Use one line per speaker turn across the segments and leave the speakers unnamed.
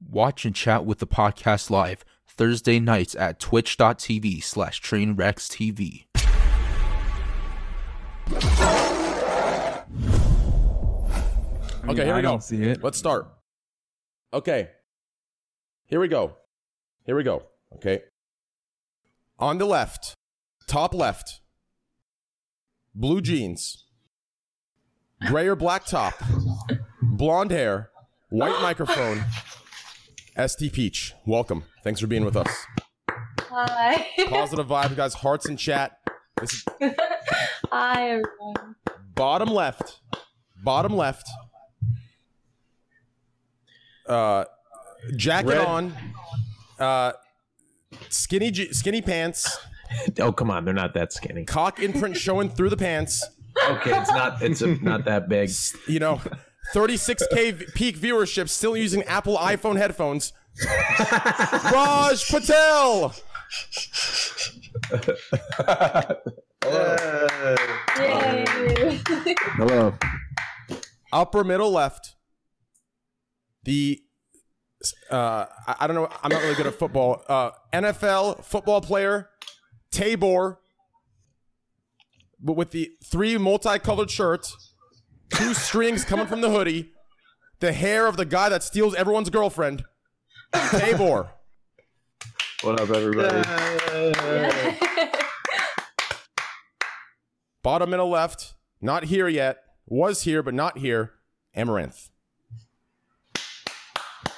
Watch and chat with the podcast live Thursday nights at twitch.tv slash trainwreckstv.
I mean,
Okay, here
I
we go.
don't see it.
Let's start. Okay. Here we go. Here we go. Okay. On the left, top left, blue jeans, gray or black top, blonde hair, white microphone, ST Peach. Welcome. Thanks for being with us.
Hi.
Positive vibe, guys. Hearts in chat. This is
Hi, everyone.
bottom left, bottom left. Uh, jacket
Red.
on, uh, skinny je- skinny pants,
Oh come on, they're not that skinny.
cock imprint showing through the pants.
Okay, it's not it's not that big.
You know, 36k v- peak viewership, still using Apple iPhone headphones. Raj Patel.
Yay.
Hello.
upper middle left. The uh, I I don't know. I'm not really good at football. Uh, NFL football player Tabor, but with the three multicolored shirts, two strings coming from the hoodie, the hair of the guy that steals everyone's girlfriend, Tabor.
What up, everybody?
Bottom middle left, not here yet. Was here but not here. Amaranth.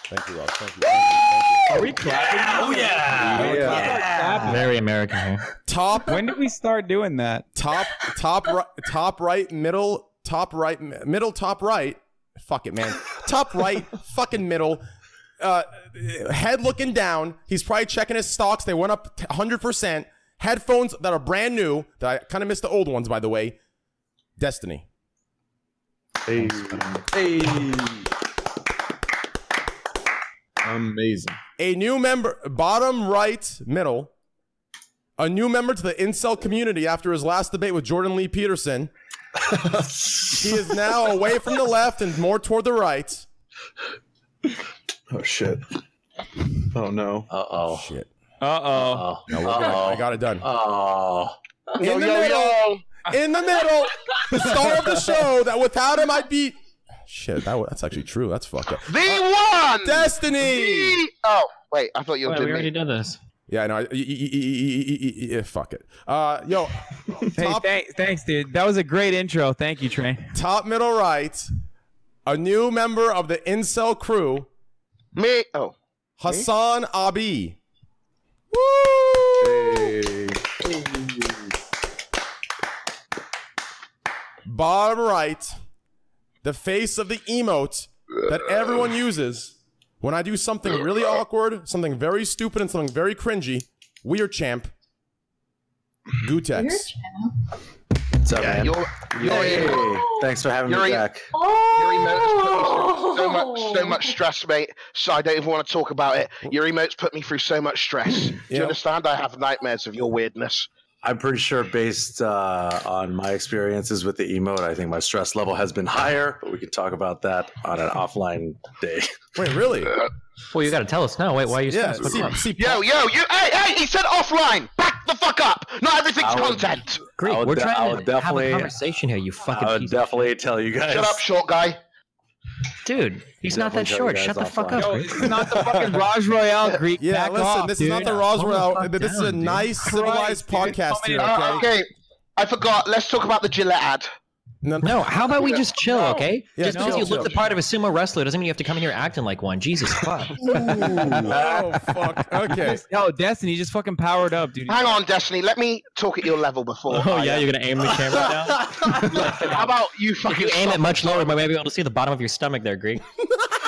Thank you, Rob. Thank you. Thank you. Thank you.
Are we clapping?
Oh yeah.
Yeah.
Very American
Uh-huh.
here.
Top
When did we start doing that?
top top right top right middle top right mi- middle top right fuck it man top right fucking middle uh head looking down he's probably checking his stocks they went up t- 100% headphones that are brand new that i kind of missed the old ones by the way destiny
Hey. Hey. Amazing.
a new member bottom right middle a new member to the incel community after his last debate with jordan lee peterson he is now away from the left and more toward the right
Oh shit. Oh no.
Uh oh.
shit
Uh oh.
Oh.
No, we're good. I got it done.
Oh.
in the middle, in the middle, the star of the show that without him I'd be. Shit, that, wa- that's actually true. That's fucked up. Uh,
The one.
Destiny.
The- oh wait, I thought you
Wait,
did
we
me.
already did this.
Yeah, no, I- y- y- y- y- y- y- y- yeah, fuck it. Uh, yo,
Hey,
top,
thanks, thanks, dude. That was a great intro. Thank you, Trey.
top middle right, a new member of the incel crew,
Me. Oh.
Hassan Abi. Woo!
Hey.
Bottom right, the face of the emote that everyone uses when I do something really awkward, something very stupid, and something very cringy. Weird champ. Gutex.
What's up,
Yeah,
man?
you're you're,
Hey. Thanks for having
You're
me
a-
back.
your emotes put me through so much so
Oh.
much stress, mate. So I don't even want to talk about it.
Oh.
Your emotes put me through so much stress. Do
Yeah.
you understand? I have nightmares of your weirdness.
I'm pretty sure, based uh, on my experiences with the emote, I think my stress level has been higher. But we can talk about that on an offline day.
Wait, really?
Uh,
Well, you gotta tell us now. Wait, why are you
Yeah.
stressed? What's
See,
up?
see,
Yo, yo, you. Hey, hey! He said offline. Back the fuck up. Not everything's
I would-
content.
I
Great,
would
we're
de- I
trying
would
to have
definitely-
a conversation here. You fucking
I'll
piece of
definitely tell you guys.
Shut up, short guy.
dude. He's not that
Definitely tell you
short.
guys
Shut the fuck
offline.
up.
Yo,
Great.
This is not the fucking Raj
Oh,
Royale Greek.
Yeah,
Back
listen,
off,
this
dude.
is not the Roswell.
Calm the fuck
This is a
down, dude.
nice, civilized
Christ, dude.
podcast here,
Somebody-
okay?
Uh, okay. I forgot. Let's talk about the Gillette ad.
No,
No, how about we just chill, okay?
Yeah,
just because
chill,
you
chill.
look the part of a sumo wrestler doesn't mean you have to come in here acting like one. Jesus fuck.
oh, fuck. Okay.
Yo, Destiny just fucking powered up, dude.
Hang on, Destiny. Let me talk at your level before.
Oh
I,
yeah,
uh,
you're gonna aim the camera
Oh,
down.
How about you
If
fucking
you aim
stop
it much lower, we might be able to see the bottom of your stomach there, Greek.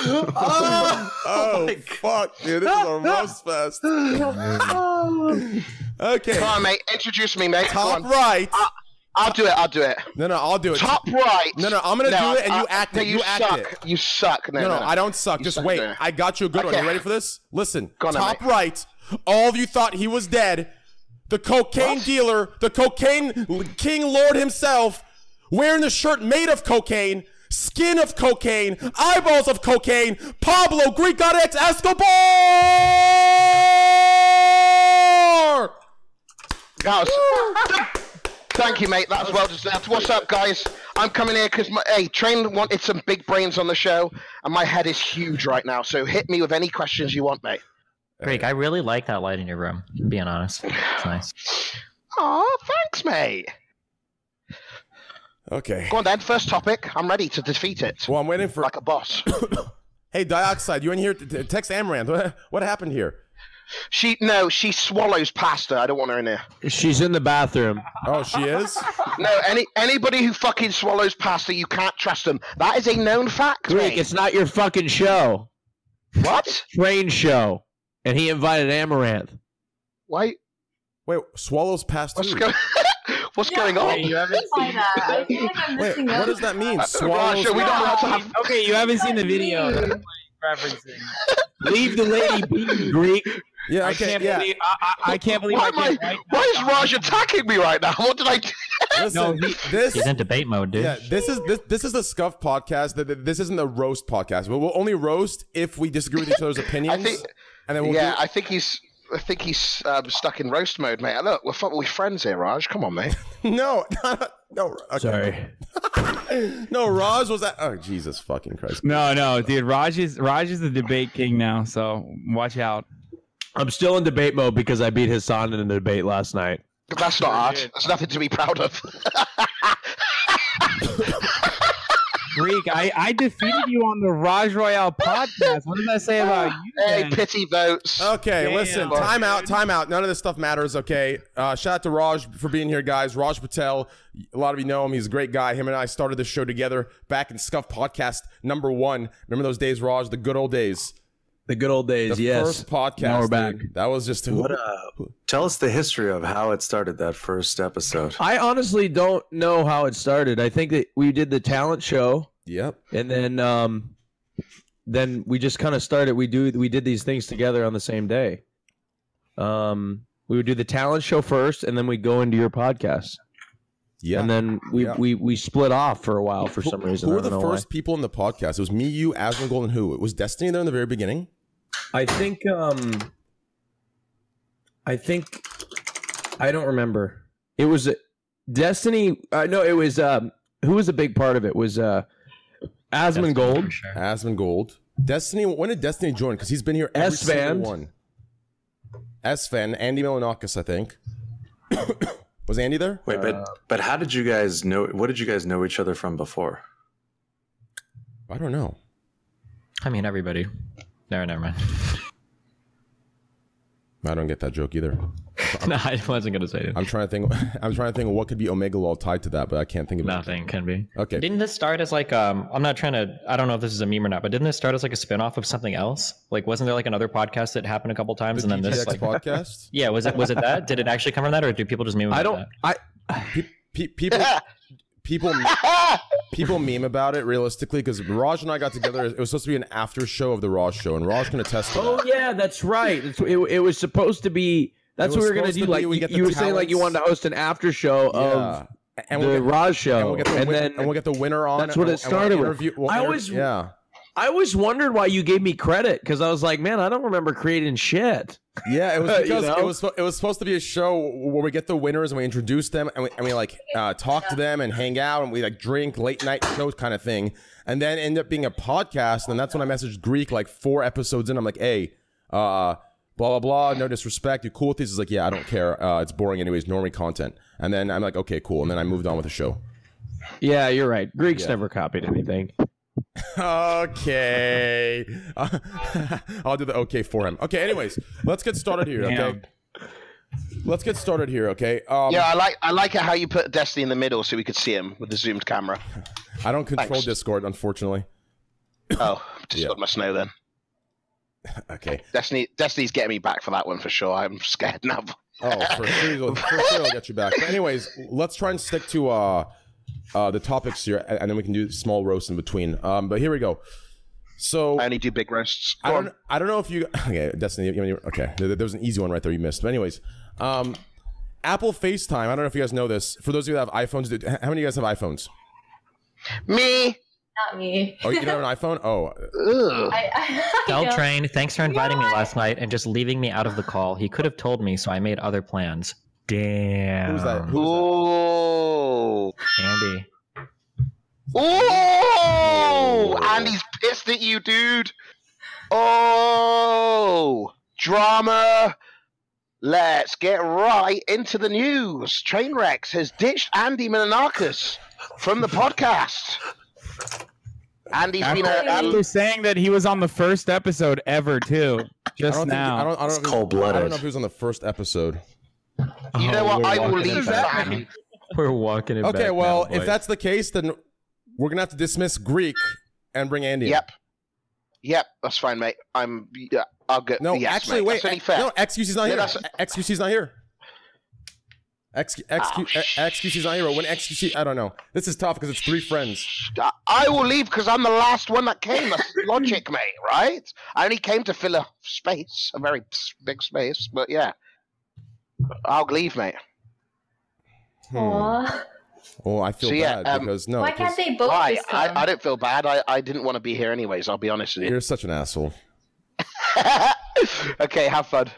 Oh, fuck, dude. This is a roast fest.
Come
okay.
on, mate. Introduce me, mate.
Top
Come on.
right.
I'll do it. I'll do it.
No, no, I'll do it.
Top right.
No, no, I'm gonna do it, and
uh,
I-
you act
no,
it.
You,
You act
suck.
it.
You suck. No,
No, no,
no.
I don't suck. Just
suck
wait.
there.
I got you a good one.
Okay.
You ready for this? Listen,
Go on then,
top
mate.
right. All of you thought he was dead. The cocaine dealer, the cocaine l- king lord himself, wearing the shirt made of cocaine, skin of cocaine, eyeballs of cocaine, Pablo Greek God X Escobar!
That was- Thank you, mate. That's well deserved. What's up, guys? I'm coming here because my hey train wanted some big brains on the show, and my head is huge right now. So hit me with any questions you want, mate.
Greg, I really like that light in your room. Being honest, it's nice.
Oh, thanks, mate.
Okay.
Go on then. First topic. I'm ready to defeat it
Well, I'm waiting for.
like a boss.
Hey, dioxide, you in here? T- t- Text Amaranth. What- What happened here?
She no, she swallows pasta. I don't want her in here.
She's in the bathroom.
Oh, she is.
No, any anybody who fucking swallows pasta, you can't trust them. That is a known fact.
Greek,
mate.
it's not your fucking show.
what?
Train show. And he invited Amaranth.
Wait,
Wait, swallows past
what's
food.
going? what's
Yeah,
going
wait,
on?
you haven't seen that. I feel like I'm
Wait,
missing
what does that mean?
Russia,
Swallows.
we don't have to have.
Okay, you haven't seen the video. That's what he's referencing. Leave the lady be, Greek.
Yeah.
I
Okay.
can't
Yeah.
believe I, I, I can't believe
Why,
I
am I,
can't right
why is Raj attacking me right now? What did I do?
No,
Listen,
he-
this.
He's in debate mode, dude.
Yeah, this is this this is the scuff podcast. Th- th- This isn't the roast podcast. We'll we'll only roast if we disagree with each other's opinions,
think-
and then we'll
yeah,
do-
I think he's. I think he's um, stuck in roast mode, mate. Look, we're, fu- we're friends here, Raj. Come on, mate.
No, no, okay.
Sorry.
no. Raj was that? Oh, Jesus fucking Christ!
No, no, dude. Raj is Raj is the debate king now, so watch out.
I'm still in debate mode because I beat Hassan in a debate last night.
That's not hard. That's nothing to be proud of.
Greek, I, I defeated you on the Raj Royale podcast. What did I say about you?
hey,
man?
pity votes.
Okay,
Damn,
listen.
Raj,
Time out. Time out. None of this stuff matters. Okay. Uh, shout out to Raj for being here, guys. Raj Patel. A lot of you know him. He's a great guy. Him and I started this show together back in Scuff Podcast number one. Remember those days, Raj? The good old days.
The good old days,
The
yes.
first podcast.
Now we're back.
dude. That was just
What? Uh, tell us the history of how it started. That first episode.
I honestly don't know how it started. I think that we did the talent show
Yep.
and then um then we just kind of started we do we did these things together on the same day. Um we would do the talent show first and then we go into your podcast.
Yeah.
And then we,
Yeah.
we we split off for a while for some reason.
Who
I
were
don't
the
know why.
first people in the podcast? It was me, you, Asmongold, and who? It was Destiny there in the very beginning.
I think um I think I don't remember. It was uh, Destiny uh, no, it was um who was a big part of it was uh Asmongold,
For sure.
Asmongold. Destiny. When did Destiny join? Because he's been here every
S-Van.
single one. S Van, Andy Milanakis, I think. was Andy there?
Wait, but Uh, but how did you guys know? What did you guys know each other from before?
I don't know.
I mean, everybody. No, never mind.
I don't get that joke either.
no, I wasn't gonna say it.
I'm trying to think. I'm trying to think of what could be Omega Law tied to that, but I can't think of it.
Nothing can be.
Okay.
Didn't this start as like um I'm not trying to I don't know if this is a meme or not, but didn't this start as like a spin-off of something else? Like wasn't there like another podcast that happened a couple times
the
and then this
DTX
like
podcast.
Yeah, was it was it that? Did it actually come from that or do people just meme about
I don't
that?
I
Pe- people, people, people meme about it realistically because Raj and I got together. It was supposed to be an after show of the Raj show, and Raj can attest to that.
Oh yeah, that's right. That's, it, it was supposed to be that's
It
what
was
we were gonna
supposed
do.
to be
like
we get the
you were saying like you
talents.
wanted to host an after show of
Yeah. and
the
we'll get,
Raj show.
and we'll get the win-
then
and we'll get the winner on.
that's what
and
it
we'll- and we'll
started with.
interview- we'll
I
inter-
was-
yeah,
I always wondered why you gave me credit because I was like, man, I don't remember creating shit.
yeah. It was
You
because it
know?
was it was supposed to be a show where we get the winners and we introduce them and we, and we like uh, talk to them and hang out and we like drink late night show kind of thing, and then end up being a podcast. And that's when I messaged Greek like four episodes in. I'm like, hey, uh, blah blah blah. No disrespect. You cool with these? He's like, yeah, I don't care. Uh, it's boring anyways. Normie content. And then I'm like, okay, cool. And then I moved on with the show.
Yeah, you're right. Greeks never copied anything.
Okay. I'll do the okay for him. Okay, anyways, let's get started here, okay? Let's get started here, okay? Um,
yeah, I like I like it how you put Destiny in the middle so we could see him with the zoomed camera.
I don't control
Thanks.
Discord, unfortunately.
Oh, Discord must know then.
Okay.
Destiny, Destiny's getting me back for that one for sure. I'm scared now.
Oh, for sure, we'll- for sure I'll get you back. But anyways, let's try and stick to uh, uh, the topics here, and and then we can do small roasts in between. Um, but here we go. So
I only do big roasts.
I don't, I don't know if you okay Destiny. you- you- Okay, there, there was an easy one right there you missed. But anyways, um, Apple FaceTime. I don't know if you guys know this. For those of you that have iPhones, do- how many of you guys have iPhones?
Me,
Not me.
Oh, you don't have an iPhone? Oh,
I, I, I
Del
don't.
Train, thanks for inviting me last night and just leaving me out of the call. He could have told me, so I made other plans. Damn.
who's that? Who's that?
Ooh.
Andy.
Ooh! And he's pissed at you, dude. Oh! Drama. Let's get right into the news. Trainwrecks has ditched Andy Milanakis from the podcast. Andy's been
After,
a, um,
after saying that he was on the first episode ever too,
I
just
don't think. I
now.
don't. I don't.
It's
know if he was- I don't
cold-blooded.
know if he was on the first episode.
you know what?
we're
I will
walking it
leave
back
that.
now. We're walking it back.
Okay, well,
now,
if
boys.
that's the case, then we're gonna have to dismiss Greek and bring Andy. in.
Yep. Yep, that's fine, mate. I'm. Yeah, I'll get.
No,
yes,
Oh, actually,
mate.
wait. eh,
That's only fair.
No, XQC's not
Yeah,
here.
that's-
XQC's not here. X, X,
Oh, sh-
XQC's not here. When XQC, I don't know. This is tough because it's three friends.
I- I will leave because I'm the last one that came. That's logic, mate, right? I only came to fill a space, a very s- big space, but yeah. I'll leave, mate.
Aw.
Hmm. Oh, I feel
So, yeah,
bad
um,
because no,
Why can't
because
they both
Why?
just
I,
come?
I don't feel bad. I, I didn't want to be here anyways, I'll be honest with you.
you're such an asshole.
okay, have fun.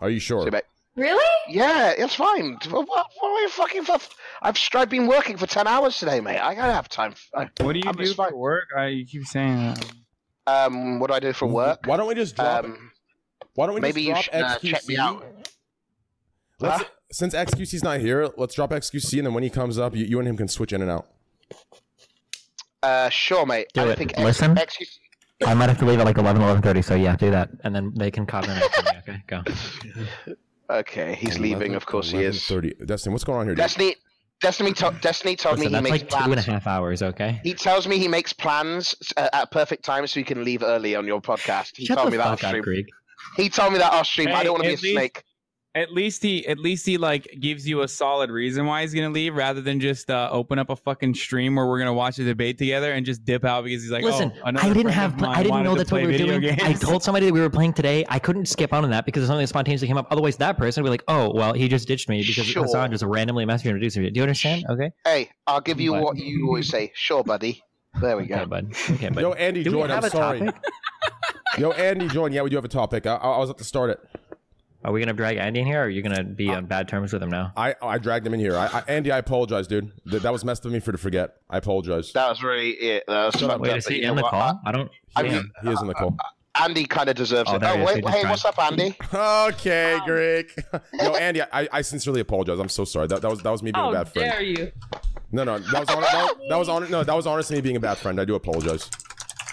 Are you sure?
See you, mate.
Really?
Yeah, it's fine. What, what, what are you fucking for? I've, stri- I've been working for 10 hours today, mate. I gotta have time. uh, For,
what do you
I'm
do
just
for
fine.
work? I, you keep saying that.
um, what do I do for work?
Why don't we just drop?
Um,
why don't we
maybe you
just
should
drop
uh,
XQC?
check me out.
Let's,
Huh?
Since XQC's not here, let's drop XQC, and then when he comes up, you, you and him can switch in and out.
Uh, sure, mate.
Do
I
it.
think
Listen.
Excuse-
I might have to leave at like 11, 11.30, so yeah, do that. And then they can copy me. Okay, go.
Okay, he's leaving. Of course, he is.
Thirty. Destiny, what's going on here? Dude?
Destiny, Destiny, to- Destiny told
Listen,
me
that's
he makes
like two
plans.
and a half hours, okay?
He tells me he makes plans uh, at a perfect time so he can leave early on your podcast. He
Shut
told
the
me that off
fuck up,
stream.
Greg.
He told me that off stream. I
Hey,
don't want to be a
at least-
snake.
At least he, at least he like gives you a solid reason why he's gonna leave, rather than just uh, open up a fucking stream where we're gonna watch a debate together and just dip out because he's like,
Listen,
oh, another
I didn't
friend
have,
of mine
I didn't
wanted
know
to
that's what
play
we were
video
doing. I
games."
told somebody that we were playing today. I couldn't skip out on that because it's something that spontaneously came up. Otherwise, that person would be like, oh, well, he just ditched me because
Sure.
Hassan just randomly messaged me and introduced me. Do you understand? Okay.
Hey, I'll give you
But-
what you always say. Sure, buddy. There we
Okay,
go.
bud. Okay, bud.
Yo, Andy,
Do we
join.
have
I'm
a
sorry.
topic?
Yo, Andy, join. Yeah, we do have a topic. I, I I was up to start it.
Are we going to drag Andy in here or are you going to be on bad terms with him now?
I I dragged him in here. I, I, Andy, I apologize, dude. Th- that was messed with me for to forget. I apologize.
That was really it. That was fucked
Wait,
up,
is
but
he
you know
in the
what?
call? I don't.
I
Damn.
mean,
He is in the call.
Andy kind of deserves
Oh,
it.
there he is.
Oh, wait,
He just
hey,
tried.
what's up, Andy? Um,
Okay, Greg. Yo, Andy, I, I sincerely apologize. I'm so sorry. That, that was that was me being a
How
bad friend.
dare you?
No, no, that was on, that, that was on, no, that was honestly me being a bad friend. I do apologize.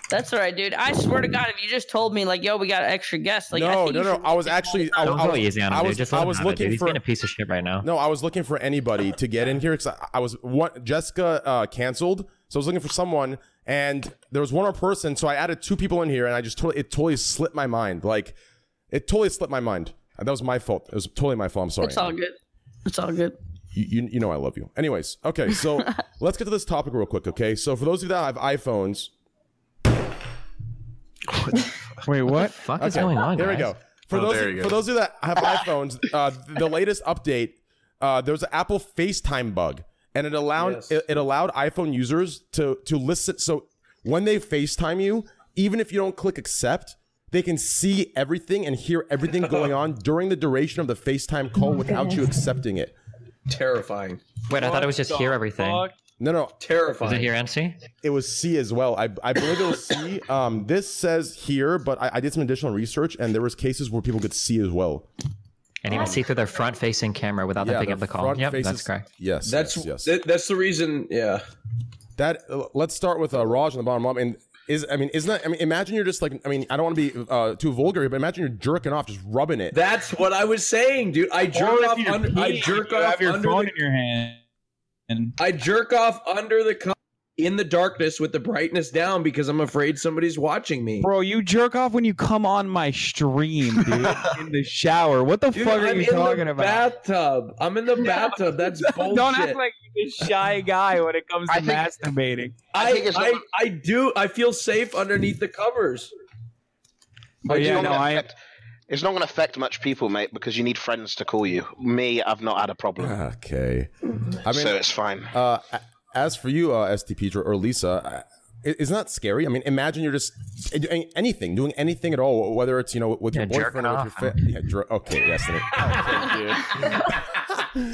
That's all right, dude. I swear to God, if you just told me, like, yo, we got an extra guest, like, I
no,
think
no,
you
no.
should-
I was actually I,
Don't
I
go
was,
easy on him,
I
dude.
was,
Just let
I
him
was
have it, dude.
looking
He's
for
being a piece of shit right now.
no, I was looking for anybody to get in here because I, I was what Jessica uh, canceled, so I was looking for someone, and there was one more person, so I added two people in here, and I just totally it totally slipped my mind. Like it totally slipped my mind. That was my fault. It was totally my fault. I'm sorry.
It's all good. It's all good.
you, you, you know I love you. Anyways, okay, so let's get to this topic real quick, okay? So for those of you that have iPhones,
Wait, what?
fuck is going on?
There we
guys?
go. For
Oh,
those
there you go.
for those of you that have iPhones, uh, the latest update, uh, there was an Apple FaceTime bug, and it allowed
Yes.
it, it allowed iPhone users to to listen. So when they FaceTime you, even if you don't click accept, they can see everything and hear everything going on during the duration of the FaceTime
Oh
call without you accepting it.
Terrifying.
Wait, I thought it was just hear everything.
Fuck.
No, no,
Is it
Terrifying.
here, NC?
it was C as well. I, I believe it was C. Um, this says here, but I, I did some additional research, and there was cases where people could see as well.
And even see through their front-facing camera without them picking
their
up the call.
front
Yep,
faces-
that's correct.
Yes,
That's
yes, yes.
that- that's the reason. Yeah.
That uh, let's start with uh, Raj on the bottom up and is I mean isn't that I mean imagine you're just like I mean I don't want to be uh, too vulgar here, but imagine you're jerking off just rubbing it.
That's what I was saying, dude. I jerk
Or if
off.
you're
Under, I
peeing,
jerk
you
off
Have your
under
phone
the
in your hand. And
I jerk off under the co- in the darkness with the brightness down because I'm afraid somebody's watching me.
Bro, you jerk off when you come on my stream, dude, in the shower. What the
Dude,
fuck are
I'm
you
in
talking
the
about?
bathtub. I'm in the bathtub. That's bullshit.
Don't act like you're the shy guy when it comes to
I think-
masturbating.
I think
I,
it's
I,
not-
I do. I feel safe underneath the covers. Oh,
But yeah,
It's not
no,
gonna
I
affect- It's not going to affect much people, mate, because you need friends to call you. Me, I've not had a problem,
Okay, Ah, I mean
so it's fine.
uh, a- as for you uh, STP or, or Lisa, I, i- isn't that scary? I mean, imagine you're just a- anything, doing anything at all, whether it's you know with your
Yeah, jerking
boyfriend or with your fit. Yeah, dr- okay, yes. then it-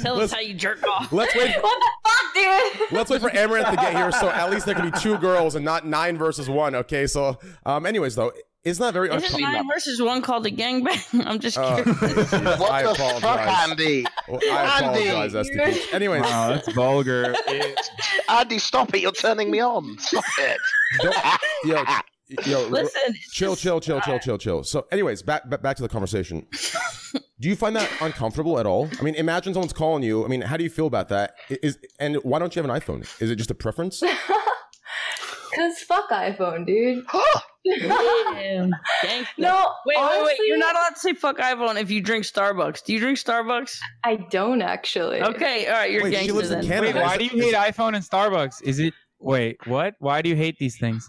Tell us
Let's-
how you jerk off.
let's wait-
What the fuck, dude?
Let's wait for Amaranth to get here, so at least there can be two girls and not nine versus one. Okay, so um, anyways though, isn't that very?
Isn't
uncommon?
nine versus one called a gangbang? I'm just
Uh,
curious.
what I
the
apologize.
fuck, Andy?
Well, I
Andy.
apologize, STP. Anyways,
Wow, that's vulgar.
Andy, stop it! You're turning me on. Stop it.
yo, yo,
Listen, it's
chill, chill, chill, chill, chill, chill. So, anyways, back back, back to the conversation. do you find that uncomfortable at all? I mean, imagine someone's calling you. I mean, how do you feel about that? I- Is and why don't you have an iPhone? Is it just a preference?
Cause fuck iPhone, dude.
Damn.
no,
Wait, wait, wait.
honestly-
You're not allowed to say fuck iPhone if you drink Starbucks. Do you drink Starbucks?
I don't actually.
Okay, all right, you're
Wait, she
gangster
lives in
then.
Wait, why do you hate iPhone and Starbucks? Is it wait, what? Why do you hate these things?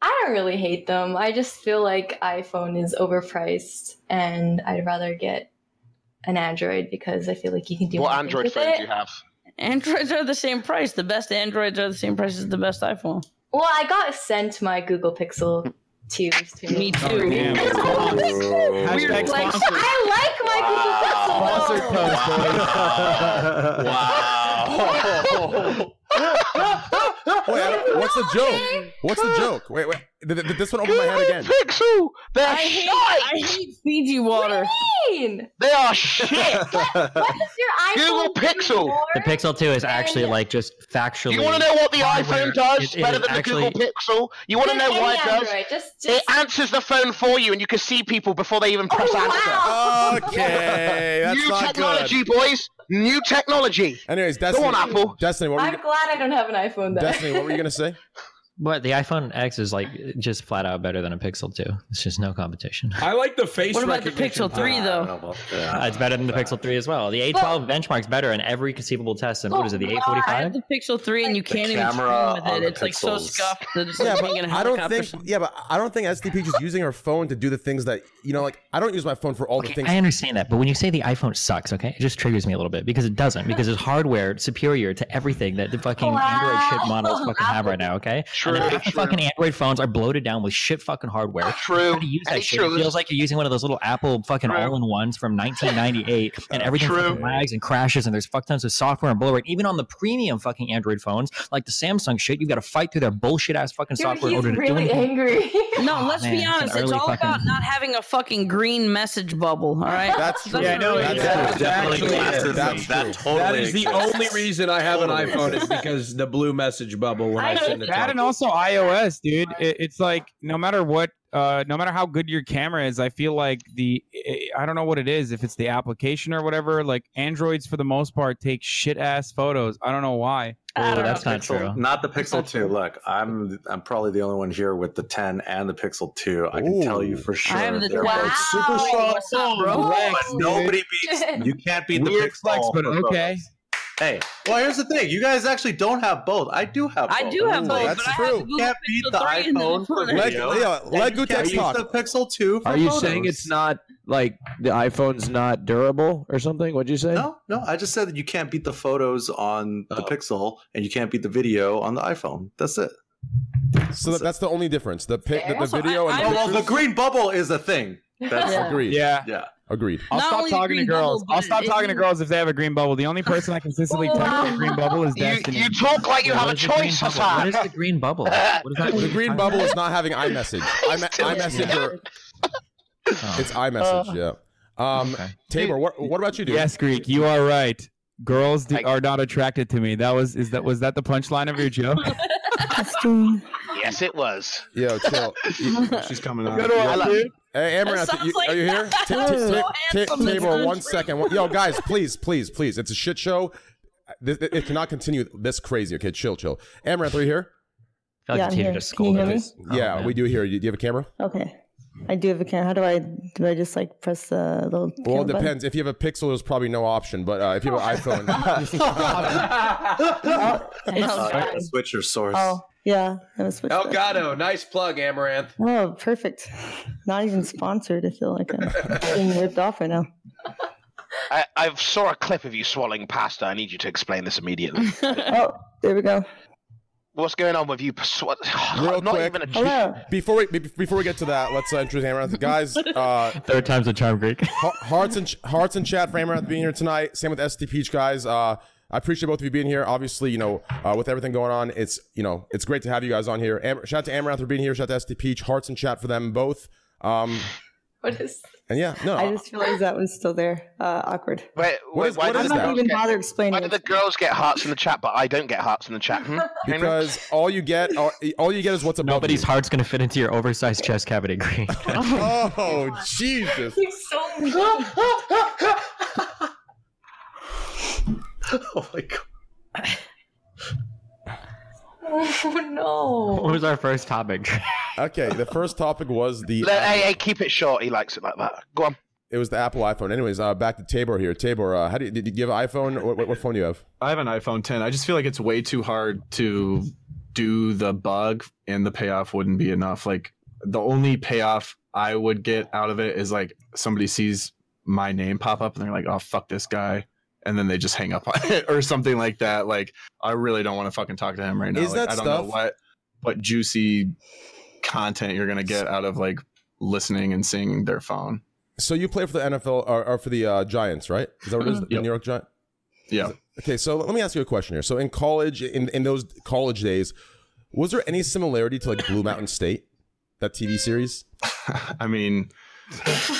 I don't really hate them. I just feel like iPhone is overpriced, and I'd rather get an Android because I feel like you can do.
What
more
Android
things with
phone
it.
do you have?
Androids are the same price. The best Androids are the same price as the best iPhone.
Well, I got sent my Google Pixel 2s to me.
Me too.
Weird. Like, I like my Google Pixel.
Oh.
though.
wow. what's the joke? What's the joke? Wait, wait. Th- th- this one opened my head again.
Pixel, they're
I hate, I hate Fiji water.
Mean.
They are shit.
What does your iPhone
Google Pixel.
The Pixel 2 is actually like just factually.
You want to know what the
hardware.
iPhone does
It- it
better
is
than
actually-
the Google Pixel? You want to
Just
know why it
any
does?
Android, just-
It answers the phone for you, and you can see people before they even press answer.
Okay, that's
new
not
technology,
good.
boys. New technology.
Anyways, Destiny.
on, Apple.
Destiny, what were you,
I'm glad I don't have an iPhone though.
Destiny, what were you gonna say?
But the iPhone X is like just flat out better than a Pixel 2. It's just no competition.
I like the face.
What about the
recognition
Pixel 3
thing.
though?
Uh, it's better than the Pixel 3 as well. The A12 benchmark's better in every conceivable test. And what is it, the
Oh, I have
845?
the Pixel 3 and you can't even
camera
camera with
on
it.
the
It's like so
Pixels.
scuffed that it's
Yeah,
like
but
being in a
I don't
helicopter.
think. Yeah, but I don't think SDP just using her phone to do the things that you know. Like I don't use my phone for all the things.
I understand that, but when you say the iPhone sucks, okay, it just triggers me a little bit because it doesn't, because it's hardware superior to everything that the fucking Android shit models fucking have right now, okay?
True,
And half the
true.
fucking Android phones are bloated down with shit fucking hardware.
True.
How do you use
Hey,
that shit?
true.
It feels like you're using one of those little Apple fucking
True.
all in ones from 1998, and everything
True.
fucking lags and crashes, and there's fuck tons of software and blowaway. Even on the premium fucking Android phones, like the Samsung shit, you've got to fight through their bullshit ass fucking
Dude,
software in
he's
order to do
really
anything.
angry.
No, let's
man,
be
it's an
honest. It's,
early
all about
fucking-
not having a fucking green message bubble. All right.
That's true.
Yeah, no, it-
that's true.
that's
Definitely
actually
classism.
That's
That
true.
totally
That is the
exists.
only reason I have an
Totally
iPhone is
exists.
because the blue message bubble when I,
I
send it.
That and also iOS, dude. It, it's like no matter what, uh, no matter how good your camera is, I feel like the I don't know what it is, if it's the application or whatever. Like Androids, for the most part, take shit ass photos. I don't know why.
I
Oh,
don't
that's
know.
not true.
Pixel, not the Pixel 2. Look, I'm I'm probably the only one here with the 10 and the Pixel 2. I can tell you for sure.
I have the
they're
wow.
both
Super What's up, bro?
but nobody beats you can't beat the
Weird
Pixel.
flex, but
for both.
okay.
Hey, well, here's the thing. You guys actually don't have both. I do have both.
I do have
Ooh,
both,
that's
but I
true.
have the Google
can't beat
Pixel
the
3 and
iPhone for
the
Leg,
video.
iPhone.
yeah, leg
You can't
Gutex
use
talk.
the Pixel 2 for
Are you
photos.
saying it's not like the iPhone's not durable or something? What'd you say?
No, no. I just said that you can't beat the photos on the Pixel and you can't beat the video on the iPhone. That's it.
So that, that's the only difference. The pic, the, the
Also,
video
I-
and
I-
Oh,
the
well, the
pictures-
green bubble is a thing. That's
Yeah.
agreed.
Yeah.
yeah.
Agreed.
I'll
Not
stop
only the
talking to
green
girls.
bubble,
I'll
but
stop
it
talking to
isn't-
girls if they have a green bubble. The only person I consistently text with a green bubble is
You,
Destiny.
you talk like you
Wait,
have a
what is the green
choice,
bubble? What
Hassan.
is the green bubble? What is that?
The green bubble is not having iMessage. I, iMessage or
Oh.
it's iMessage. Yeah. Um,
Okay.
Tabor, what what about you, dude?
Yes, Greek, you are right. Girls do,
I-
are not attracted to me. That was is that was that the punchline of your joke?
Yes, it was.
Yo, chill.
She's coming
Good one,
I like-
dude.
Hey, Amaranth,
sounds
you,
like-
are you here? T- t-
So
t- t-
handsome, it's
Tabor, one
unreal.
second. One- Yo, guys, please, please, please. It's a shit show. This, it, it cannot continue this crazy. Okay, chill, chill. Amaranth, are you here?
I feel
Yeah,
like the
I'm
teacher
here.
just
Can you hear me?
scolded us. Oh,
yeah,
man.
we do hear you. Do you have a camera?
Okay. I do have a camera. How do I do I just like press the little
Well, it
camera button?
depends. If you have a Pixel, there's probably no option. But uh, if you have an iPhone,
Oh,
Uh, switch your source.
oh, yeah. I was switched it.
Elgato, nice plug, Amaranth.
Oh, perfect. Not even sponsored. I feel like I'm being ripped off right now.
I, I saw a clip of you swallowing pasta. I need you to explain this immediately.
Oh, there we go.
What's going on with you? Persu-
Real
not
quick,
even a
be- before we be- before we get to that, let's uh, introduce Amaranth, guys. Uh,
Third time's a charm, Greek.
Heart- hearts and hearts and chat for Amaranth being here tonight. Same with ST Peach, guys. Uh, I appreciate both of you being here. Obviously, you know, uh, with everything going on, it's you know, it's great to have you guys on here. Am- shout out to Amaranth for being here. Shout out to ST Peach. Hearts and chat for them both. Um,
What is?
and yeah, no,
I just realized that one's still there. Uh, awkward.
Wait,
What is- why what
I'm
is
not
that?
even bother explaining.
Why do the girls get hearts in the chat, but I don't get hearts in the chat? Hmm?
because all you get, all, all you get is what's above.
Nobody's heart's gonna fit into your oversized chest cavity, Greek.
oh Jesus!
He's so
oh my god.
Oh no.
What was our first topic?
okay, the first topic was the.
Let- hey, hey, keep it short. He likes it like that. Go on.
It was the Apple iPhone. Anyways, uh, back to Tabor here. Tabor, uh, how do you, did you have an iPhone? What, what, what phone do you have?
I have an iPhone 10. I just feel like it's way too hard to do the bug, and the payoff wouldn't be enough. Like the only payoff I would get out of it is like somebody sees my name pop up and they're like, "Oh fuck this guy," and then they just hang up on it or something like that. Like I really don't want to fucking talk to him right now.
Is that
Like, I don't know
stuff-
what what juicy content you're gonna get out of like listening and seeing their phone.
So you play for the NFL or, or for the uh, Giants, right? Is that what it
Mm-hmm.
is? The
Yep.
New York Giants.
Yeah.
Okay, so let me ask you a question here. So in college, in in those college days, was there any similarity to like Blue Mountain State, that TV series?
I mean,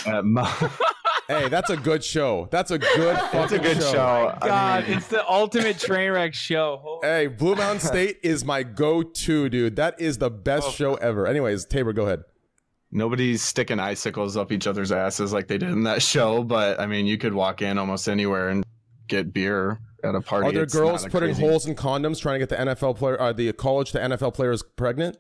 uh,
hey, that's a good show. That's a good.
That's a
fucking
good show. I
Oh God,
mean-
it's the ultimate train wreck show. Holy-
Hey, Blue Mountain State is my go-to, dude. That is the
Oh,
best show ever. Anyways, Tabor, go ahead.
nobody's sticking icicles up each other's asses like they did in that show, but I mean, you could walk in almost anywhere and get beer at a party.
Are there
It's
girls
not a
putting
crazy-
holes in condoms trying to get the NFL player, uh, the college to NFL players pregnant?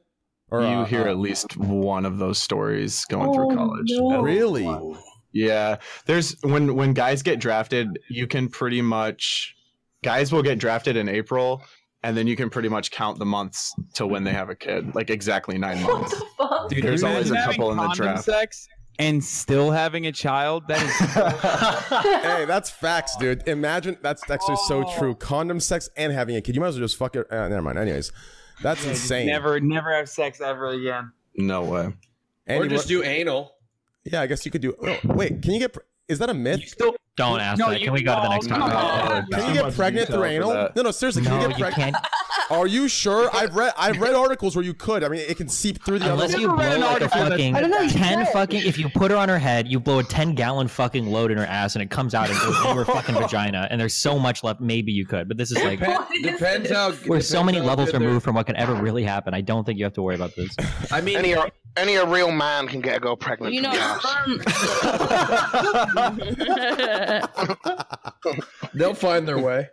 Or
you
uh,
hear
uh,
at least one of those stories going through
Oh,
college.
no.
At-
Really?
Yeah. There's when when guys get drafted, you can pretty much guys will get drafted in April, and then you can pretty much count the months to when they have a kid, like exactly nine months.
Dude,
There's
can you
always a
imagine having
couple in the
condom
draft.
Sex and still having a child. That is
hey, that's facts, dude. Imagine that's actually so true. Condom sex and having a kid. You might as well just fuck it. Uh, never mind. Anyways, that's
Yeah, just
insane.
Never, never have sex ever again.
No way.
or just do anal.
Yeah, I guess you could do. oh, wait, can you get? pre- Is that a myth?
Don't ask
No,
that.
you-
Can we go to the next
no,
topic?
no. Can you get pregnant through anal? No, no, seriously. Can you get pregnant? Are you sure? I've read I've read articles where you could. I mean, it can seep through the.
Unless you blow like a fucking ten fucking, if you put her on her head, you blow a ten gallon fucking load in her ass, and it comes out into her fucking vagina, and there's so much left. Maybe you could, but this is like
Depends how.
we're so
depends
many
how
levels
good they're- Oh,
removed from what could ever really happen. I don't think you have to worry about this.
I mean,
only a, only a real man can get a girl pregnant.
You
from
know,
the ass.
They'll find their way.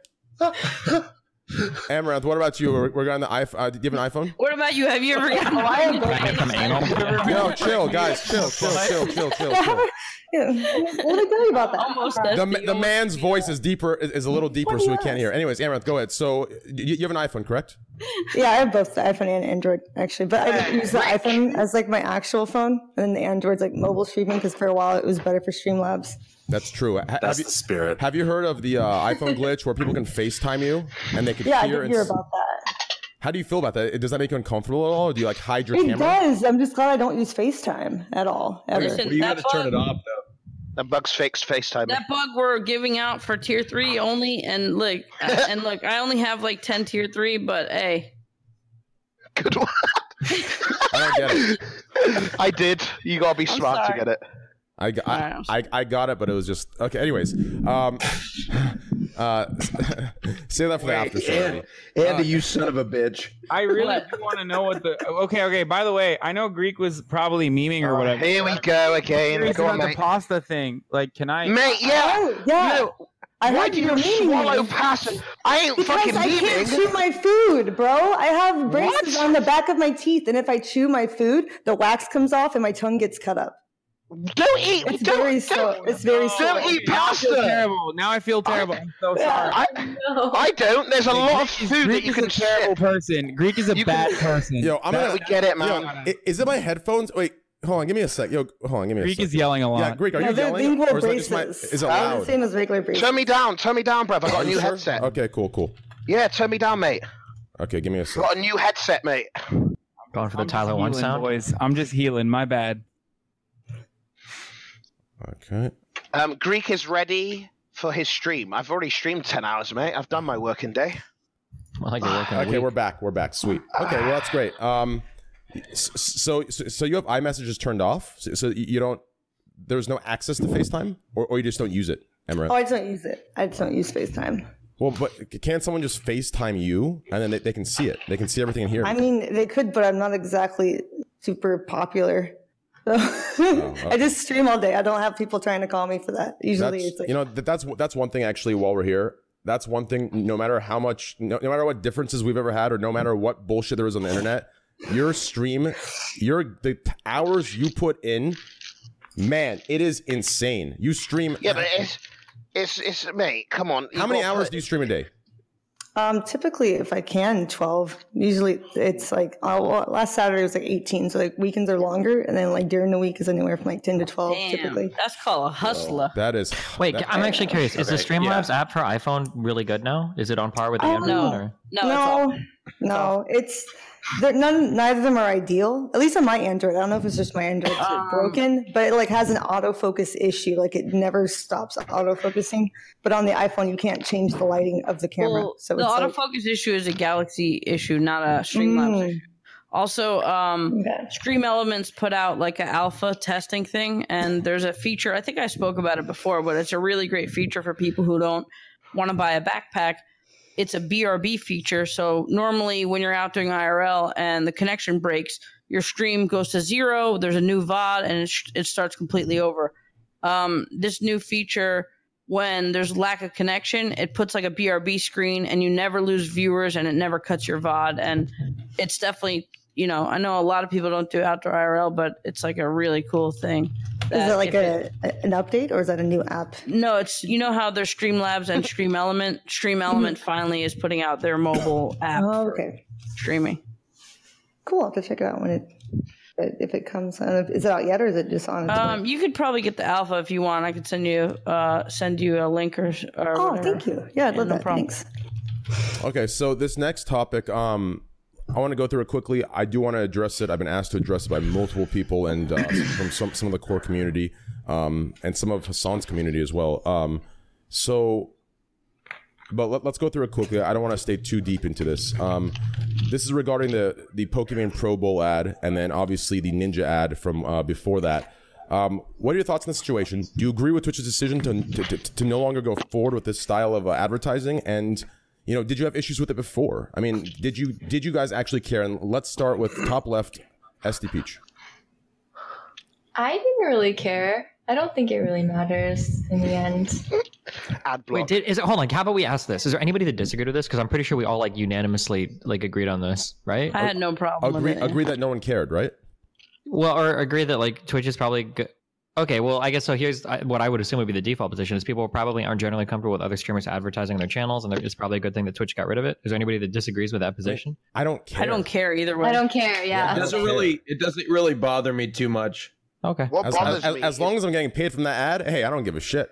Amaranth, what about you? We're, we're going the iPhone. Uh, do you have an iPhone?
What about you? Have you ever
Oh,
gotten
Pregnant from anal?
No, chill, guys, chill, chill, chill, chill, chill. chill.
Yeah. What did I tell you about that?
The, ma- the man's voice is deeper, is, is a little deeper, so we can't hear. Anyways, Amaranth, go ahead. So you, you have an iPhone, correct?
Yeah, I have both the iPhone and Android actually, but I don't use the iPhone as like my actual phone, and then the Android's like mobile streaming because for a while it was better for Streamlabs.
That's true. Ha- have
That's the spirit.
Have you heard of the uh, iPhone glitch where people can FaceTime you and they can
Yeah, I
hear?
did
and
hear
s-
about that.
How do you feel about that? Does that make you uncomfortable at all? Or do you like hide your
It
camera?
does. I'm just glad I don't use FaceTime at all. Ever.
though. The bug's fixed FaceTime.
That bug we're giving out for tier three only, and look, and look, I only have like ten tier three, but hey,
I don't get it.
I did. You gotta be smart to
sorry.
get it.
I, g- I, I, I got it, but it was just okay. Anyways, um, uh, save that for the after Uh, show.
And, Andy, you son of a bitch.
I really do want to know what the. Okay, okay. By the way, I know Greek was probably memeing or whatever.
Here we go
I'm
again.
curious
Go on,
about the
mate.
pasta thing. Like, can I?
Mate, yeah,
Oh,
yeah. I
Why
heard
do
you were
you
memeing me.
swallow pasta? I ain't
Because
fucking
I
memeing.
can't chew my food, bro. I have braces
What?
on the back of my teeth, and if I chew my food, the wax comes off and my tongue gets cut up.
Don't eat.
It's very so. It's very
Don't
so.
eat
Now I feel
pasta.
terrible. Now I feel terrible. I'm so sorry.
I, I don't. There's a lot of food that
Greek
you
is
can
a terrible person. Greek is a bad person.
Yo, I'm
No,
gonna
we get it, man.
Yo, i- is it my headphones? Wait, hold on. Give me a sec. Yo, hold on. Give me
Greek
a sec.
is yelling a lot.
Yeah, Greek, are
No,
you
they're
yelling?
lingual
Or is, that just my,
braces.
is it
They're
loud?
the same as regular
shit.
braces.
Turn me down. Turn me down, bruv. I got
Are
a new
you sure?
headset.
Okay, cool, cool.
Yeah, turn me down, mate.
Okay, give me a sec.
Got a new headset, mate.
Going for the
Tyler
One sound?
Boys. I'm just healing. My bad.
Okay.
Um, Greek is ready for his stream. I've already streamed ten hours, mate. I've done my working day.
Ah, okay, we're back. We're back. Sweet. Okay, well that's great. Um, s- so so, so you have iMessages turned off, so, so you don't. There's no access to FaceTime, or, or you just don't use it, Emerald.
Oh, I just don't use it. I just don't use FaceTime.
well, but c- can't someone just FaceTime you, and then they, they can see it? They can see everything in here.
I mean, they could, but I'm not exactly super popular. So I just stream all day. I don't have people trying to call me for that. Usually,
That's-
it's like
you know that, that's that's one thing actually. While we're here, that's one thing. No matter how much, no, no matter what differences we've ever had, or no matter what bullshit there is on the internet, your stream, your the t- hours you put in, man, it is insane. You stream.
Yeah, but it's it's it's mate. Come on.
how
you
many
gotta
hours
put-
do you stream a day?
Um, typically, if I can, 12. Usually, it's like uh, well, last Saturday was like 18. So, like, weekends are longer. And then, like, during the week is anywhere from like 10 to 12, typically.
That's called a hustler.
That is.
Wait, I'm actually curious. Is the
Okay,
Streamlabs app for iPhone really good now? Is it on par with the
Oh,
Android?
no.
one, Or?
No,
no, no. It's they're- none. Neither of them are ideal. At least on my Android. I don't know if it's just my Android it's
Um.
broken, but it like has an autofocus issue. Like it never stops autofocusing. But on the iPhone, you can't change the lighting of the camera.
Well,
so
the
it's like, Mm.
autofocus issue is a Galaxy issue, not a Streamlabs issue. Also, um, Stream Elements put out like an alpha testing thing, and there's a feature. I think I spoke about it before, but it's a really great feature for people who don't want to buy a backpack. It's a BRB feature. So normally, when you're out doing IRL and the connection breaks, your stream goes to zero. There's a new VOD, and it, sh- it starts completely over. Um, this new feature when there's lack of connection, it puts like a BRB screen and you never lose viewers and it never cuts your VOD. And it's definitely, you know, I know a lot of people don't do outdoor IRL, but it's like a really cool thing.
is
that
it like
if
a, a- an update or is that a new app?
no, it's you know how there's Streamlabs and Stream Element. Stream Element finally is putting out their mobile app.
Oh, okay.
Streaming.
Cool. I'll have to check it out when it if it comes. I don't know if- is it out yet or is it just on? its way?
Um, you could probably get the alpha if you want. I could send you uh send you a link or, or
Oh,
whatever.
thank you. Yeah, I'd love
no
that.
problem.
Thanks.
Okay, so this next topic, um, I want to go through it quickly. I do want to address it. I've been asked to address it by multiple people and uh, from some some of the core community, um, and some of Hassan's community as well. Um, so, but let, us go through it quickly. I don't want to stay too deep into this. Um, this is regarding the the Pokemon Pro Bowl ad, and then obviously the Ninja ad from uh, before that. Um, what are your thoughts on the situation? Do you agree with Twitch's decision to, to, to, to no longer go forward with this style of uh, advertising? And you know, did you have issues with it before? I mean, did you did you guys actually care? And let's start with top left, SD Peach.
I didn't really care. I don't think it really matters in the end.
Wait, did, is it? Hold on. How about we ask this? Is there anybody that disagreed with this? Because I'm pretty sure we all like unanimously like agreed on this, right?
I had no problem
Agree,
with it.
agree that no one cared, right?
Well, or agree that like Twitch is probably good. Okay, well, I guess so. Here's I- what I would assume would be the default position: is people probably aren't generally comfortable with other streamers advertising on their channels, and there- it's probably a good thing that Twitch got rid of it. Is there anybody that disagrees with that position?
I don't
I don't care either way.
I don't care. Yeah.
It doesn't really it doesn't really bother me too much.
Okay.
What
as,
bothers
as-
me
as long as I'm getting paid from that ad, hey, I don't give a shit.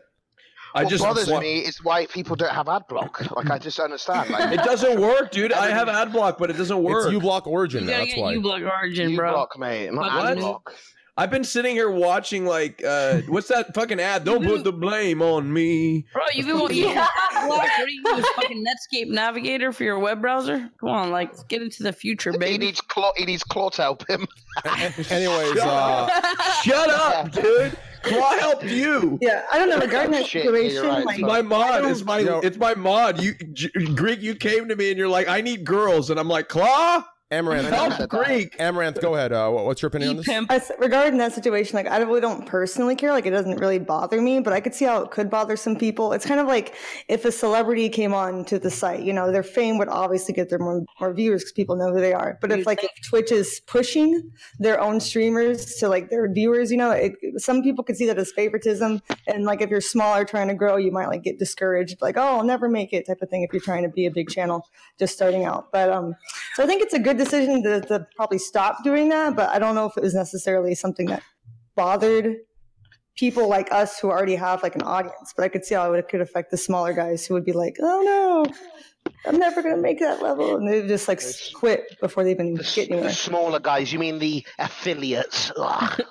I
what
just
bothers
what-
me is why people don't have ad block. Like I just don't understand. Like,
It doesn't work, dude. I have ad block, but it doesn't work.
It's uBlock Origin.
You gotta get uBlock Origin, bro.
block, mate. Not
What?
ad block.
I've been sitting here watching like uh what's that fucking ad? Don't put the blame on me.
Bro, you've been watching
Yeah.
What do you use? Fucking Netscape Navigator for your web browser? Come on, like get into the future, baby. He
needs claw. He needs claw to help him.
Anyways, uh,
Shut up, dude. Claw helped you.
Yeah, I don't know, regarding that Shit, yeah, you're situation, right. like,
it's my
I
mod.
don't-
It's my
Yo.
it's my mod. You G- Greek, you came to me and you're like, I need girls, and I'm like, Claw.
Amaranth,
help Greek.
Amaranth, go ahead. Uh, what- what's your opinion on this?
I s- regarding that situation, like I really don't personally care. Like it doesn't really bother me, but I could see how it could bother some people. It's kind of like if a celebrity came on to the site, you know, their fame would obviously get their more, more viewers because people know who they are. But if like if Twitch is pushing their own streamers to like their viewers, you know, it, some people could see that as favoritism. And like if you're smaller trying to grow, you might like get discouraged, like oh I'll never make it type of thing. If you're trying to be a big channel just starting out, but um, so I think it's a good decision to, to probably stop doing that, but I don't know if it was necessarily something that bothered people like us who already have like an audience. But I could see how it could affect the smaller guys who would be like, "Oh no, I'm never gonna make that level, and they just like quit before they even get anywhere.
The smaller guys, you mean the affiliates? Ugh.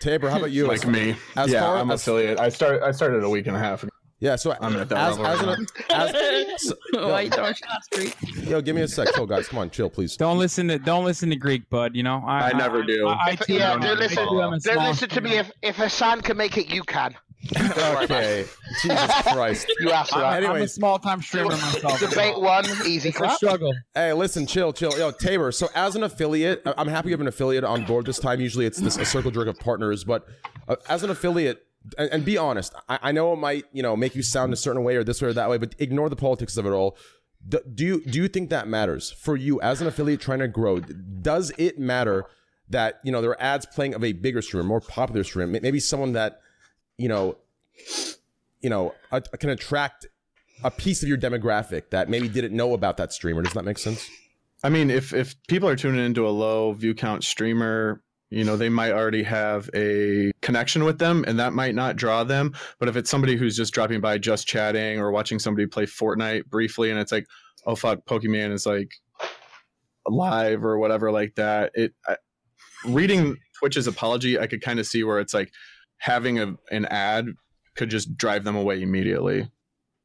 Tabor, how about you?
Like me.
As
yeah,
far
I'm
as-
affiliate. I start. I started a week and a half ago.
Yeah, so
I'm at that
As,
level
as
right
an,
as, Why you throwing shots, Greek?
yo, give me a sec. Chill, guys. Come on, chill, please.
Don't listen to don't listen to Greek, bud. You know I,
never do.
I, I,
If-
too
yeah,
am.
don't listen.
I too am a
Don't
small-
listen to me. If, if Hassan can make it, you can.
okay. Jesus Christ.
You asked for that.
uh, I'm a
Anyways.
small time streamer myself.
Debate one, easy
It's a
clap.
struggle.
Hey, listen, chill, chill. Yo, Tabor, so as an affiliate, I- I'm happy you have an affiliate on board this time. Usually it's this a circle jerk of partners, but uh, as an affiliate, and, and be honest, I, I know it might, you know, make you sound a certain way or this way or that way, but ignore the politics of it all. Do, do you do you think that matters for you as an affiliate trying to grow? Does it matter that, you know, there are ads playing of a bigger streamer, more popular streamer, may- maybe someone that, you know, you know, a, can attract a piece of your demographic that maybe didn't know about that streamer. Does that make sense?
I mean, if if people are tuning into a low view count streamer, you know, they might already have a connection with them, and that might not draw them. But if it's somebody who's just dropping by, just chatting, or watching somebody play Fortnite briefly, and it's like, oh fuck, Pokemon is like live or whatever like that. It I, reading Twitch's apology, I could kind of see where it's like having a an ad could just drive them away immediately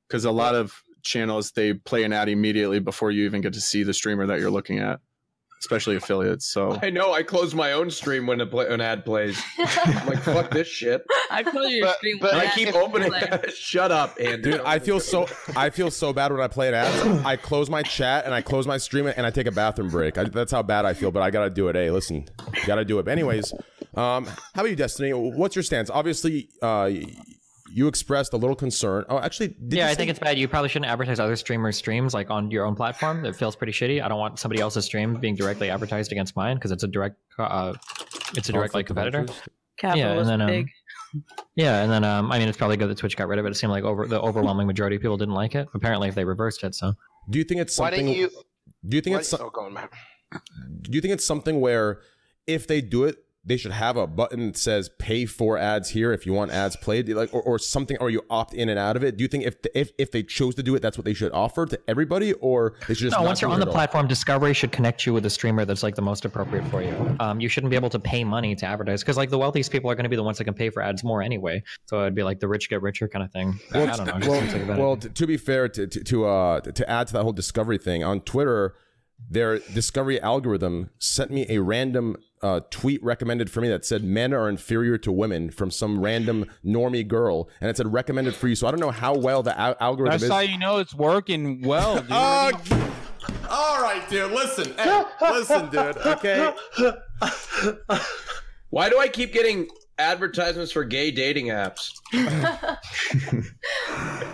because a lot of channels they play an ad immediately before you even get to see the streamer that you're looking at especially affiliates so
I know. I close my own stream when a play, an ad plays. I'm like, fuck this shit.
I feel your stream.
And I keep opening. Shut up, Andy.
Dude, I feel so I feel so bad when I play an ad. I close my chat and I close my stream and I take a bathroom break. I, that's how bad I feel, but I gotta do it. Hey, listen, gotta do it. But anyways, um, how about you, Destiny? What's your stance? Obviously, uh, you expressed a little concern. Oh, actually, did you
yeah, I
say-
think it's bad. You probably shouldn't advertise other streamers' streams like on your own platform. It feels pretty shitty. I don't want somebody else's stream being directly advertised against mine because it's a direct, uh, it's a direct like
Conflict of
competitor.
interest.
yeah, and
Capitalist
then, um,
pig.
yeah, and then um, I mean, it's probably good that Twitch got rid of it. It seemed like over the overwhelming majority of people didn't like it. Apparently, if they reversed it, so
do you think it's
Why
something?
didn't you?
do you think
why-
it's so-
oh, go on, man.
Do you think it's something where if they do it, they should have a button that says "Pay for ads here" if you want ads played, like or, or something, or you opt in and out of it? Do you think if if if they chose to do it, that's what they should offer to everybody, or they should just
no,
not
once you're
do it
on the
at all?
platform, Discovery should connect you with a streamer that's like the most appropriate for you. Um, you shouldn't be able to pay money to advertise because like the wealthiest people are going to be the ones that can pay for ads more anyway. So it'd be like the rich get richer kind of thing. I- I don't know. it just
well,
seems like a bad
well, t- to be fair, to to to, uh, to add to that whole discovery thing on Twitter, their discovery algorithm sent me a random uh, tweet recommended for me that said men are inferior to women from some random normie girl, and it said recommended for you. So I don't know how well the al- algorithm
That's
is.
how you know it's working well, dude.
all right, dude. Listen, hey, listen, dude. Okay.
Why do I keep getting advertisements for gay dating apps?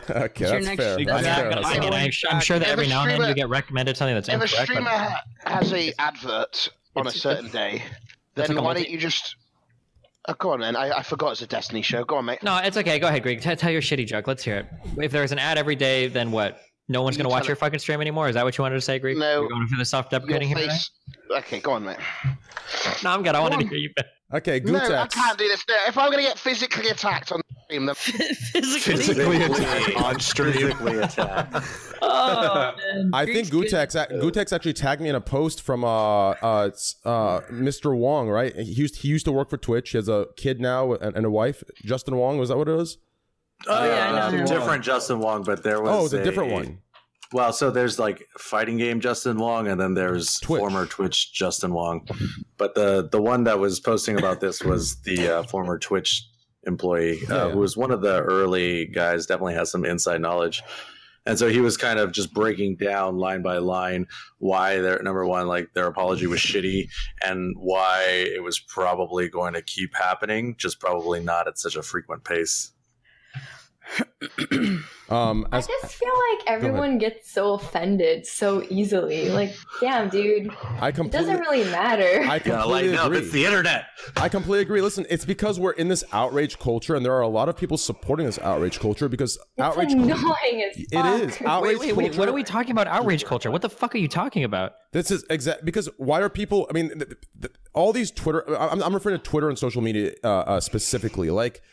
okay,
It's your next stream. Exactly.
I mean, I, I'm sure that every now and then you get recommended something that's
If a
incorrect.
streamer
But
ha- has a advert on a certain day, then
it's like a
why
multi-
don't you just? Oh, go on, then. I, I forgot it's a Destiny show. Go on, mate.
no, it's okay. Go ahead, Greg. T- tell your shitty joke. Let's hear it. If there's an ad every day, then what? No one's
You
gonna watch
tell
your
it.
fucking stream anymore. Is that what you wanted to say, Greg?
No.
We're going for the
Your
self-deprecating here. today?
face. Okay, go on, mate.
No, I'm good. I wanted to hear you.
Okay,
No, I can't do this. No, If I'm gonna get physically attacked on stream, then
Physically attacked on stream.
Physically attacked.
Oh,
I think Gutex Gutex actually tagged me in a post from uh uh, it's, uh Mr. Wong, right? He used he used to work for Twitch. He has a kid now and, and a wife. Justin Wong, was that what it was?
Oh,
yeah, I know him.
different Justin Wong, but there was
Oh, it's a different one.
Well, so there's like fighting game Justin Wong, and then there's former Twitch Justin Wong, but the the one that was posting about this was the uh, former Twitch employee uh, who was one of the early guys. Definitely has some inside knowledge, and so he was kind of just breaking down line by line why their number one like their apology was shitty and why it was probably going to keep happening, just probably not at such a frequent pace.
Um,
I just feel like everyone gets so offended so easily. Like, damn, dude,
I
it
completely
doesn't really matter.
I completely agree.
internet.
I completely agree. Listen, it's because we're in this outrage culture, and there are a lot of people supporting this outrage culture because outrage.
annoying as
It
fuck.
is outrage
wait, wait, wait.
culture.
What are we talking about? Outrage culture. What the fuck are you talking about?
This is exact because why are people? I mean, th- th- th- all these Twitter. I- I'm, I'm referring to Twitter and social media uh, uh, specifically. Like,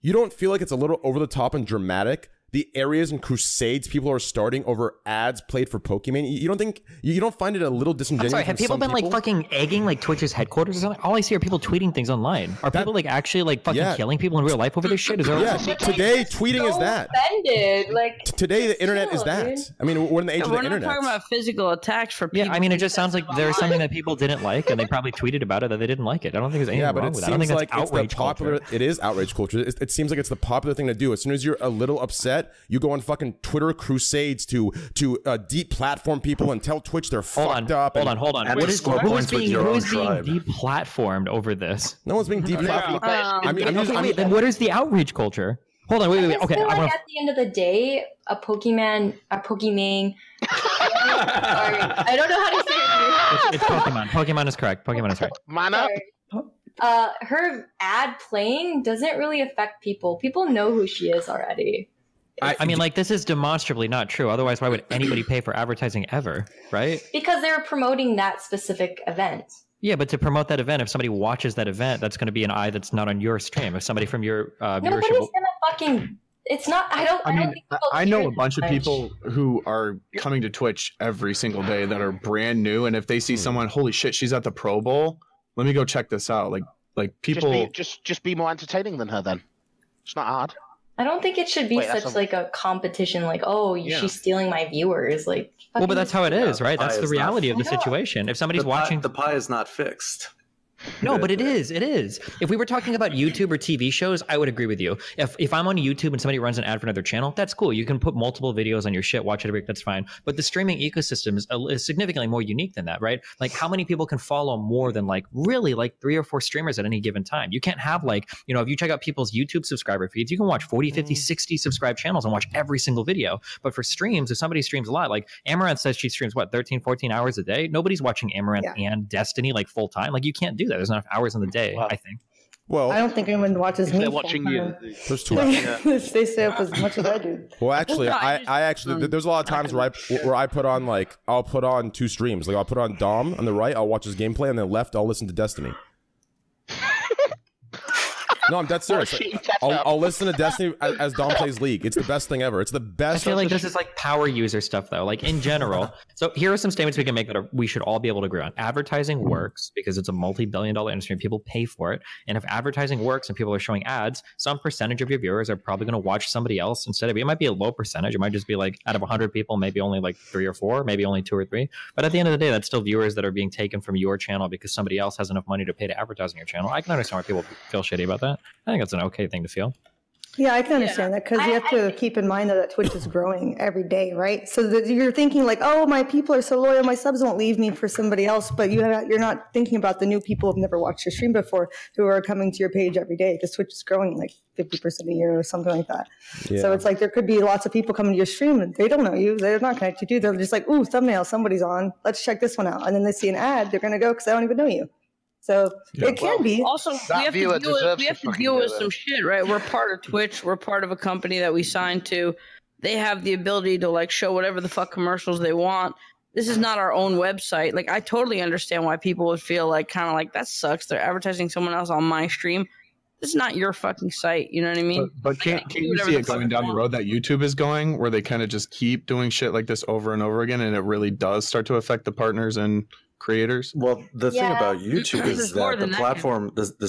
you don't feel like it's a little over the top and dramatic the areas and crusades people are starting over ads played for Pokemon. You, you don't think you, you don't find it a little
I'm
disingenuous?
sorry, have
from
people
some
been like fucking egging like Twitch's headquarters or something? All I see are people tweeting things online. Are people like actually like fucking
Yeah.
killing people in real life over this shit? Is there
Yeah, see, today tweeting is that.
offended. Like
T- Today the internet is that. I mean, we're in the age
Yeah,
of
we're
the
not
internet.
talking about physical attacks for people.
Yeah, I mean, it just sounds like there was something that people didn't like, and they probably tweeted about it that they didn't like it. I don't think there's anything
yeah, but
wrong
it
with that. I don't
seems
think
like
that's
it's the
outrage
popular.
culture.
It is outrage culture. It, it seems like it's the popular thing to do. As soon as you're a little upset, you go on fucking Twitter crusades to to uh, deep platform people and tell Twitch they're fucked up.
Hold
and-
on, hold on. What is, who is being, who is being deplatformed over this?
No one's being
deplatformed. Yeah. I mean, I'm just-
okay,
I'm-
wait, then what is the outrage culture? Hold on, wait, wait, wait. Okay,
I feel
I
like
want to
at the end of the day, a Pokemon, a Pokemon. Sorry, I don't know how to say it.
it's Pokemon. Pokemon is correct. Pokemon is correct.
Mana. Uh, her ad playing doesn't really affect people. People know who she is already.
I, mean, like, this is demonstrably not true. Otherwise, why would anybody pay for advertising ever, right?
Because they're promoting that specific event.
Yeah, but to promote that event, if somebody watches that event, that's going to be an eye that's not on your stream. If somebody from your uh,
Nobody's
viewership,
gonna fucking. It's not. I don't. I,
I
don't
mean,
think
I-
people
I
care
know a
that
bunch of
much.
people who are coming to Twitch every single day that are brand new, and if they see someone, holy shit, she's at the Pro Bowl. Let me go check this out. Like, like people.
be-
Just just be more entertaining than her then. It's not hard.
I don't think it should be
Wait, that's
such
a-
like a competition. Like, oh,
Yeah.
she's stealing my viewers. Like,
well, but
fucking-
that's how it is, right? That's
Pie
the
is not-
reality of the situation. If somebody's
The pie-
watching,
the pie is not fixed.
No, but it is. It is. If we were talking about YouTube or TV shows, I would agree with you. If if I'm on YouTube and somebody runs an ad for another channel, that's cool. You can put multiple videos on your shit, watch it every week. That's fine. But the streaming ecosystem is, is significantly more unique than that, right? Like how many people can follow more than like really like three or four streamers at any given time? You can't have like you know if you check out people's YouTube subscriber feeds, you can watch 40, 50, 60 subscribed channels and watch every single video. But for streams, if somebody streams a lot, like Amaranth says she streams what 13, 14 hours a day, nobody's watching Amaranth and Destiny like full time. Like you can't do that. There's not enough hours in the day. I think.
Well,
I don't think anyone watches me. full time.
There's two.
they stay up as much as I do.
Well, actually, I, I actually th- there's a lot of times where I where I put on like I'll put on two streams. Like I'll put on Dom on the right, I'll watch his gameplay, and then left I'll listen to Destiny. no, I'm dead serious. Like, I'll, I'll listen to Destiny as, as Dom plays League. It's the best thing ever. It's the
I
best.
feel like this is like power user stuff though, like in general. so here are some statements we can make that are, we should all be able to agree on. Advertising
Hmm.
works because it's a multi-billion dollar industry and people pay for it. And if advertising works and people are showing ads, some percentage of your viewers are probably going to watch somebody else instead of you. It might be a low percentage. It might just be like out of 100 people, maybe only like three or four, maybe only two or three. But at the end of the day, that's still viewers that are being taken from your channel because somebody else has enough money to pay to advertise on your channel. I can understand why people feel shitty about that. I think that's an okay thing to feel.
Yeah, I can understand that 'cause that because you have to keep in mind that, that Twitch is growing every day, right? So that you're thinking like, oh, my people are so loyal, my subs won't leave me for somebody else, but you have, you're not thinking about the new people who've never watched your stream before who are coming to your page every day because Twitch is growing like 50% a year or something like that.
Yeah.
So it's like there could be lots of people coming to your stream and they don't know you, they're not connected to you, they're just like, ooh, thumbnail, somebody's on, let's check this one out, and then they see an ad, they're gonna go because I don't even know you. So it can be.
Also, we have to deal with, we have to deal with some shit, right? We're part of Twitch. We're part of a company that we signed to. They have the ability to like show whatever the fuck commercials they want. This is not our own website. Like, I totally understand why people would feel like kind of like that sucks. They're advertising someone else on my stream. This is not your fucking site. You know what I mean?
But, but can't, can't you see it going down the road that YouTube is going, where they kind of just keep doing shit like this over and over again, and it really does start to affect the partners and creators?
Well, the thing about YouTube
This
is
is more
that the
than that.
platform, the, the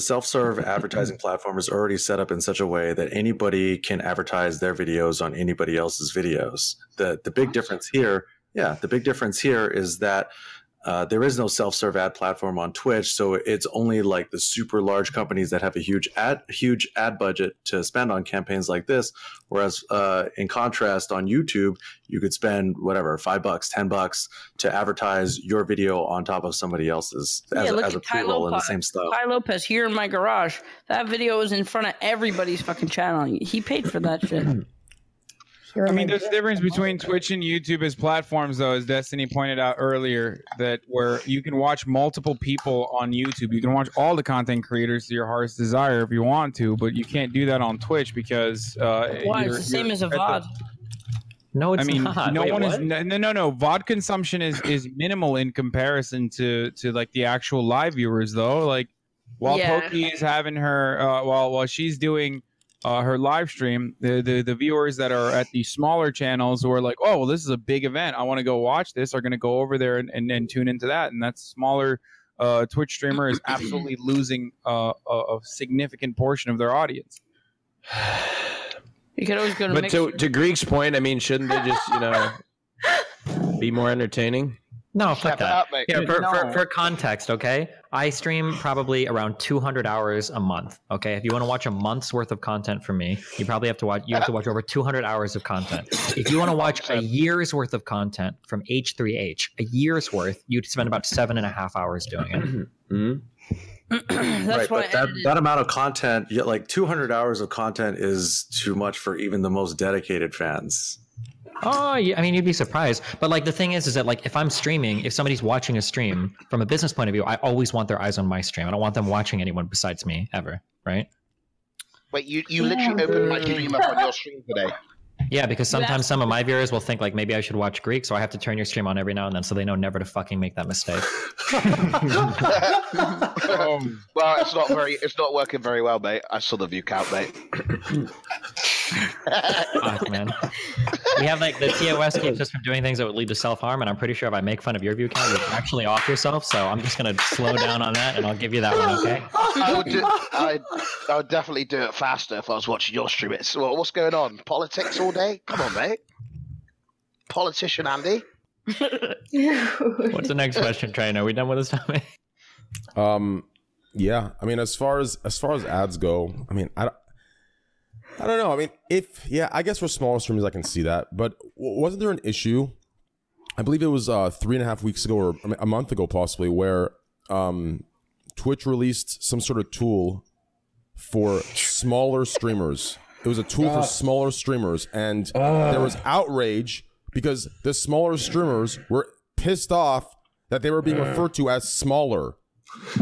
self-serve advertising platform, is already set up in such a way that anybody can advertise their videos on anybody else's videos. the The big difference here, yeah, the big difference here is that uh, there is no self-serve ad platform on Twitch, so it's only like the super large companies that have a huge ad huge ad budget to spend on campaigns like this. Whereas, uh, in contrast, on YouTube, you could spend whatever five bucks, ten bucks to advertise your video on top of somebody else's as,
yeah,
a-
look
as a
at Ty
pre-roll in the
Lopez.
same style.
Ty Lopez here in my garage. That video was in front of everybody's fucking channel. He paid for that shit.
I mean, there's a difference between Twitch and YouTube as platforms, though, as Destiny pointed out earlier, that where you can watch multiple people on YouTube. You can watch all the content creators to your heart's desire if you want to, but you can't do that on Twitch because uh,
Why? It's
you're-
the same
you're
as a
at the-
VOD.
No,
I mean, no
Wait,
one is
what?
no, no, no, no. VOD consumption is is minimal in comparison to to like the actual live viewers, though. Like while
Yeah.
Pokey is having her, uh, while while she's doing uh, her live stream, the, the the viewers that are at the smaller channels who are like, oh, well, this is a big event. I want to go watch this. Are going to go over there and, and, and tune into that. And that smaller uh, Twitch streamer is absolutely losing uh, a, a significant portion of their audience.
You could always go to.
but
mix-
to, to Greek's point, I mean, shouldn't they just, you know, be more entertaining?
No, fuck that.
up, mate.
Yeah, for,
No.
for, for context, okay, I stream probably around 200 hours a month. Okay, if you want to watch a month's worth of content from me, you probably have to watch. You have to watch over 200 hours of content. If you want to watch a year's worth of content from H3H, a year's worth, you'd spend about seven and a half hours doing it.
Hmm?
right,
why
but that, that amount of content, yeah, like 200 hours of content, is too much for even the most dedicated fans.
Oh, yeah, I mean, you'd be surprised. But like the thing is, is that like if I'm streaming, if somebody's watching a stream from a business point of view, I always want their eyes on my stream. I don't want them watching anyone besides me ever, right?
Wait, you, you literally opened my stream up on your stream today.
Yeah, because
You
sometimes
asked-
some of my viewers will think like maybe I should watch Greek, so I have to turn your stream on every now and then so they know never to fucking make that mistake.
Um, well, it's not very, it's not working very well, mate. I saw the view count, mate.
Fuck, man. We have like the TOS keeps us from doing things that would lead to self harm, and I'm pretty sure if I make fun of your view count, you'd actually off yourself. So I'm just gonna slow down on that, and I'll give you that one, okay?
I would, do, I, I would definitely do it faster if I was watching your stream. It's what, what's going on? Politics all day? Come on, mate. Politician Andy.
What's the next question, Train? Are we done with this topic?
Um, yeah. I mean, as far as as far as ads go, I mean, I don't, I don't know. I mean, if yeah, I guess for smaller streamers, I can see that. But w- wasn't there an issue? I believe it was uh three and a half weeks ago or I mean, a month ago, possibly, where um Twitch released some sort of tool for smaller streamers. It was a tool for
Ugh.
smaller streamers, and there was outrage because the smaller streamers were pissed off that they were being referred to as smaller.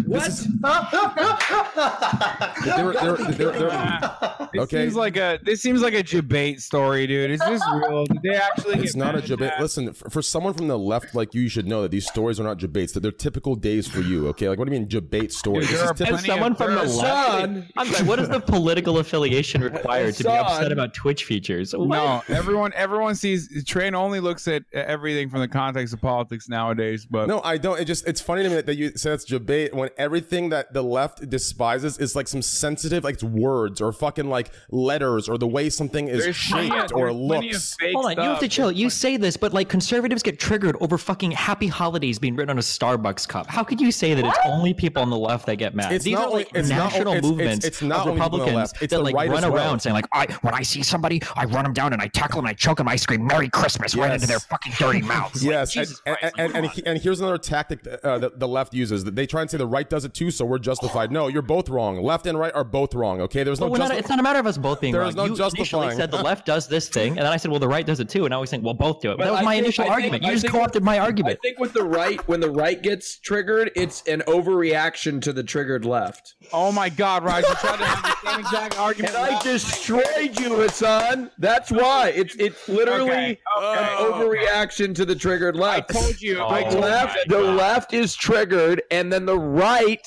What?
They were- they were- they were- they were-
This
Okay.
seems like a this seems like a debate story, dude. Is this real? Did they actually?
it's
get
not a
mad at
debate.
that?
Listen, for, for someone from the left like you, you should know that these stories are not debates. That they're typical days for you. Okay, like what do you mean debate stories? This is typical-
As someone from the left, I'm sorry. What is the political affiliation required to be upset
Hassan.
about Twitch features? What?
No, everyone everyone sees train only looks at everything from the context of politics nowadays. But
No, I don't. It just it's funny to me that, that you say that's debate when everything that the left despises is like some sensitive like it's words or fucking like letters or the way something is shaped or looks.
Hold on, you have to chill. You say this, but like conservatives get triggered over fucking happy holidays being written on a Starbucks cup. How could you say that it's only people on the left that get mad?
It's
These
not
are
only-
like
it's not only-
national
it's- it's-
movements
it's not
of
only people on the
Republicans
left. It's
that
the
like
right as
run
well.
around saying like, "I when I see somebody, I run them down and I tackle them, and I choke them, I scream Merry Christmas right into their fucking dirty mouths." Like,
Yes,
Jesus
and, and, and, and, he- and here's another tactic uh, that the left uses. that They try and say the right does it too, so we're justified. No, you're both wrong. Left and right are both wrong. Okay, there's
But
no
we're not-
justi-
it's not a matter of us both being
There
wrong.
is no
you initially
justifying.
said the left does this thing, and then I said, well, the right does it too, and I always think, well, both do it.
But
But that was
I
my
think-
initial
I think-
argument.
I
you just
think-
co-opted my
I
argument.
think with the right, when the right gets triggered, it's an overreaction to the triggered left.
Oh my God, Raj, you tried to have the same exact argument.
And I destroyed you, Hassan. That's why. It's it's literally
Okay,
an overreaction to the triggered left. I told
you.
The
I told
left,
you.
the left is triggered, and then the right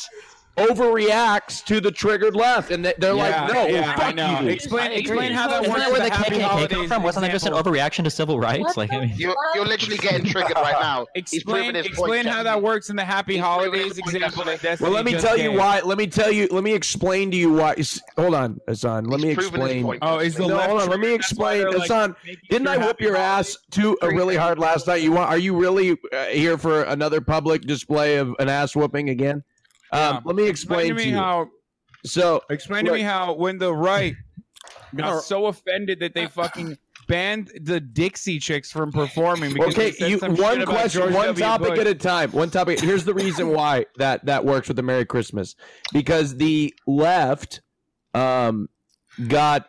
overreacts to the triggered left, and they- they're
Yeah,
like, "No,
yeah,
well,
I
fuck
know.
you."
Explain- explain how
Isn't that where the KKK came from? Wasn't that just an overreaction to civil rights?
What
Like, I mean-
You're, you're literally getting triggered right now. He's
Explain,
proving his point.
explain how that works in the Happy Holidays example. that Destiny
Well, let me
just
tell you
gave.
why. Let me tell you. Let me explain to you why. s- Hold on, Hassan. Let me
proven his
explain.
point. Oh, is the
no,
left
hold on. Let me
triggered? That's why
explain,
they're, like,
Hassan.
making
Didn't
sure
I whoop
happy
your ass to a really hard last night? You want? Are you really uh, here for another public display of an ass whooping again? Um, let me explain
to me
you.
how-
So
Explain to me how when the right got so offended that they fucking banned the Dixie Chicks from performing. Because they
Okay,
said
you
some shit
one
about
question,
George
one
W.
topic
Bush.
at a time. One topic. Here's the reason why that that works with the Merry Christmas because the left um got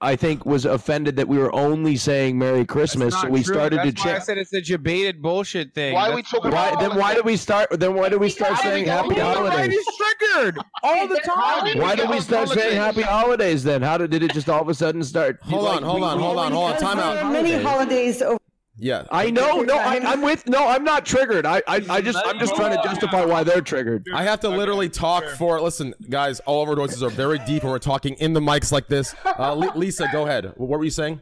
I think was offended that we were only saying Merry Christmas,
It's
so
not
we
true.
started
That's
to
why I
check.
said it's a debated bullshit thing.
Why are we
That's-
talking
Why, then why did we start? Then why did we start saying Happy
Because the right
Holidays?
is triggered all the time.
Why did we start saying Happy Holidays then? How did, did it just all of a sudden start?
Hold on, hold on, hold on, hold on. Time out.
Many holidays over
Yeah,
I know. No, I, I'm with. No, I'm not triggered. I, I, I just, I'm just trying to justify why they're triggered.
I have to literally talk for. Listen, guys, all of our voices are very deep, and we're talking in the mics like this. Uh, Li- Lisa, go ahead. What were you saying?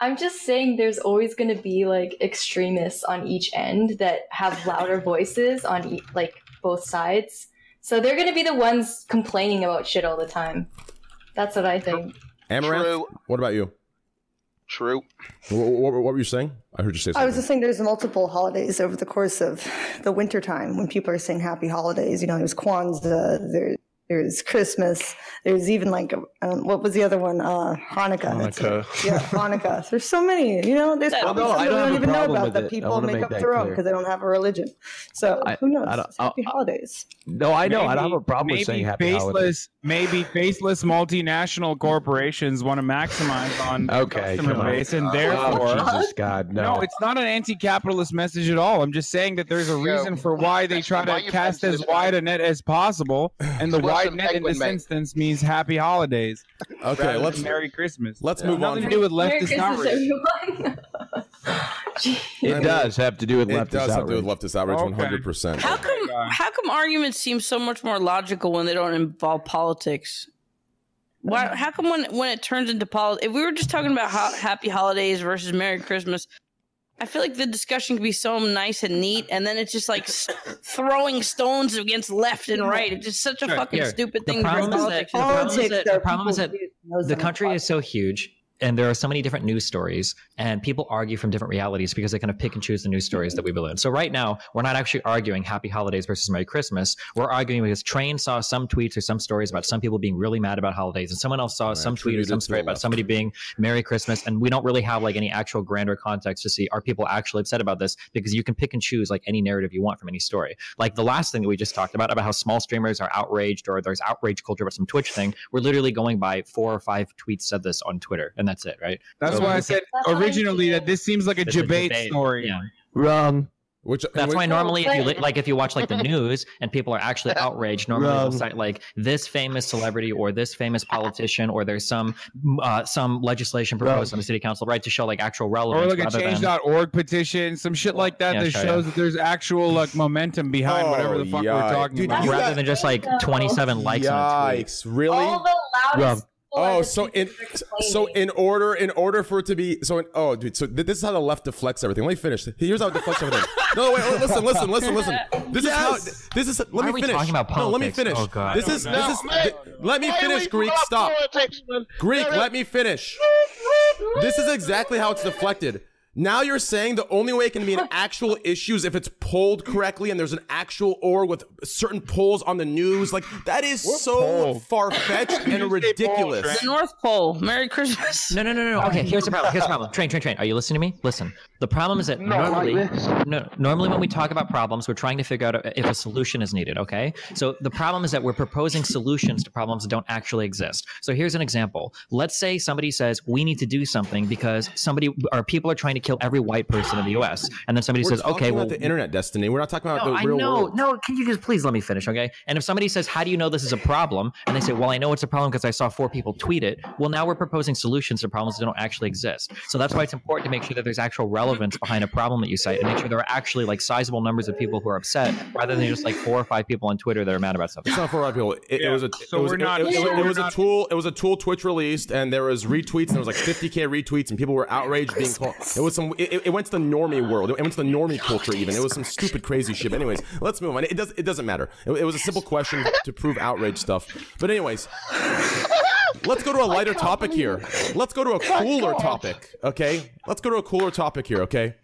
I'm just saying there's always going to be like extremists on each end that have louder voices on e- like both sides. So they're going to be the ones complaining about shit all the time. That's what I think.
Amaranth. What about you?
True.
What, what, what were you saying? I heard you say something.
I was just saying there's multiple holidays over the course of the winter time when people are saying happy holidays. You know, there's Kwanzaa, there, there's Christmas, there's even like, um, what was the other one? Uh, Hanukkah. That's it.
Hanukkah.
Yeah, Hanukkah. There's so many. You know, there's
Well,
probably
no, I
some that we
don't have
don't
a
even know
problem
about
with it.
that
I
people
wanna
make
make
up
that
their own
clear.
because they don't have a religion. So who knows?
I don't- uh,
It's happy holidays.
No, I know. I don't have a problem
maybe
with saying happy
faceless,
holidays.
Maybe faceless multinational corporations want to maximize on their
Okay,
customer
come on.
base, and
Oh,
therefore,
Jesus God, no.
it's not an anti-capitalist message at all. I'm just saying that there's a reason for why they try
why
to
you
cast
mentioned
as
it,
wide a net as possible, and the
It's worse
wide
than
net in
penguin
this
mate.
instance means happy holidays.
Okay,
Rather than
let's-
Merry Christmas.
Let's
It has
move on.
Nothing to do with
Merry
leftist
Christmas,
outrage.
everyone.
It does have to do with
It
leftist
does have to do with
outrage.
leftist outrage,
Okay.
one hundred percent.
How come? How come arguments seem so much more logical when they don't involve politics?
Um,
Why? How come when when it turns into politics? If we were just talking about ho- Happy Holidays versus Merry Christmas, I feel like the discussion could be so nice and neat, and then it's just like s- throwing stones against left and right. It's just such a
Sure,
fucking
here.
stupid
The
thing. to
problem
bring
is that-
politics
the
into.
problem is that- the problem is that
knows
the country is so huge and there are so many different news stories and people argue from different realities because they kind of pick and choose the news stories that we believe in so right now we're not actually arguing happy holidays versus merry christmas we're arguing because train saw some tweets or some stories about some people being really mad about holidays and someone else saw some tweet or
attributed
some
to
story
the
about
left.
somebody being merry christmas and we don't really have like any actual grander context to see are people actually upset about this because you can pick and choose like any narrative you want from any story like the last thing that we just talked about about how small streamers are outraged or there's outrage culture about some twitch thing we're literally going by four or five tweets said this on twitter and that's it right
That's
So-
why I said originally that this seems like a
It's a
debate
debate,
story.
yeah.
Wrong.
Which
That's why normally, if you li- like, if you watch like the news and people are actually outraged, normally
Wrong.
they'll cite like this famous celebrity or this famous politician or there's some uh, some legislation proposed on the city council, right, to show like actual
or
relevance.
like a
rather than-
change.org petition, some shit like that
Yeah,
that
sure,
shows
yeah.
that there's actual like momentum behind whatever the fuck we're talking about.
rather than just like 27 likes on a tweet.
Yikes! Really?
All the loudest.
Oh, so in so in order in order for it to be so in, oh dude so th- this is how the left deflects everything. Let me finish. Here's how it deflects everything. No wait, wait listen listen listen listen. This is how this is. Let
Why
me
are we
finish.
talking about
No, let me
politics?
finish.
Oh, God.
This
I
is
don't know.
this is. th- let me finish, Greek. Stop. Greek, let me finish. This is exactly how it's deflected. Now you're saying the only way it can be an actual issue is if it's polled correctly and there's an actual org with certain polls on the news. Like that is so far fetched and ridiculous.
The North Pole. Merry Christmas.
No, no, no, no, no. Okay, here's the problem. Here's the problem. Train, train, train. Are you listening to me? Listen. The problem is that
Not like
normally, no, normally when we talk about problems, we're trying to figure out if a solution is needed. Okay. So the problem is that we're proposing solutions to problems that don't actually exist. So here's an example. Let's say somebody says we need to do something because somebody or people are trying to kill every white person in the U.S. And then somebody
We're
says, okay,
talking
well,
about the internet destiny. We're not talking about
no,
the
I
real
know.
world.
No, can you just please let me finish, okay? And if somebody says, "How do you know this is a problem?" and they say, "Well, I know it's a problem because I saw four people tweet it," well, now we're proposing solutions to problems that don't actually exist. So that's why it's important to make sure that there's actual relevance behind a problem that you cite, and make sure there are actually like sizable numbers of people who are upset, rather than just like four or five people on Twitter that are mad about something.
It's not for our people. It, it was a
so
it was,
we're
it-
not-
It, it-
so
it
we're
was a
not-
tool. It was a tool Twitch released, and there was retweets, and there was like 50k retweets, and people were outraged being called. It was some. It, it went to the normie world. It went to the normie culture. Even it was some stupid crazy shit. Anyways, let's move on. It does. It doesn't matter. It, it was a simple question to prove outrage stuff. But anyways, let's go to a lighter topic here. Let's go to a cooler topic. Okay. Let's go to a cooler topic here. Okay.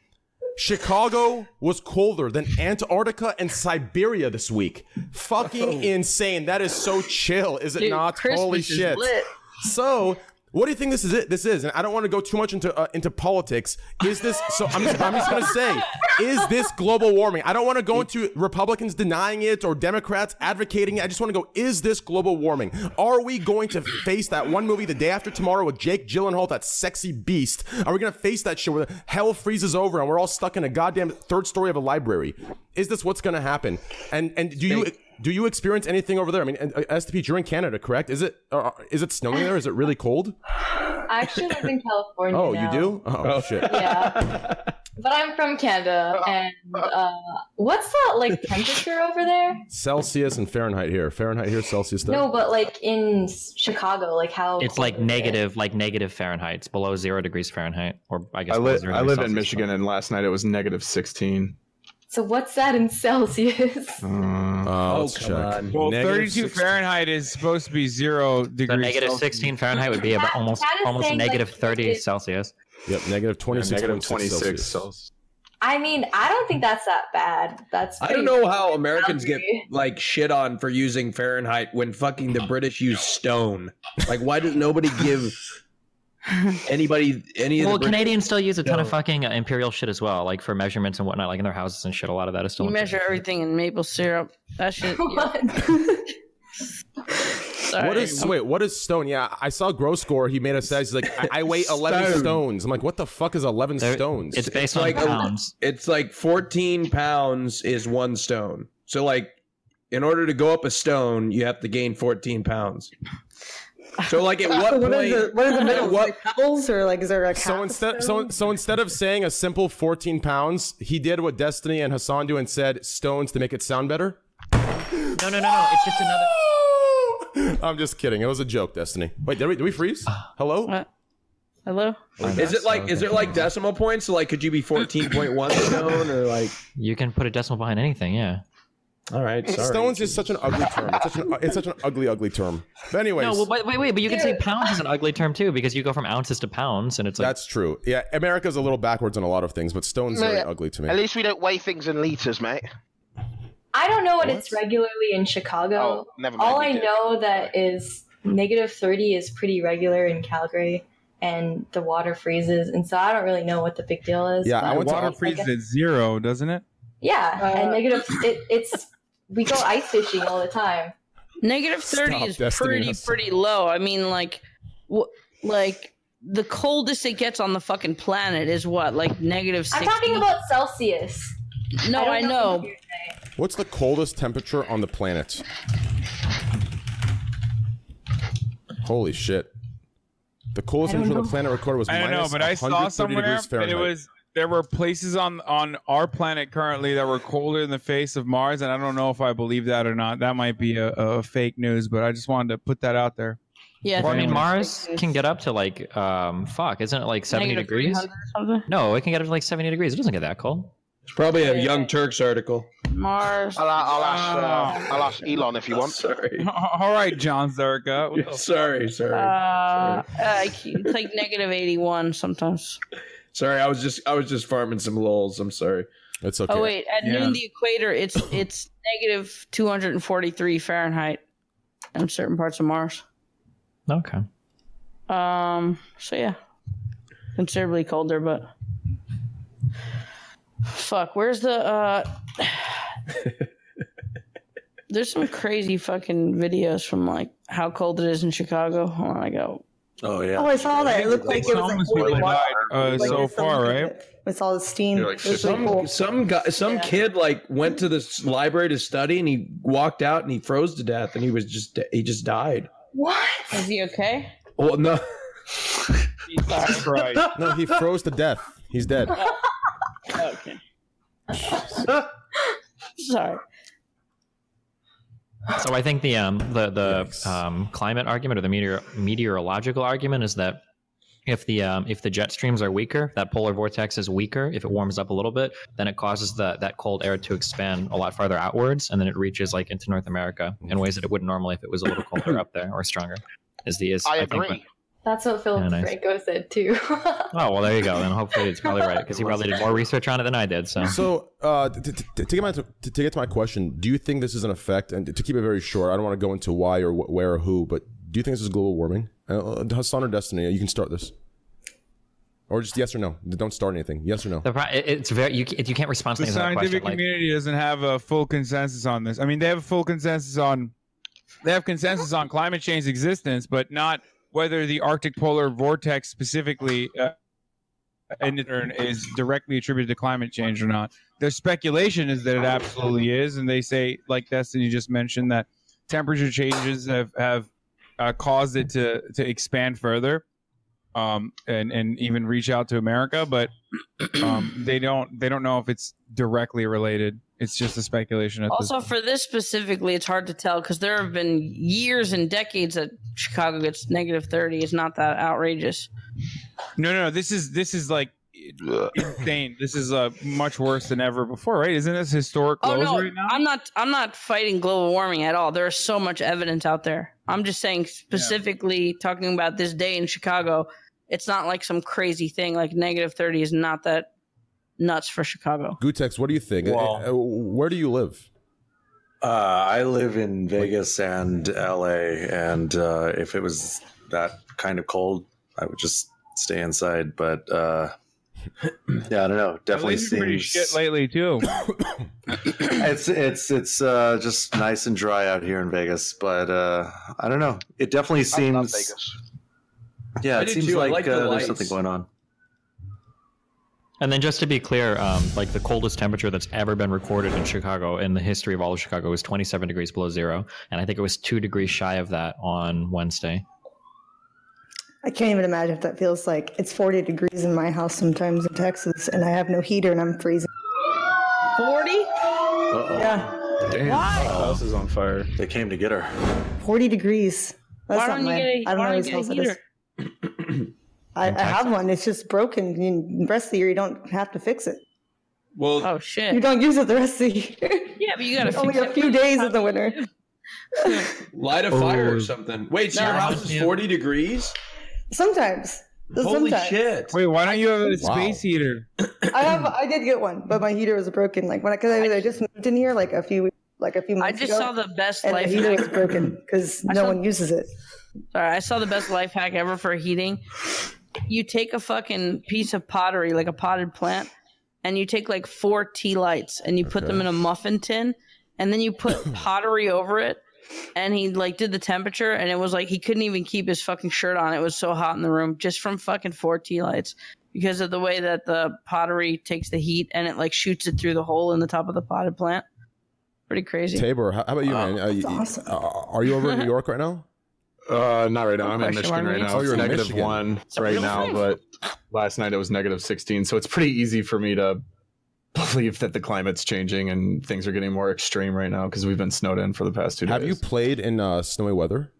Chicago was colder than Antarctica and Siberia this week. Fucking insane. That is so chill, is it
Oh. Dude,
not?
Christmas
Holy
is
shit.
lit.
So, what do you think this is it? This is, and I don't want to go too much into uh, into politics. Is this so? I'm just, I'm just gonna say, is this global warming? I don't want to go into Republicans denying it or Democrats advocating it. I just want to go, is this global warming? Are we going to face that one movie the day after tomorrow with Jake Gyllenhaal, that sexy beast? Are we gonna face that shit where hell freezes over and we're all stuck in a goddamn third story of a library? Is this what's gonna happen? And and do you do you experience anything over there? I mean, and, uh, STP, you're in Canada, correct? Is it uh, is it snowing there? Is it really cold?
I actually live in California.
Oh,
now.
you do? Oh, shit.
Yeah. But I'm from Canada, and uh, what's that like temperature over there?
Celsius and Fahrenheit here. Fahrenheit here, Celsius there.
No, but like in S- Chicago, like how
It's like negative, like negative Fahrenheit. It's below zero degrees Fahrenheit, or I guess
I,
below
li-
zero
I
degrees
live in
Celsius.
Michigan, and last night it was negative 16.
So what's that in Celsius?
oh,
let's come check. on.
Well,
Negative
32
16.
Fahrenheit is supposed to be zero degrees.
negative 16 Fahrenheit would be about
That-
almost
that is
almost
saying, like,
negative 30
it's-
Celsius.
Yep, negative 26.
negative 26
Celsius.
I mean, I don't think that's that bad. That's
I don't
pretty-
know how Americans get like shit on for using Fahrenheit when fucking the British use stone. Like, why does nobody give anybody any of
Well,
the British-
Canadians still use a ton of fucking uh, imperial shit as well, like for measurements and whatnot, like in their houses and shit. A lot of that is still.
You measure everything in maple syrup. That shit. Sorry.
What is wait? What is stone? Yeah, I saw Gross Score. He made a stat. He's like, I, I weigh eleven
Stone.
stones. I'm like, what the fuck is eleven stones?
a- it's like 14 pounds is one stone. So like in order to go up a stone, you have to gain 14 pounds. So like at what,
what,
point
are the, what are the middles?
what-
like pebbles or like is there a
So instead, so, so instead of saying a simple 14 pounds, he did what Destiny and Hassan do and said stones to make it sound better.
No, no, no, no. It's just another.
I'm just kidding. It was a joke, Destiny. Wait, did we, did we freeze? Hello?
Hello?
Is it like is it like decimal points? So like could you be 14.1 stone or like
You can put a decimal behind anything, yeah.
All right,
Stones is such an ugly term. It's such an, it's such an ugly, ugly term. But anyways,
No, well, wait, wait, wait, but you can say pounds is an ugly term too because you go from ounces to pounds, and it's like
that's true. Yeah, America's a little backwards on a lot of things, but stones very ugly to me.
At least we don't weigh things in liters, mate.
I don't know what, it's regularly in Chicago.
Oh, never mind,
All
you
I
did.
know that is negative 30 is pretty regular in Calgary, and the water freezes, and so I don't really know what the big deal is.
Yeah,
but
I water
like a-
freezes at zero, doesn't it?
Yeah,
Uh,
and negative. It, it's we go ice fishing all the time.
Negative 30
Stop,
is
Destiny
pretty,
Hustle.
pretty low. I mean, like, wh- like the coldest it gets on the fucking planet is what? Like negative 60?
I'm talking about Celsius.
No,
don't
I know.
What's the coldest temperature on the planet? Holy shit. The coolest
I don't
temperature on
know.
the planet recorded was
I don't know,
minus
but I saw
130
somewhere
degrees
that
Fahrenheit.
it was there were places on on our planet currently that were colder than the face of Mars, and I don't know if I believe that or not. That might be a, a fake news, but I just wanted to put that out there.
Yeah,
Well, I mean,
Anyone-
Mars can get up to like, um, fuck, isn't it like 70
Negative
degrees?
300 or something?
No, it can get up to like 70 degrees. It doesn't get that cold.
It's probably a Young Turks article.
Mars.
I'll, I'll ask. Uh, I'll ask Elon if you want.
Sorry.
All right, John Zerka.
Sorry,
Uh,
sorry.
uh, it's like negative 81 sometimes.
Sorry, I was just I was just farming some lulls. I'm sorry.
That's
Oh wait, at
Yeah.
noon the equator, it's it's negative 243 Fahrenheit in certain parts of Mars.
Okay.
Um. So yeah, considerably colder, but fuck. Where's the? uh There's some crazy fucking videos from like how cold it is in Chicago. Hold on, I go.
Oh yeah.
Oh, I saw that. It looked like it was like
Homeless people
41.
died uh,
Like,
so
it's so
far,
much
right?
With all the steam. It was pretty
some
cool.
some guy some kid like went to this library to study and he walked out and he froze to death and he was just he just died.
What?
Is he okay?
Well, no.
no, he froze to death. He's dead.
okay. Sorry.
So I think the um the the um, climate argument or the meteor meteorological argument is that if the um, if the jet streams are weaker, that polar vortex is weaker. If it warms up a little bit, then it causes the, that cold air to expand a lot farther outwards, and then it reaches like into North America in ways that it wouldn't normally if it was a little colder up there or stronger. Is the is
I
think
agree.
what-
That's what Philip
Yeah, nice.
Franco said too.
oh well, there you go. Then hopefully it's probably right because he probably did more research on it than I did. So
So, uh, to, to, to, get my, to, to get to my question, do you think this is an effect? And to keep it very short, I don't want to go into why or wh- where or who, but do you think this is global warming? Uh, Hassan or Destiny, you can start this. Or just yes or no. Don't start anything. Yes or no.
the pro- it- it's very you ca- you can't respond to
The
things on that
scientific
question. Like,
community doesn't have a full consensus on this. I mean, they have a full consensus on they have consensus on climate change existence, but not whether the Arctic polar vortex specifically uh, in turn is directly attributed to climate change or not. Their speculation is that it absolutely is, and they say, like Destiny just mentioned, that temperature changes have have uh, caused it to to expand further. um, and and even reach out to America, but um, they don't they don't know if it's directly related. It's just a speculation at
Also,
this.
for this specifically, it's hard to tell because there have been years and decades that Chicago gets negative 30. It's not that outrageous.
No, no, no. This is this is like insane. This is uh, much worse than ever before, right? Isn't this historic
Oh
lows
no,
right
I'm not. I'm not fighting global warming at all. There is so much evidence out there. I'm just saying specifically talking about this day in Chicago. It's not like some crazy thing. Like negative 30 is not that nuts for Chicago.
Gutex, what do you think?
Well-
Uh, uh, Where do you live?
Uh, I live in Vegas and LA, and uh, if it was that kind of cold, I would just stay inside. But uh, yeah, I don't know. Definitely
Lately, pretty
seems
shit lately too.
it's it's it's uh, just nice and dry out here in Vegas. But uh, I don't know. It definitely seems. Yeah,
I
it
do
seems
too. I
like,
like the
uh, there's
lights.
something going on.
And then just to be clear, um, like the coldest temperature that's ever been recorded in Chicago in the history of all of Chicago was 27 degrees below zero, and I think it was two degrees shy of that on Wednesday.
I can't even imagine if that feels like. It's 40 degrees in my house sometimes in Texas, and I have no heater, and I'm freezing.
40?
Yeah,
Damn, Oh,
Why?
the house is on fire.
They came to get her.
40 degrees. That's
Why
not
don't you
mine.
get a-
I don't
why
know
don't
whose
you get a
house it is. I, I have one. It's just broken. I mean, The rest of the year, you don't have to fix it.
Well,
oh shit!
You don't use it the rest of the year.
Yeah, but you gotta fix
only a
it
few
when you
days in the winter.
Light a fire
Oh.
or something. Wait, so
No,
your
I
house is 40 degrees?
Sometimes.
Holy
Sometimes.
shit.
Wait, why don't you have a
Wow.
space heater?
I have. I did get one, but my heater was broken. Like when I, cause I, I just moved in here, like a few, like a few months
I just
ago,
saw the best
and
life
the heater
hack.
was broken because
I
no
saw-
one uses it.
Sorry, I saw the best life hack ever for heating. You take a fucking piece of pottery, like a potted plant, and you take like four tea lights and you put
Okay.
them in a muffin tin, and then you put pottery over it. And he like did the temperature, and it was like he couldn't even keep his fucking shirt on. It was so hot in the room just from fucking four tea lights because of the way that the pottery takes the heat and it like shoots it through the hole in the top of the potted plant. Pretty crazy.
Tabor, how how about you, man? Uh, you- uh, are you over in New York right now?
Uh, not right now. I'm in
Question
Michigan
mark
right
means
now.
Oh, you're
It's
in
negative
Michigan.
one
a
right
real
now,
thing.
but last night it was negative 16. So it's pretty easy for me to believe that the climate's changing and things are getting more extreme right now because we've been snowed in for the past two days.
Have you played in uh, snowy weather?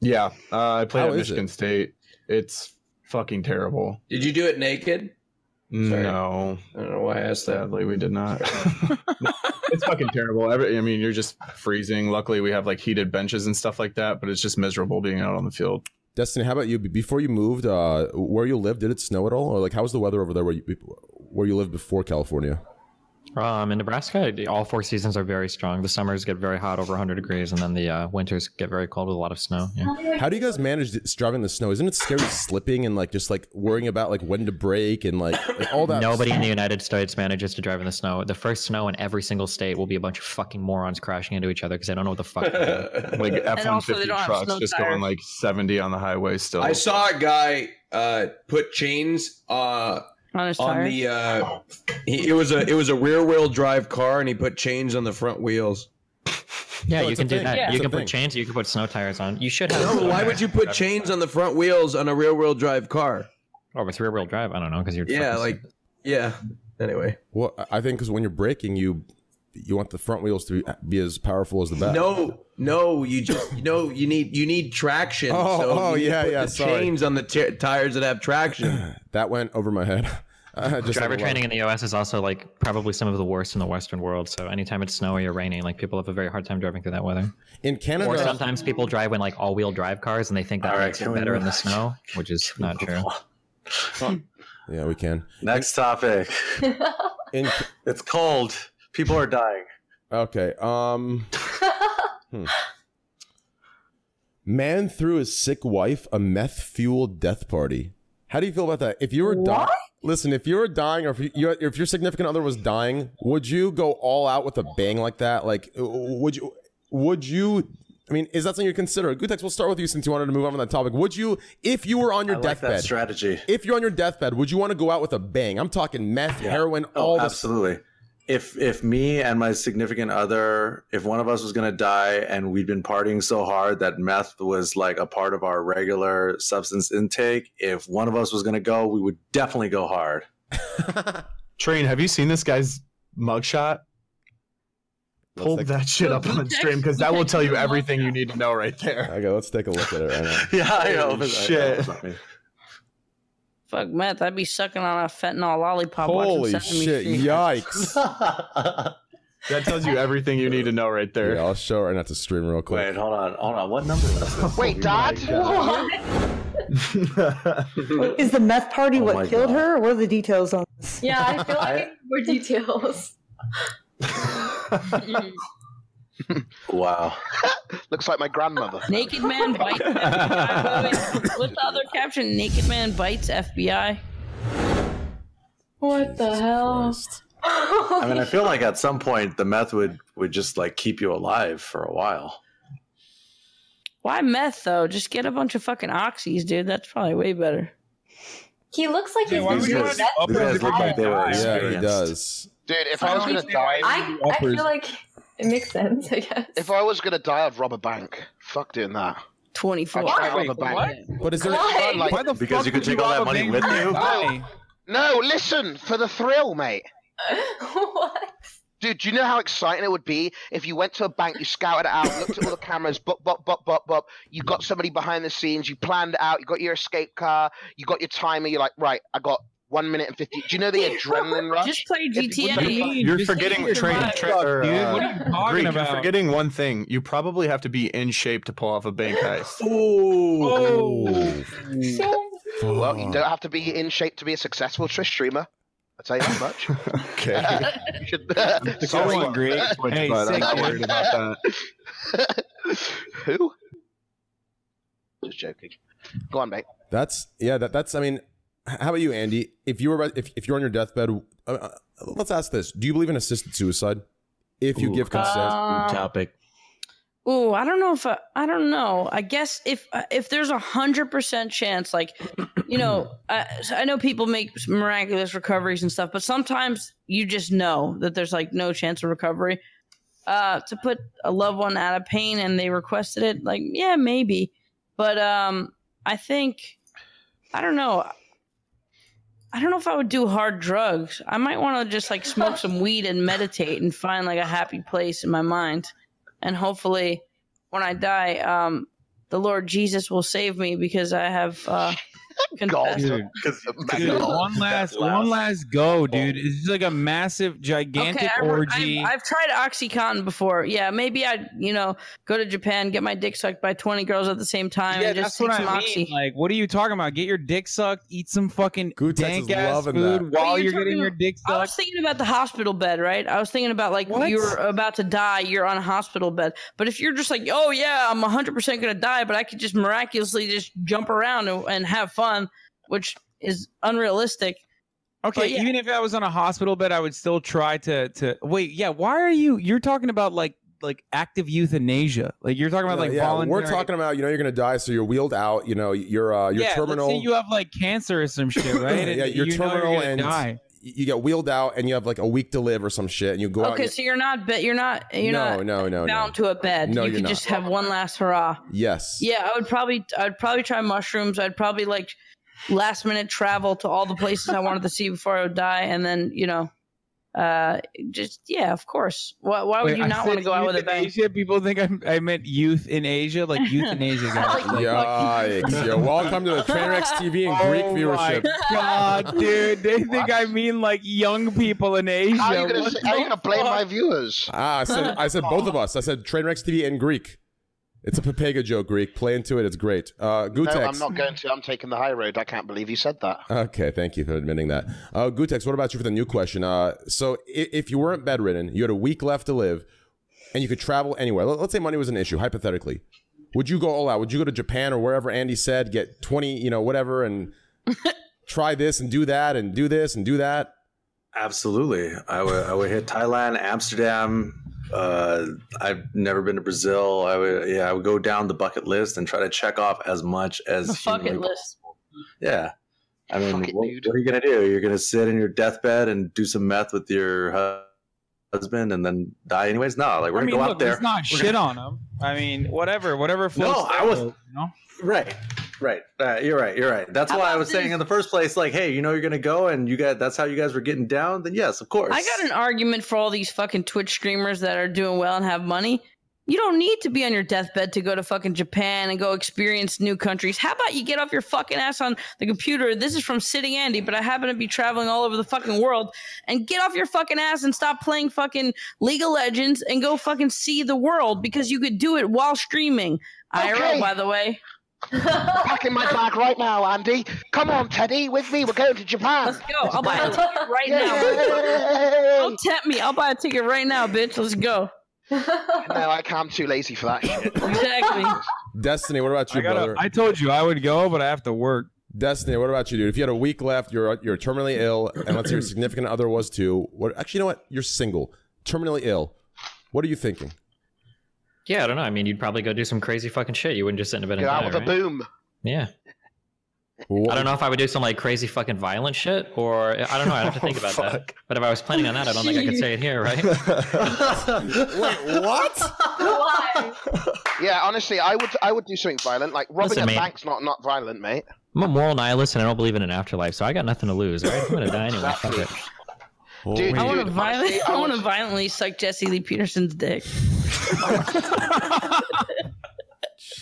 Yeah, uh, I played
How
at
is
Michigan State. It's fucking terrible.
Did you do it naked?
No, I don't
know why I asked
that. Sadly, we did not. it's fucking terrible. Every, I mean, you're just freezing. Luckily, we have like heated benches and stuff like that, but it's just miserable being out on the field.
Destiny, how about you? Be- Before you moved, uh, where you lived, did it snow at all, or like how was the weather over there where you where you lived before California?
Um, in Nebraska, the- all four seasons are very strong. The summers get very hot, over 100 degrees, and then the uh, winters get very cold with a lot of snow. Yeah.
How do you guys manage this- driving in the snow? Isn't it scary slipping and like just like worrying about like when to brake and like, like, all that?
Nobody in the United States manages to drive in the snow. The first snow in every single state will be a bunch of fucking morons crashing into each other because they don't know what the fuck. they're doing.
like F one
also, they
fifty
don't have
trucks
snow
just
tires.
going like seventy on the highway still.
I saw a guy uh, put chains uh,
on
his
on
tires?
the. Uh, he, it was a it was a rear wheel drive car, and he put chains on the front wheels.
Yeah,
No,
you
it's a
can do
thing.
that.
Yeah. It's
You can
a
put
thing.
chains. You can put snow tires on. You should have.
No,
snow
Oh, why would
tires.
you put chains on the front wheels on a rear wheel drive car?
Oh, with rear wheel drive, I don't know because you're.
Yeah,
fucking
like yeah. Anyway,
Well, I- I think because when you're braking, you you want the front wheels to be, be as powerful as the back.
no, no, you just no. You need you need traction.
Oh,
so
oh,
you need to
yeah,
put
yeah,
the
sorry.
Chains on the t- tires that have traction.
that went over my head. I just
Driver
had a lot-
training in the US is also like probably some of the worst in the Western world. So anytime it's snowy or raining, like people have a very hard time driving through that weather.
In Canada,
or sometimes people drive in like all-wheel drive cars and they think that
All right,
makes
can
it
we
better
move
in the
on?
snow, which is not true.
Yeah, we can.
Next topic. it's cold. People are dying.
Okay. Um. hmm. Man threw his sick wife a meth fueled death party. How do you feel about that? If you were dying, listen. If you were dying, or if you, your- if your significant other was dying, would you go all out with a bang like that? Like, w- would you? Would you? I mean, is that something you consider? Gutex, we'll start with you since you wanted to move on from that topic. Would you, if you were on your
I like that
deathbed,
strategy.
If you're on your deathbed, would you want to go out with a bang? I'm talking meth, heroin, all this.
Oh, Absolutely. if if me and my significant other, if one of us was going to die and we'd been partying so hard that meth was like a part of our regular substance intake, if one of us was going to go, we would definitely go hard.
Train, have you seen this guy's mugshot? Pull that shit up on stream because that will tell you everything you need to know right there.
Okay, let's take a look at it right now.
Yeah, I know,
Holy
but I-
Shit.
Fuck meth, I'd be sucking on a fentanyl lollipop.
Holy
watching Sesame
shit,
Street.
yikes. That tells you everything you need to know right there.
Yeah, I'll show it right now to stream real quick.
Wait, hold on, hold on. What number?
Oh
Wait, Dad? What?
Is the meth
Oh
party
my
what killed her? Or what are the details on this?
Yeah, I feel like I need more details.
Wow.
Looks like my grandmother.
Naked man bites. FBI. Wait, wait. What's the other caption? Naked man bites FBI.
What the hell?
I mean, I feel like at some point the meth would would just like keep you alive for a while.
Why meth though? Just get a bunch of fucking oxies, dude. That's probably way better.
He looks like he's
why would you
been
wanna
through
do
meth.
uppers? look like they were
yeah, he
experienced.
does.
Dude, if I was
Sounds
gonna
like-
die,
I, I feel like it makes sense, I guess.
if I was gonna die, I'd rob a bank. Fuck doing that.
Twenty-four.
I can't
Why?
rob a bank.
What?
But
is there- Why? Why the
Because fuck you could would you take all rob that a money bank with for you?
No, no, listen for the thrill, mate.
what?
Dude, do you know how exciting it would be if you went to a bank, you scouted it out, looked at all the cameras, bop, bop, bop, bop, bop. You got somebody behind the scenes, you planned it out, you got your escape car, you got your timer, you're like, right, I got one minute and 50. Do you know the adrenaline rush?
Just play
It'd be-
GTA.
wouldn't it be
You're,
fun?
you're forgetting train. Tra- or,
Dude,
uh,
what are you talking
Greek,
about?
You're forgetting one thing. You probably have to be in shape to pull off a bank heist.
Oh. Well, you
Fuck.
don't have to be in shape to be a successful Twitch streamer. I'll tell you that much.
okay.
You should-
It's
Sorry.
going great, Twitch,
Hey,
but I'm
say
not
it.
worried about that.
Who? Just joking. Go on, mate.
That's yeah. That, that's. I mean, h- how about you, Andy? If you were about- if, if you're on your deathbed, uh, uh, let's ask this: Do you believe in assisted suicide? If you give consent,
Uh,
topic.
Ooh, I don't know if I, I don't know. I guess if uh, if there's a hundred percent chance, like you know, I, I know people make miraculous recoveries and stuff, but sometimes you just know that there's like no chance of recovery. Uh, to put a loved one out of pain and they requested it, like yeah, maybe, but um, I think I don't know. I don't know if I would do hard drugs. I might want to just like smoke some weed and meditate and find like a happy place in my mind. And hopefully when I die, um, the Lord Jesus will save me because I have uh confessed.
Dude. Dude, one last, one last go, dude. It's just like a massive, gigantic
Okay, I,
orgy.
have I've tried OxyContin before. Yeah, maybe I, you know, go to Japan, get my dick sucked by twenty girls at the same time,
yeah,
and just
that's
take
what I
some
mean.
oxy.
Like, what are you talking about? Get your dick sucked, eat some fucking dank ass
loving
food
that. What
while
are you
you're getting
talking
your
about?
dick
I was thinking about the hospital bed, right? I was thinking about like you're about to die, you're on a hospital bed. But if you're just like, oh yeah, I'm 100% going to die, but I could just miraculously just jump around and, and have fun, which is unrealistic.
Okay,
But yeah.
even if I was on a hospital bed, I would still try to to wait. Yeah, why are you? You're talking about like like active euthanasia. Like you're talking about
Yeah,
like
yeah,
voluntary.
we're talking about you know you're gonna die, so you're wheeled out. You know you're uh, you're
yeah,
terminal.
Let's say you have like cancer or some shit, right?
yeah,
And
you're
you know
terminal
gonna
and
die.
you get wheeled out, and you have like a week to live or some shit, and you go out.
okay,
and
so you're not be- you're not
you-
you're
no,
not
no, no, no.
bound to a bed.
No,
you
you're
could
not.
just have one last hurrah.
Yes.
Yeah, I would probably I'd probably try mushrooms. I'd probably like last minute travel to all the places I wanted to see before I would die, and then you know, uh, just yeah, of course. Why, why would
Wait,
you
I
not want to
said
go out with a bang?
euthanasia? People think I'm, I meant youth in Asia, like euthanasia. Guys.
Like,
Yikes! Yo, welcome to the Trainwreck TV and Greek
Oh
viewership.
My God, dude, they think I mean like young people in Asia.
How are you gonna,
What
say, how are you
the
gonna blame
fuck?
my viewers?
Ah, I said I said both of us. I said Trainwrecks TV and Greek. It's a Papega joke, Greek. Play into it. It's great. Uh,
No,
Gutex.
I'm not going to. I'm taking the high road. I can't believe you said that.
Okay, thank you for admitting that. Uh, Gutex, what about you for the new question? Uh, so if, if you weren't bedridden, you had a week left to live, and you could travel anywhere. Let, us say money was an issue, hypothetically. Would you go all out? Would you go to Japan or wherever Andy said, get 20, you know, whatever, and try this and do that and do this and do that?
Absolutely, I would. I would hit Thailand, Amsterdam. Uh, I've never been to Brazil. I would. Yeah, I would go down the bucket list and try to check off as much as
Bucket
humanly-
list.
Yeah. I mean, what, what are you gonna do? You're gonna sit in your deathbed and do some meth with your husband and then die anyways? No, like we're
I
gonna
mean,
go
look,
out there.
let's not shit on him. I mean, whatever, whatever floats.
No, I
their
was-
boat, You know?
Right. Right. Uh, you're right. You're right. That's
How
why I
about
was saying
this?
in the first place, like, hey, you know, you're gonna go, and you got that's how you guys were getting down. Then yes, of course.
I got an argument for all these fucking Twitch streamers that are doing well and have money. You don't need to be on your deathbed to go to fucking Japan and go experience new countries. How about you get off your fucking ass on the computer? This is from City Andy, but I happen to be traveling all over the fucking world. And get off your fucking ass and stop playing fucking League of Legends and go fucking see the world because you could do it while streaming. IRL,
Okay.
by the way.
Packing my bag right now, Andy. Come on, Teddy, with me. We're going to Japan. Let's
go. I'll buy a ticket right now. Don't tempt me. I'll buy a ticket right now, bitch. Let's go.
No, I can't. I'm too lazy for that shit.
Exactly.
Destiny, what about you,
I gotta-
brother?
I told you I would go, but I have to work.
Destiny, what about you, dude? If you had a week left, you're you're terminally ill, and let's say your significant other was too. What? Actually, you know what? You're single, terminally ill. What are you thinking?
Yeah, I don't know. I mean, you'd probably go do some crazy fucking shit. You wouldn't just sit in a bed and
Get out
die,
with a
right?
boom.
Yeah. I don't know if I would do some like crazy fucking violent shit, or I don't know. I'd have to think about that. But if I was planning on that, I don't think I could say it here, right?
Wait, what?
Why? Yeah, honestly, I would I would do something violent. Like robbing
Listen,
a
mate.
bank's not not violent, mate.
I'm a moral nihilist, and I don't believe in an afterlife, so I got nothing to lose. All right, I'm gonna die anyway. Fuck it.
I want to violently, I want to violently suck Jesse Lee Peterson's dick.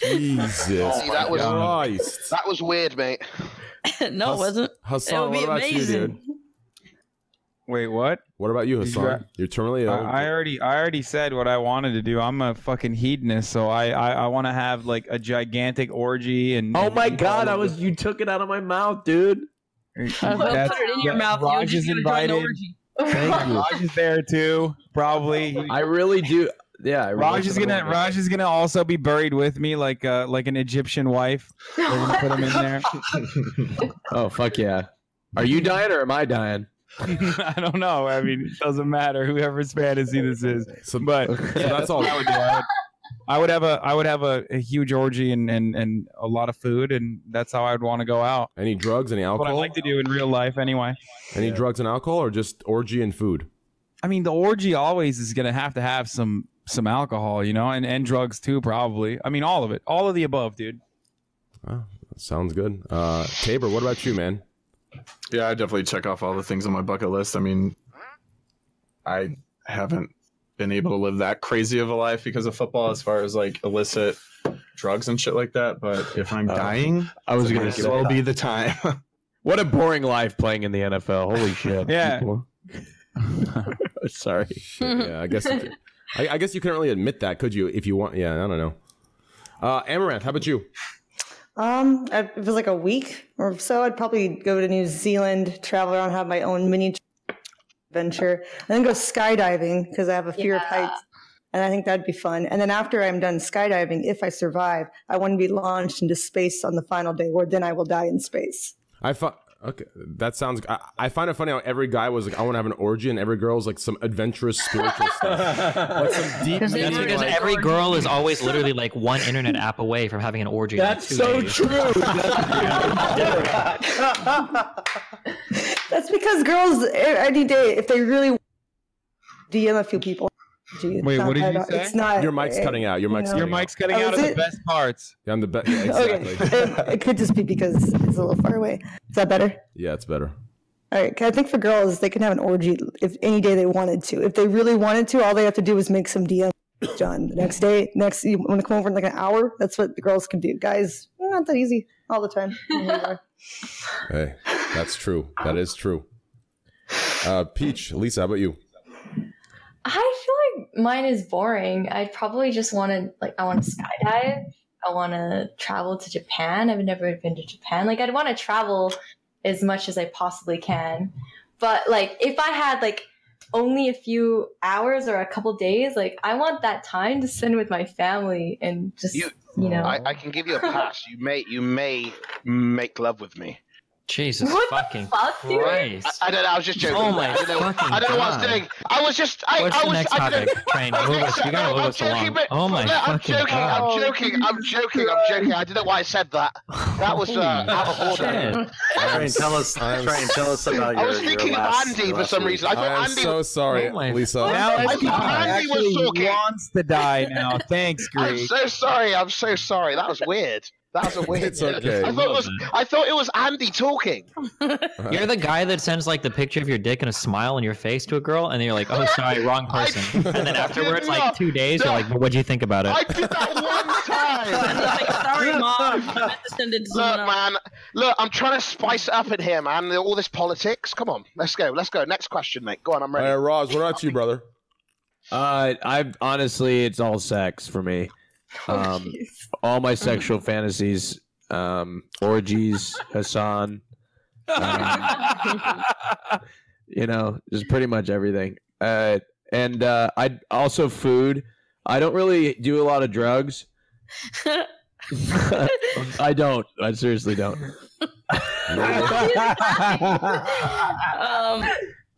Jesus,
See, that was
Christ.
that was weird, mate.
no, it wasn't.
Hassan,
it would be
what about
amazing.
you, dude?
Wait, what?
What about you,
Did you
Hassan? You are terminally ill.
I, I already I already said what I wanted to do. I'm a fucking hedonist, so I I, I want to have like a gigantic orgy and.
Oh
and
my
eat
god,
all
I
of
was you took it out of my mouth, dude.
it.
I was gonna
That's-
put it in your
that-
mouth, you were
Raj
just
is
gonna join the
invited.
orgy. Thank you.
Raj is there too, probably.
I really do. Yeah, I really
Raj is
kinda
gonna
wanna-
Raj is gonna also be buried with me like uh like an Egyptian wife. They're gonna put him in there.
Oh fuck yeah! Are you dying or am I dying?
I don't know. I mean, it doesn't matter whoever's fantasy this is. but yeah,
that's all.
what I would do. I would, I would have a I would have a, a huge orgy and, and and a lot of food, and that's how I would want to go out.
Any drugs? Any
What I
alcohol?
like to do in real life, anyway.
Any drugs and alcohol, or just orgy and food?
I mean, the orgy always is gonna have to have some some alcohol, you know, and and drugs too, probably. I mean, all of it, all of the above, dude.
Wow, sounds good. Uh, Tabor, what about you, man?
Yeah, I definitely check off all the things on my bucket list. I mean, I haven't been able to live that crazy of a life because of football, as far as like illicit drugs and shit like that. But if
Uh,
I'm dying,
I was
it
gonna
might as
say-
well be the time.
What a boring life playing in the NFL. Holy shit.
Yeah.
people.
Sorry. Uh, Yeah, I guess. I, I guess you couldn't really admit that, could you? If you want, yeah, I don't know. Uh, Amaranth, how about you?
Um, I- if it was like a week or so, I'd probably go to New Zealand, travel around, have my own mini adventure, and then go skydiving because I have a fear of heights. And I think that'd be fun. And then after I'm done skydiving, if I survive, I want to be launched into space on the final day, where then I will die in space.
I find okay. That sounds. I, I find it funny how every guy was like, "I want to have an orgy," and every girl's like some adventurous spiritual stuff, like some deep.
That's
meaning,
because
like-
every girl is always literally like one internet app away from having an orgy. in, like,
That's
two
so
days.
true.
That's because girls, e- any day, if they really DM a few people. Gee, it's
Wait,
not-
what did
I
you
don't-
say?
It's not.
Your mic's cutting out. Your mic's
No.
cutting Your mic's
cutting
Oh,
out
is
of the
it?
best parts.
Yeah, I'm the best. Yeah, exactly.
Okay. it could just be because it's a little far away. Is that better?
Yeah, it's better.
All right. 'cause I think for girls, they can have an orgy if any day they wanted to. If they really wanted to, all they have to do is make some DM done the next day. Next, you want to come over in like an hour? That's what the girls can do. Guys, not that easy all the time.
Hey, that's true. That is true. Uh, Peach, Lisa, how about you?
I feel like mine is boring. I'd probably just want to like I want to skydive. I want to travel to Japan. I've never been to Japan. Like I'd want to travel as much as I possibly can. But like if I had like only a few hours or a couple days, like I want that time to spend with my family and just you, know.
I, I can give you a pass. You may you may make love with me.
Jesus
What the
fucking
fuck, dude?
Christ!
I, I don't know. I was just joking.
Oh my
I don't know,
fucking
I don't know what I
God.
was doing. I was just. I,
What's
I
the
was.
next
I don't
topic,
know.
Train? Move us. You gotta move us along. Oh my
No, I'm
fucking
joking,
God!
I'm joking. I'm joking. I'm joking. I don't know why I said that. That was uh, out of order.
Train, tell us. Train, tell us about your.
I was
your
thinking of
last-
Andy
your
for
last
some
week.
reason. I thought
I'm
Andy.
so
Oh
sorry, Lisa.
Now
I
Escobar
thought Andy was
actually
talking.
wants to die now. Thanks,
I'm
Greg.
so sorry. I'm so sorry. That was weird. That was a weird.
It's okay.
I thought it was. I thought it was Andy talking.
You're the guy that sends like the picture of your dick and a smile on your face to a girl, and then you're like, "Oh, sorry, wrong person." And then afterwards, like two days, you're like, "What'd you think about it?"
Sorry, mom. I meant to send it to
Look,
someone else.
man. Look, I'm trying to spice it up in here, man. All this politics. Come on, let's go. Let's go. Next question, mate. Go on. I'm ready.
Uh, Roz, what about you, brother?
Uh, I honestly, it's all sex for me. Um, all my sexual fantasies, um, orgies, Hassan. um, you know, just pretty much everything. Uh, and uh, I also food. I don't really do a lot of drugs. I don't. I seriously don't.
Um,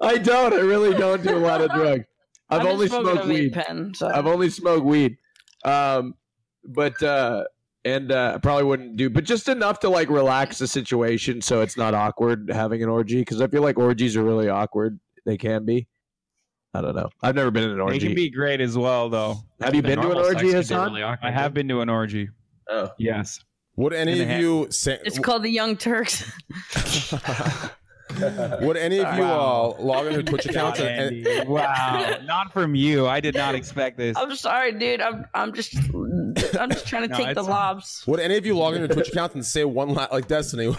I don't. I really don't do a lot of drugs. I've,
I've been
only
smoking
smoked
a
weed.
weed pen, so-
I've only smoked weed. Um, but uh, and uh, I probably wouldn't do, but just enough to like relax the situation so it's not awkward having an orgy because I feel like orgies are really awkward. They can be. I don't know. I've never been in an
It
orgy.
can be great as well, though.
Have you The been to an normal orgy, sex can be Hassan? really
I
awkward.
have been to an orgy.
Oh.
Yes.
Would any
And
of
they
you say?
It's called the Young Turks.
Would any of you
Wow.
all log into Twitch accounts?
God,
and,
Andy. wow, not from you. I did not expect this.
I'm sorry, dude. I'm I'm just I'm just trying to
No,
take the
it's-
lobs.
would any of you log into Twitch accounts and say one la- like Destiny?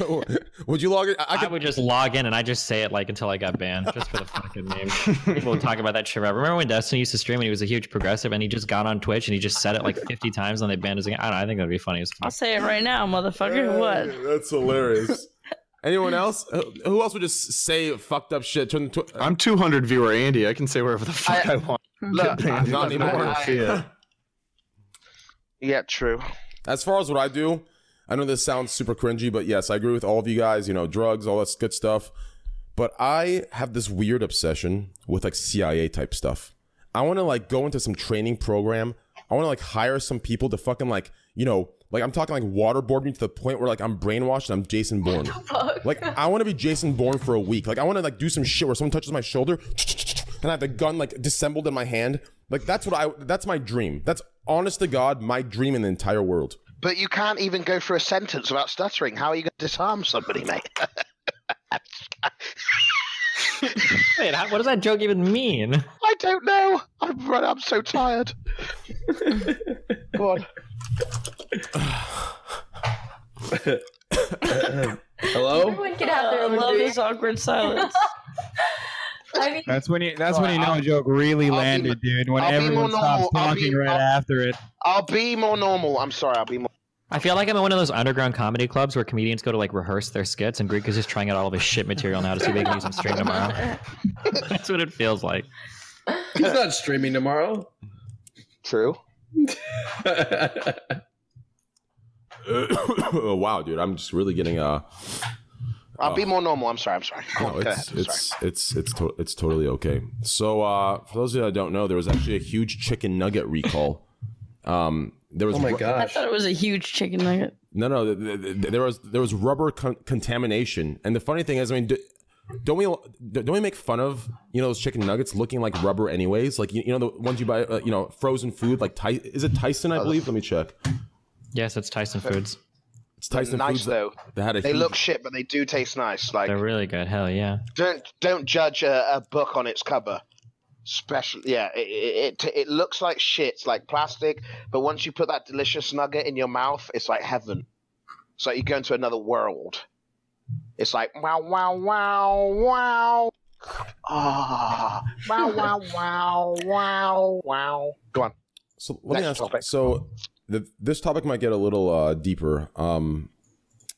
would you log in? I,
I, would just log in and I just say it like until I got banned, just for the fucking name. People would talk about that shit. forever. Remember when Destiny used to stream and he was a huge progressive and he just got on Twitch and he just said it like 50 times and they banned his account? I don't know. I think that'd be funny as
I'll
fuck.
say it right now, motherfucker. What?
That's hilarious. Anyone else? Who- Who else would just say fucked up shit? Turn the tw-
I'm 200 viewer Andy. I can say wherever the fuck I, want.
Look,
Andy,
not
that's
anymore.
gonna see it.
Yeah, true.
As far as what I do, I know this sounds super cringy, but yes, I agree with all of you guys. You know, drugs, all that good stuff. But I have this weird obsession with like CIA type stuff. I want to like go into some training program. I want to like hire some people to fucking like you know like I'm talking like waterboard me to the point where like I'm brainwashed and I'm Jason Bourne. Like I want to be Jason Bourne for a week. Like I want to like do some shit where someone touches my shoulder and I have the gun like dissembled in my hand. Like that's what I. That's my dream. That's honest to God, my dream in the entire world.
But you can't even go through a sentence without stuttering. How are you going to disarm somebody, mate?
Wait, how, what does that joke even mean?
I don't know. I'm, run- I'm so tired. Go on.
Hello?
Everyone can have their
I
own
love
drink.
this awkward silence.
I mean,
That's when you. That's when you know a joke really landed, dude. When
I'll be more
everyone stops
normal. I'll be-
talking right
I'll-
after it.
I'll be more normal. I'm sorry. I'll be more.
I feel like I'm in one of those underground comedy clubs where comedians go to like rehearse their skits and Greek is just trying out all of his shit material now to see if they can use him stream tomorrow. That's what it feels like.
He's not streaming tomorrow.
True.
wow, dude, I'm just really getting uh.
I'll
Oh.
be more normal. I'm sorry. I'm sorry. Go on,
No,
go
it's
ahead. I'm
it's it's it's to- it's totally okay. So uh, for those of you that don't know, there was actually a huge chicken nugget recall. Um, there
Oh
was ru-
I thought it was a huge chicken nugget.
no no th- th- th- there was there was rubber con- contamination, and the funny thing is, I mean. Do, don't we don't we make fun of you know those chicken nuggets looking like rubber anyways like you, you know the ones you buy uh, you know frozen food like Ty- is it Tyson
Uh,
I believe let me check
Yes, it's Tyson Foods.
it's Tyson
nice
Foods that-
though.
that had a
They
huge-
look shit, but they do taste nice. Like
They're really good. Hell yeah.
don't don't judge a, a book on its cover. Special, yeah. It, it it it looks like shit, it's like plastic. But once you put that delicious nugget in your mouth, it's like heaven. It's like you go into another world. It's like wow, wow, wow, wow. Ah, wow, wow, wow, wow, wow. Go on.
So let
Next
me ask. So the, this topic might get a little uh, deeper. Um,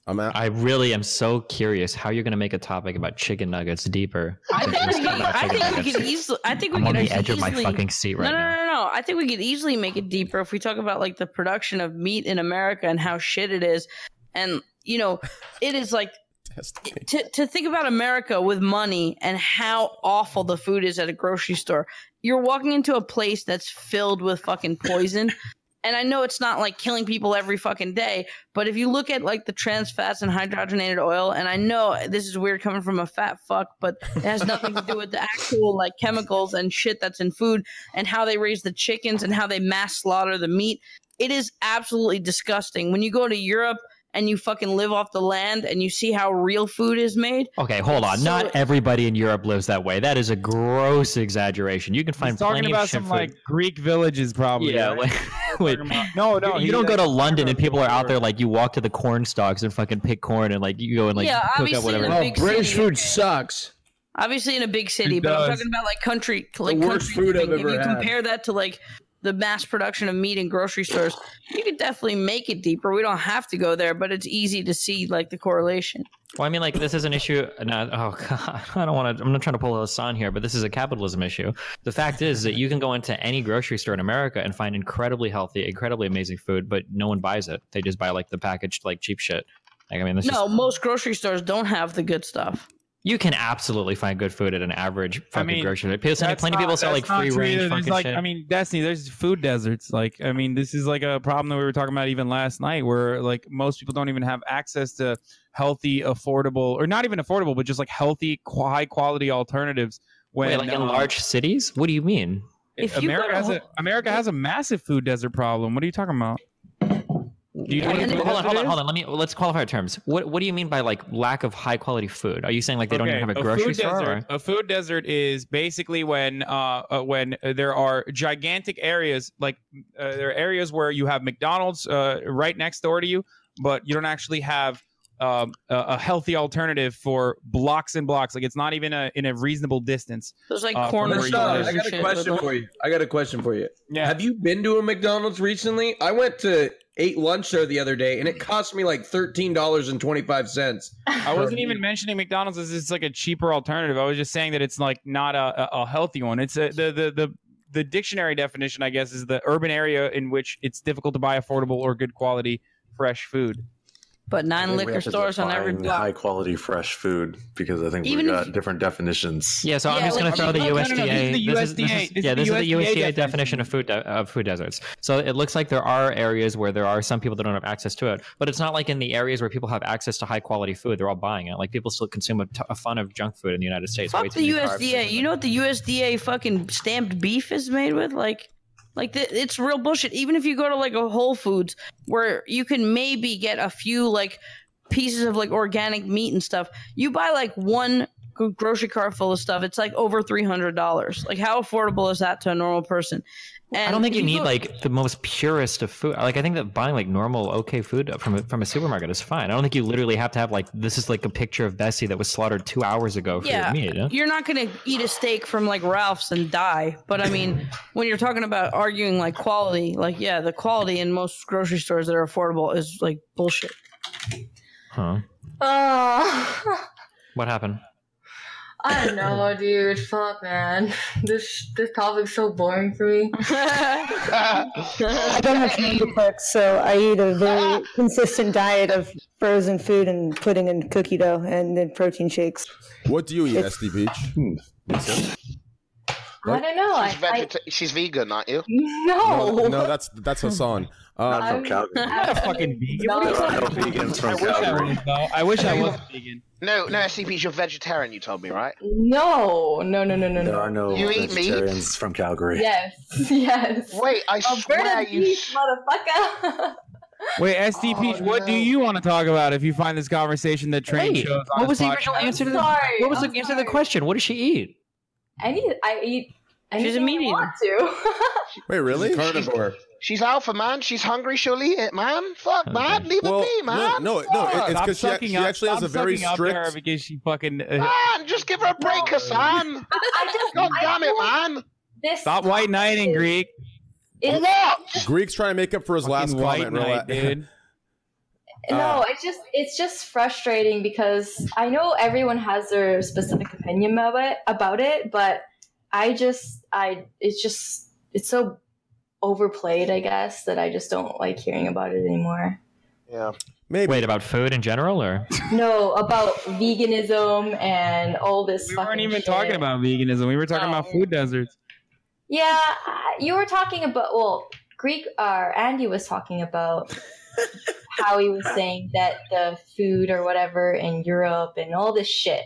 I'm at,
I really am so curious how you're going to make a topic about chicken nuggets deeper.
I
than
think
just
we could,
about
I
chicken
think we could
nuggets.
easily. I think we
I'm
could
on the
actually
edge of my
easily-
fucking seat right
no,
now.
No, no, no, no. I think we could easily make it deeper if we talk about like the production of meat in America and how shit it is, and you know, it is like
Fantastic.
to, to think about America with money and how awful the food is at a grocery store. You're walking into a place that's filled with fucking poison. And I know it's not like killing people every fucking day, but if you look at like the trans fats and hydrogenated oil, and I know this is weird coming from a fat fuck, but it has nothing to do with the actual like chemicals and shit that's in food and how they raise the chickens and how they mass slaughter the meat. It is absolutely disgusting. When you go to Europe and you fucking live off the land and you see how real food is made.
Okay, hold on.
So-
Not everybody in Europe lives that way. That is a gross exaggeration. You can find
He's talking
plenty
about
of shit
some
food.
like Greek villages, probably.
yeah,
right?
like, wait,
No, no,
you,
he-
you don't go to
that's-
London and people are out there like you walk to the corn stalks and fucking pick corn and like you go and like
Yeah,
cook up
obviously
whatever.
in a Oh, big British city-
food sucks.
obviously in a big city, but I'm
does.
talking about like country, like
worst
country
food I've
living. If
ever
you
had.
compare that to like the mass production of meat in grocery stores, you could definitely make it deeper. We don't have to go there, but it's easy to see like the correlation.
Well, I mean, like this is an issue. No, oh god, I don't want to. I'm not trying to pull this on here, but this is a capitalism issue. The fact is that you can go into any grocery store in America and find incredibly healthy, incredibly amazing food, but no one buys it. They just buy like the packaged, like cheap shit. Like I mean, this
no, most grocery stores don't have the good stuff.
you can absolutely find good food at an average fucking
mean,
grocery store. Plenty,
That's
plenty of people
not-
sell like
that's not
free
true either.
range
There's,
fucking
like,
shit.
I mean, Destiny, there's food deserts. Like, I mean, this is like a problem that we were talking about even last night, where like most people don't even have access to healthy, affordable, or not even affordable, but just like healthy, qu- high quality alternatives. When
Wait, like in
um,
large cities? What do you mean?
If you go
America
to
has a
Ho-
America has a massive food desert problem. What are you talking about? Do you know what a
What-
food
hold on,
desert
hold on,
is?
hold on. Let me let's qualify our terms. What what do you mean by like lack of high quality food? Are you saying like they don't even have a grocery
food
store?
Desert,
or-
A food desert is basically when uh, uh, when uh, there are gigantic areas, like uh, there are areas where you have McDonald's uh, right next door to you, but you don't actually have um, a, a healthy alternative for blocks and blocks. Like it's not even a, in a reasonable distance.
There's like
uh, from
corner
where you
stores
I
live.
got a question for you. I got a question for you.
Yeah.
Have you been to a McDonald's recently? I went to ate lunch there the other day, and it cost me like thirteen dollars and twenty five cents.
I wasn't even mentioning McDonald's as it's like a cheaper alternative. I was just saying that it's like not a, a a healthy one. It's a, the the the the dictionary definition, I guess, is the urban area in which it's difficult to buy affordable or good quality fresh food.
But nine
think we
liquor
have to
stores on every
define
block.
High quality fresh food because I think
Even
we've
if
got different definitions.
Yeah, so I'm
Yeah,
just going
like-
to throw the
no, no, no, this is
USDA.
the
This is- this
USDA
is-
this
yeah,
is the
this is the
USDA
USDA definition of food de- of food deserts. So it looks like there are areas where there are some people that don't have access to it, but it's not like in the areas where people have access to high quality food, they're all buying it. Like people still consume a t- a ton of junk food in the United States. way
Fuck
too
the
many carbs.
USDA. You know what the USDA fucking stamped beef is made with? Like, like the, it's real bullshit. Even if you go to like a Whole Foods where you can maybe get a few like pieces of like organic meat and stuff, you buy like one gro- grocery cart full of stuff. It's like over three hundred dollars. Like, how affordable is that to a normal person? And
I don't think
if
you need
go-
like the most purest of food. Like I think that buying like normal okay food from a, from a supermarket is fine. I don't think you literally have to have like this is like a picture of Bessie that was slaughtered two hours ago for
yeah,
your meat. huh?
you're not gonna eat a steak from like Ralph's and die. But I mean, when you're talking about arguing like quality, like yeah, the quality in most grocery stores that are affordable is like bullshit.
Huh.
Oh,
What happened?
I don't know, dude. Fuck, man. This this topic's so boring for me.
I don't have time to cook, so I eat a very consistent diet of frozen food and pudding and cookie dough and then protein shakes.
What do you eat, SD Peach?
I don't know. I,
Hmm. She's, vegeta- she's vegan, aren't you?
No.
No, no, that's that's Hassan. Uh,
Not from Calgary.
Not
a fucking vegan.
What are you
No vegans from Calgary.
I wish I was vegan.
No, no, SCPs, you're vegetarian, you told me, right?
No, no, no, no, no,
There
no.
are no
You eat meat?
vegetarians from Calgary.
Yes, yes.
Wait, I swear
Alberta
you
beef, motherfucker.
Wait, SD
Oh,
Peach, what do you want to talk about if you find this conversation that train
Wait,
shows on
what was
this
the original
podcast?
answer to the
sorry,
What was
I'm
the answer to the question? What does she eat?
I need. I eat. I
She's a
I
medium.
want to.
Wait, really?
Carnivore.
She's alpha, man. She's hungry. She'll eat it, man. Fuck, man. Leave
Well,
it be, man.
no, no, no, it-
Fuck.
it's-
Stop
'cause she ac-
sucking
she
up-
actually has a
stop
very
sucking up to her
strict-
because she fucking uh,
Man, just give her a break, Hassan.
I just.
God
I
damn it,
want
man.
This.
stop white knighting Greek.
It's,
Greek's trying to make up for his last
Fucking white
comment. Rela-
knight, dude.
no, it's just it's just frustrating because I know everyone has their specific opinion about it, about it, but I just I it's just it's so overplayed, I guess, that I just don't like hearing about it anymore.
Yeah.
Maybe.
Wait, about food in general, or
No, about veganism and all this. We
weren't even talking about veganism. We were talking about food deserts.
Yeah, I- you were talking about well, Greek. Uh, Andy was talking about how he was saying that the food or whatever in Europe and all this shit.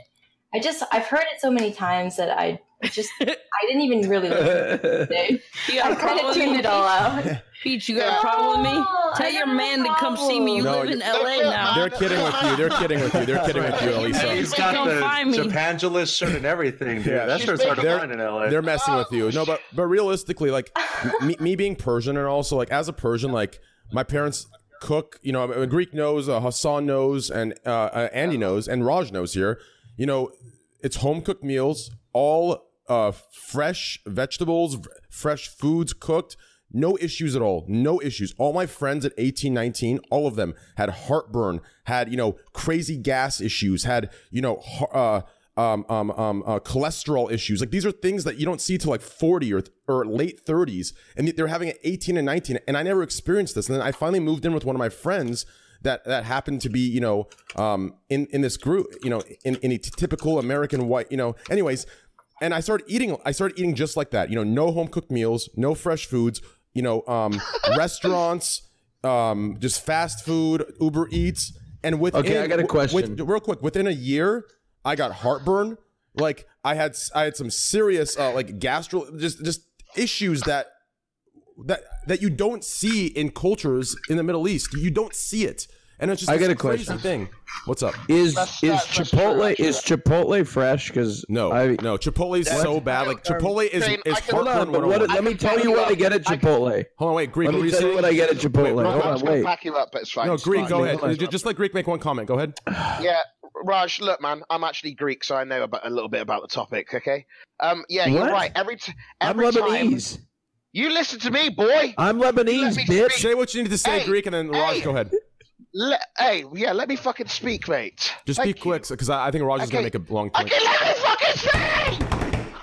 I just I've heard it so many times that I just I didn't even really listen to it.
You got
I
a
kind
problem
of
with
tuned
me,
it all out.
Peach? Peach, you got a problem with me?
No, I
Tell your
don't have
man
a
to come see me. You
No,
live in
you-
LA now.
They're kidding with you. They're kidding with you. They're kidding with you, Elisa.
He's got
Come
the
find me.
Japangelist shirt and everything. Dude.
Yeah,
that
that's-
shirt's hard to
they're-
find in LA.
They're messing with you. No, but but realistically, like me, me being Persian and also like as a Persian, like my parents cook. You know, I mean, Greek knows, uh, Hassan knows, and uh, uh, Andy knows, and Raj knows here. You know, it's home cooked meals, all uh, fresh vegetables, v- fresh foods cooked. No issues at all. No issues. All my friends at 18, 19, all of them had heartburn, had, you know, crazy gas issues, had, you know, har- uh, um, um, um, uh, cholesterol issues. Like these are things that you don't see till like 40 or, or late 30s. And they're having it 18 and 19. And I never experienced this. And then I finally moved in with one of my friends that that happened to be you know um in in this group you know in in a t- typical american white you know anyways and i started eating i started eating just like that you know no home cooked meals no fresh foods you know um restaurants um just fast food uber eats and with
Okay, I got a question.
real quick within a year i got heartburn like i had s- i had some serious uh like gastro just just issues that that that you don't see in cultures in the Middle East. You don't see it, and it's just
I
this
got a
crazy
question.
thing. What's up?
Is is Chipotle is Chipotle fresh? Because
no, no, Chipotle is so bad. Like Chipotle is
Train,
is oh
I can- Hold on,
heartburn
but what-
101.
let me tell you what I get at Chipotle.
Hold on, wait, Greek.
Let
what
me
were you
tell you
saying?
what I get at Chipotle.
Wait,
Hold
Raj,
on,
go-
wait.
Pack you up, but it's fine.
No,
it's
Greek,
fine.
go ahead. Ju- Just let Greek make one comment. Go ahead.
Yeah, Raj, look, man, I'm actually Greek, so I know about, a little bit about the topic. Okay. Um. Yeah, you're
What?
right. Every t-
I'm
every time.
Lebanese.
You listen to me, boy.
I'm Lebanese, bitch.
Say what you need to say,
Hey,
Greek, and then Raj,
hey.
go ahead.
Le- hey, yeah, let me fucking speak, mate.
Just
Thank
be quick, because I, I think Raj is gonna make
Okay.
a long
I
point.
can let me fucking speak.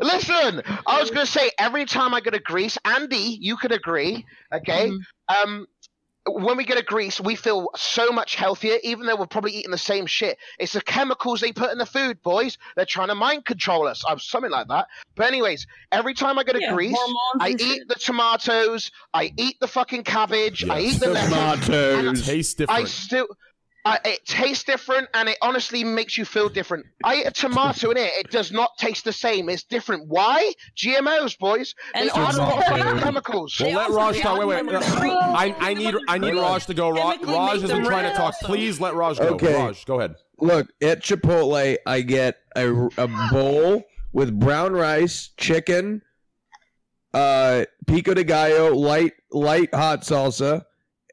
Listen, I was gonna say every time I go to Greece, Andy, you could agree, okay?
Mm-hmm.
Um, when we go to Greece, we feel so much healthier, even though we're probably eating the same shit. It's the chemicals they put in the food, boys. They're trying to mind control us, or something like that. But anyways, every time I go to
Yeah,
Greece,
hormones
I
and
eat the tomatoes, I eat the fucking cabbage, I eat the lettuce, and I-
Tastes
I
different.
still, I, it tastes different, and it honestly makes you feel different. I eat a tomato in it; it does not taste the same. It's different. Why? GMOs, boys.
And
they are
also-
fucking chemicals.
Well, let Raj talk. Wait, wait. I, I need I need Raj to go. Raj, Raj has been trying to talk. Please let Raj go.
Okay.
Raj, go ahead.
Look, at Chipotle, I get a, a bowl with brown rice, chicken, uh, pico de gallo, light light hot salsa,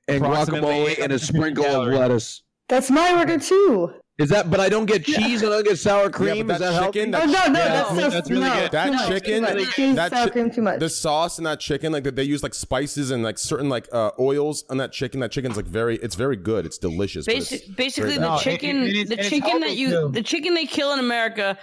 and
Approximately
guacamole, and a sprinkle of lettuce.
That's my order too.
Is that? But I don't get cheese, and I don't get sour cream.
Yeah, but
Is that
that chicken,
healthy?
that
Oh, no, no,
chi-
that's so- That's really no, good. too
That
much,
chicken,
too much. Cheese,
that
sour cream, too much.
The sauce in that chicken, like they use like spices and like certain like uh, oils on that chicken. That chicken's like very, it's very good. It's delicious. but
Basi-
it's very
basically,
bad.
the chicken, the chicken that you, the chicken they kill in America,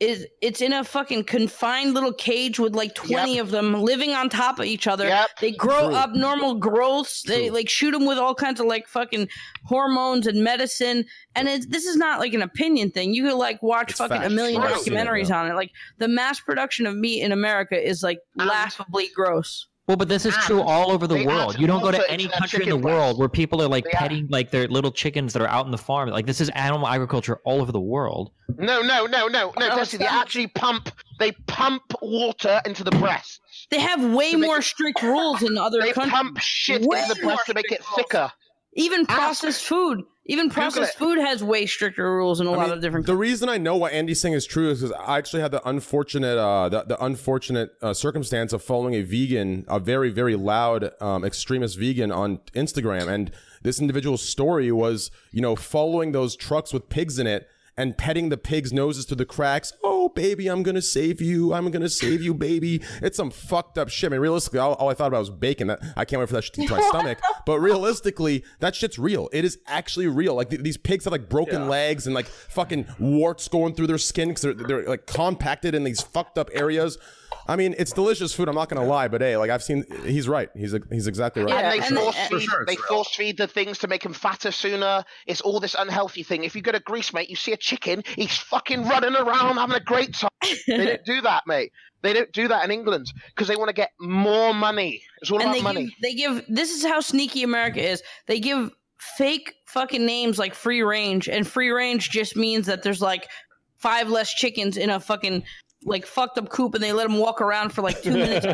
is it's in a fucking confined little cage with like twenty of them living on top of each other. They grow
True.
up normal growths. They
True.
like shoot them with all kinds of like fucking hormones and medicine. And it's, this is not like an opinion thing. You could like watch fucking
facts.
a million
True.
documentaries on it. Like the mass production of meat in America is like laughably gross.
Well, but this is true all over the
they
world.
add
You don't go
salsa
to any
into that
country in the
chicken breast.
world where people are like
They add-
petting like their little chickens that are out in the farm. Like this is animal agriculture all over the world.
No, no, no, no, no, Dusty. They actually pump. They pump water into the breast.
They have way more strict rules in other
They
countries.
pump shit
Way
into the
more
breast to make it thicker.
Even processed food, even processed food has way stricter rules in a lot of different.
The reason I know what Andy's saying is true is because I actually had the unfortunate, uh, the, the unfortunate uh, circumstance of following a vegan, a very, very loud um, extremist vegan on Instagram, and this individual's story was, you know, following those trucks with pigs in it and petting the pigs' noses to the cracks. Oh, baby, I'm gonna save you. I'm gonna save you, baby. It's some fucked up shit. I mean, realistically, all, all I thought about was bacon. That I can't wait for that shit to my stomach. But realistically, that shit's real. It is actually real. Like th- these pigs have like broken legs and like fucking warts going through their skin because they're, they're like compacted in these fucked up areas.
I mean, it's delicious food. I'm not gonna lie, but hey, like I've seen, he's right. He's he's exactly right.
And they force feed, they force feed the things to make him fatter sooner. It's all this unhealthy thing. If you go to Greece, mate, you see a chicken, he's fucking running around having a great time. they don't do that, mate. They don't do that in England because they want to get more money. It's all about
they
money.
Give, they give this is how sneaky America is. They give fake fucking names like free range, and free range just means that there's like five less chickens in a fucking like fucked up coop, and they let them walk around for like two minutes.
yeah,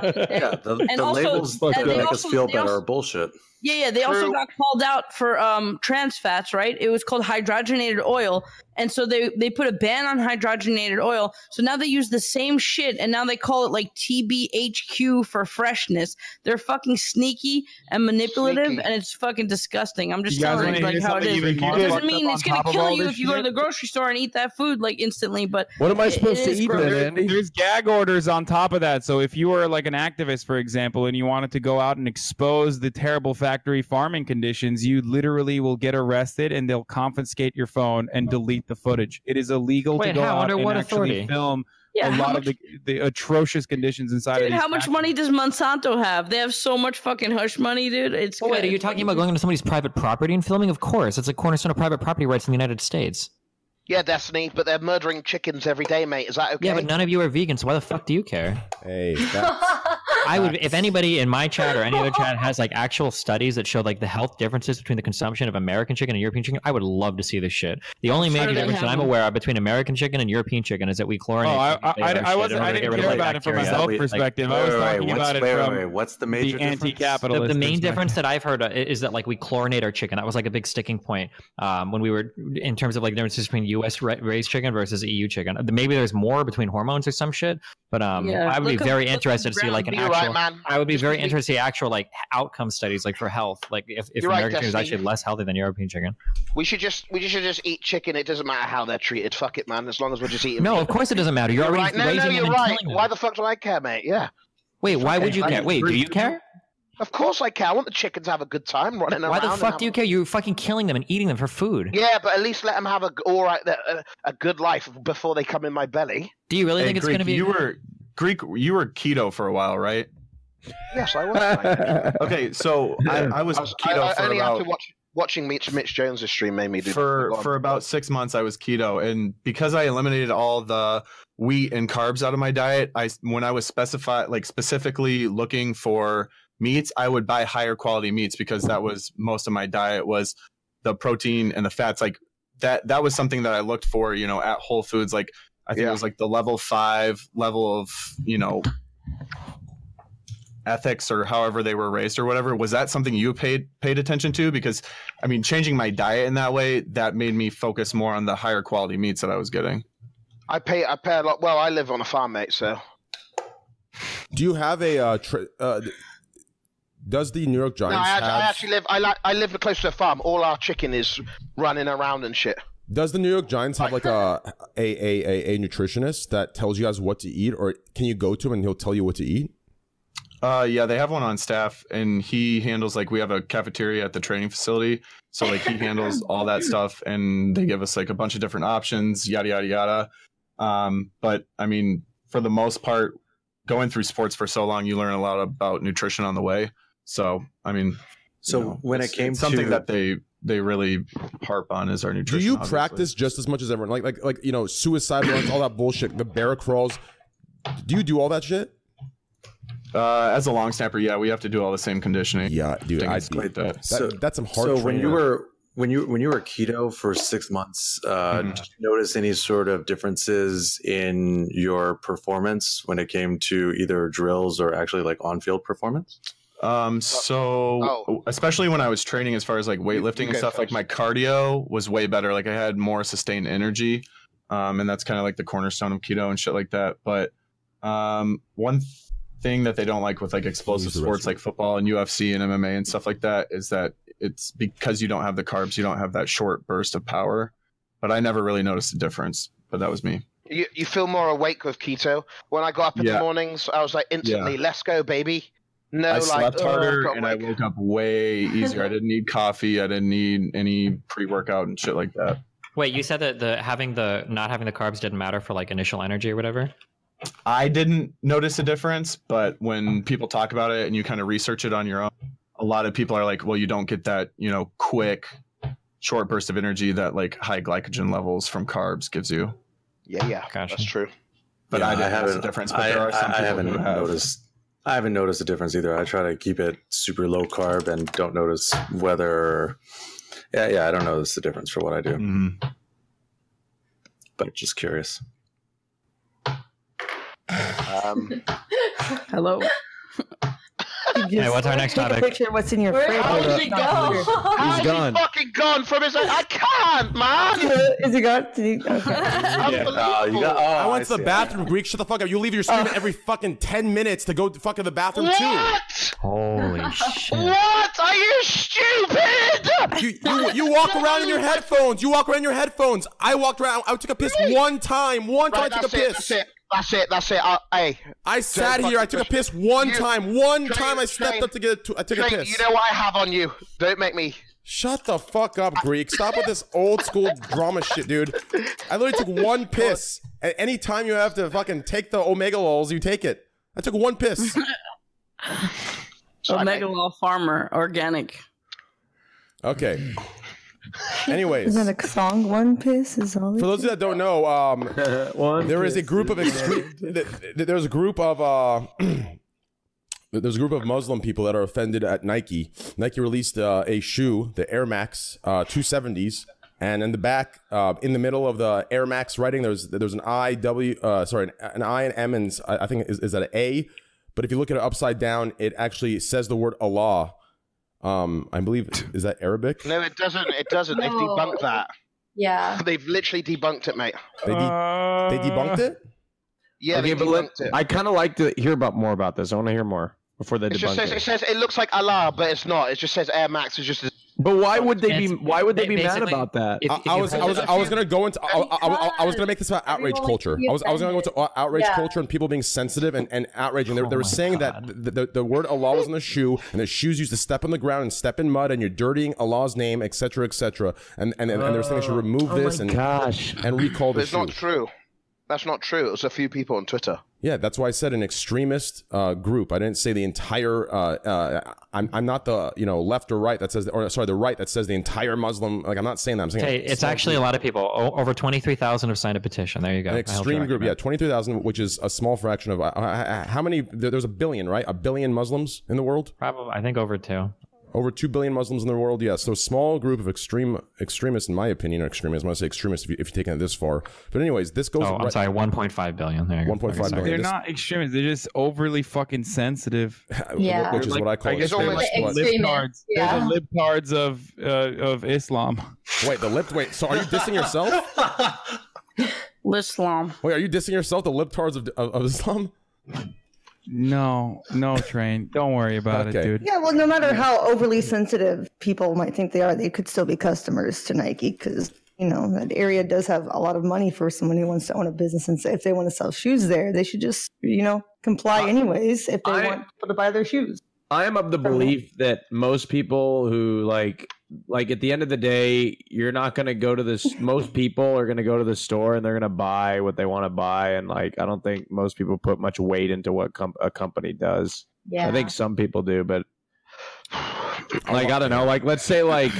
the,
And
the
also-
labels
and
that
they
make us
also-
feel
they
better
also-
are bullshit.
Yeah, yeah. They also got called out for um, trans fats, right? It was called hydrogenated oil, and so they they put a ban on hydrogenated oil. So now they use the same shit, and now they call it like TBHQ for freshness. They're fucking sneaky and manipulative, and it's fucking disgusting. I'm just
You guys
telling
wanna
you like
hear
how it
something
is.
even
It
more fucked
doesn't
up
mean
on
it's gonna
top of
kill
all
you
this
if you go to
shit?
the grocery store and eat that food like instantly. But
What am I
it- it
supposed to
is
eat
gross.
then,
There- There's gag orders on top of that. So if you were like an activist, for example, and you wanted to go out and expose the terrible factory farming conditions, you literally will get arrested and they'll confiscate your phone and delete the footage. It is illegal to
Wait,
go
how?
out
Under
and
what
actually
authority?
film
Yeah,
a
how
lot of the, the atrocious conditions inside
Dude,
of these
how much money does Monsanto have? They have so much fucking hush money, dude. It's
Oh, Wait, are you talking about going into somebody's private property and filming? Of course, it's a cornerstone of private property rights in the United States.
Yeah, Destiny, but they're murdering chickens every day, mate. Is that okay?
Yeah, but none of you are vegan, so why the fuck do you care?
Hey,
I would. If anybody in my chat or any other chat has like actual studies that show like the health differences between the consumption of American chicken and European chicken, I would love to see this shit. The only
Sure,
major
they
difference that
have
I'm
them.
aware of between American chicken and European chicken is that we chlorinate.
Oh, I-
and
I- I-
they are
I
shit in
wasn't- I
order to
didn't
get rid of
care
the
about it from
bacteria.
my health perspective. I was talking about it from
what's the major
the anti-capitalist.
The, the main difference that I've heard uh, is that like we chlorinate our chicken. That was like a big sticking point um, when we were in terms of like the differences between U.S. ra- raised chicken versus EU chicken. Uh, Maybe there's more between hormones or some shit. But um,
Yeah.
I would be
Look up-
very
look up
interested to see
Brown
like an
Beer,
actual.
right, man?
I would be very interested to see actual like outcome studies like for health. Like if, if
You're right,
American chicken is
Destiny.
actually less healthy than European chicken.
We should just we should just eat chicken. It doesn't matter how they're treated. Fuck it, man. As long as we're just eating.
No,
meat.
of course it doesn't matter. You're already
right. No,
raising
no,
them
you're
and
right.
killing them.
Why the fuck do I care, mate? Yeah.
Wait, why would you
Okay.
care? Wait, do you care?
Of course I care. I want the chickens to have a good time running
Why
around.
the
and
fuck
have-
do you care? You're fucking killing them and eating them for food.
Yeah, but at least let them have a g- all right, a, a good life before they come in my belly.
Do you really
Hey, Greek, You were Greek. You were keto for a while, right?
Yes, I was. mate.
okay, so I, I was
I,
keto
I
for
only
about
after watch, watching Mitch, Mitch Jones' stream made me do.
for
go on.
for about six months i was keto and because i eliminated all the wheat and carbs out of my diet i when i was specified like specifically looking for meats i would buy higher quality meats because that was most of my diet was the protein and the fats like that that was something that i looked for you know at whole foods like i think it was like the level five level of you know ethics or however they were raised or whatever was that something you paid paid attention to because i mean changing my diet in that way that made me focus more on the higher quality meats that i was getting
I pay. I pay a lot. Well, I live on a farm, mate. So
Do you have a uh, tr uh does the New York
no,
Giants
I, act- I
have
actually live. I like. I live close to a farm. All our chicken is running around and shit.
does the New York Giants have like a a, a a a nutritionist that tells you guys what to eat or can you go to him and he'll tell you what to eat?
uh yeah they have one on staff and he handles like we have a cafeteria at the training facility so like he handles all that stuff and they give us like a bunch of different options yada yada yada um but i mean for the most part going through sports for so long you learn a lot about nutrition on the way so i mean
So when it
it's-
came
it's something
to-
that they they really harp on is our
Do
nutrition
you
obviously.
practice just as much as everyone? Like like like you know suicide runs, all that bullshit, the bear crawls. Do you do all that shit?
uh as a long snapper yeah we have to do all the same conditioning
yeah dude
i, think it's like that.
So when you were when you when you were keto for six months, uh, did you notice any sort of differences in your performance when it came to either drills or actually like on field performance?
Um,
Oh.
so especially when I was training, as far as like weightlifting and
go
stuff, like my cardio was way better. Like I had more sustained energy, um, and that's kind of like the cornerstone of keto and shit like that. But um, one th- thing that they don't like with like explosive sports like football and UFC and MMA and stuff like that is that it's because you don't have the carbs, you don't have that short burst of power. But I never really noticed the difference. But that was me.
You, you feel more awake with keto. When I got up in
Yeah.
the mornings, I was like instantly,
Yeah.
"Let's go, baby." No,
I
like
slept
"Oh,
harder
God,
and I woke up way easier. I didn't need coffee. I didn't need any pre workout and shit like that.
Wait, you said that the having the not having the carbs didn't matter for like initial energy or whatever.
I didn't notice a difference, but when people talk about it and you kind of research it on your own, a lot of people are like, well, you don't get that, you know, quick, short burst of energy that like high glycogen levels from carbs gives you.
Yeah, yeah, that's true.
But
Yeah,
I didn't notice a
haven't-
difference. But
I-
there are some
I- I
people
haven't
who have.
noticed. I haven't noticed a difference either. I try to keep it super low carb and don't notice whether. Yeah, yeah, I don't notice the difference for what I do.
Mm-hmm.
But just curious.
Um,
Hello.
Hey, what's our next
Take a
topic?
picture of what's in your
Where-
fridge.
how did he go? How is
gone.
Ah, he fucking gone from his? I can't, man.
Is he gone? Did he?
I went to the bathroom, Greek. Shut the fuck up. You leave your stream every fucking 10 minutes to go to fucking the bathroom,
too.
Holy
What? Are you stupid?
You, you, you walk around in your headphones. You walk around in your headphones. I walked around. I took a piss one time. One time
Right,
I took
that's
a
it,
piss.
that's it. That's it. That's it. I, hey,
I sat here. I took a piss one time. One time I stepped up to get. A t- I took a
Drake,
piss.
you know what I have on you. Don't make me.
Shut the fuck up, Greek. Stop with this old school drama shit, dude. I literally took one piss. At any time you have to fucking take the omega lols, you take it. I took one piss.
Omega Law Farmer, organic.
Okay. Anyways.
Is that a song? One piss is all.
For those of you that don't know, um, there is a group of extreme. There's a group of uh, there's a group of Muslim people that are offended at Nike. Nike released uh, a shoe, the Air Max uh, 270s, and in the back, uh, in the middle of the Air Max writing, there's there's an I W, uh, sorry, an, an I and M, and s- I I think is, is that an A, but if you look at it upside down, it actually says the word Allah. Um, I believe is that Arabic.
No, it doesn't. It doesn't. They've
No.
debunked that.
Yeah.
They've literally debunked it, mate.
They, de- they debunked
Uh.
it.
Yeah,
okay,
they
but let,
debunked it.
I kind of like to hear about more about this. I want to hear more before they
It just
debunk
says
it.
it says it looks like Allah, but it's not. It just says Air Max is just. A-
But why would they be?
It's-
Why would they be mad
basically,
about that?
I, I was I was I was gonna go into I, Oh, I, I- I was gonna make this about outrage
Everyone
culture.
would be
I was I was gonna go into out- outrage
Yeah.
culture and people being sensitive and, and outraging. They, were- they were
Oh
saying that the, the, the word Allah was on the shoe and the shoes used to step on the ground and step in mud and you're dirtying Allah's name, etc., etc. And and and, and they were saying they should remove
Oh
this
my
and
gosh
and recall
but
the
it's
shoe.
not true. That's not true. It was a few people on Twitter.
Yeah, that's why I said an extremist uh, group. I didn't say the entire. Uh, uh, I'm, I'm not the you know left or right that says or sorry the right that says the entire Muslim. Like I'm not saying that. I'm saying
Hey, it's actually a lot of people. O- over twenty-three thousand have signed a petition. There you go.
An
I helped
extreme
you
group,
out.
yeah, twenty three thousand, which is a small fraction of uh, uh, how many? there- There's a billion, right? A billion Muslims in the world.
Probably, I think over two.
Over two billion Muslims in the world. Yeah, so small group of extreme extremists, in my opinion, or extremists. When I say extremists, if, you, if you're taking it this far, but anyways, this goes.
Oh, I'm sorry, one point five billion. There.
One point five
They're
billion. This-
not extremists. They're just overly fucking sensitive.
Yeah. Which is what I call
guess they're
extremists,
like
but-
the libtards.
Yeah.
They're the libtards of uh, of Islam.
Wait, the lip. Wait, so are you dissing yourself?
Islam.
Wait, are you dissing yourself? The libtards of of, of Islam?
No, no, train. Don't worry about it, dude.
Yeah, well, no matter how overly sensitive people might think they are, they could still be customers to Nike because you know that area does have a lot of money for someone who wants to own a business, and say if they want to sell shoes there, they should just you know comply anyways if they want people to buy their shoes.
I am of the belief that most people who like like at the end of the day, you're not gonna go to this most people are gonna go to the store and they're gonna buy what they wanna buy and like I don't think most people put much weight into what com- a company does. I
Yeah.
think some people do, but like I don't know, like let's say like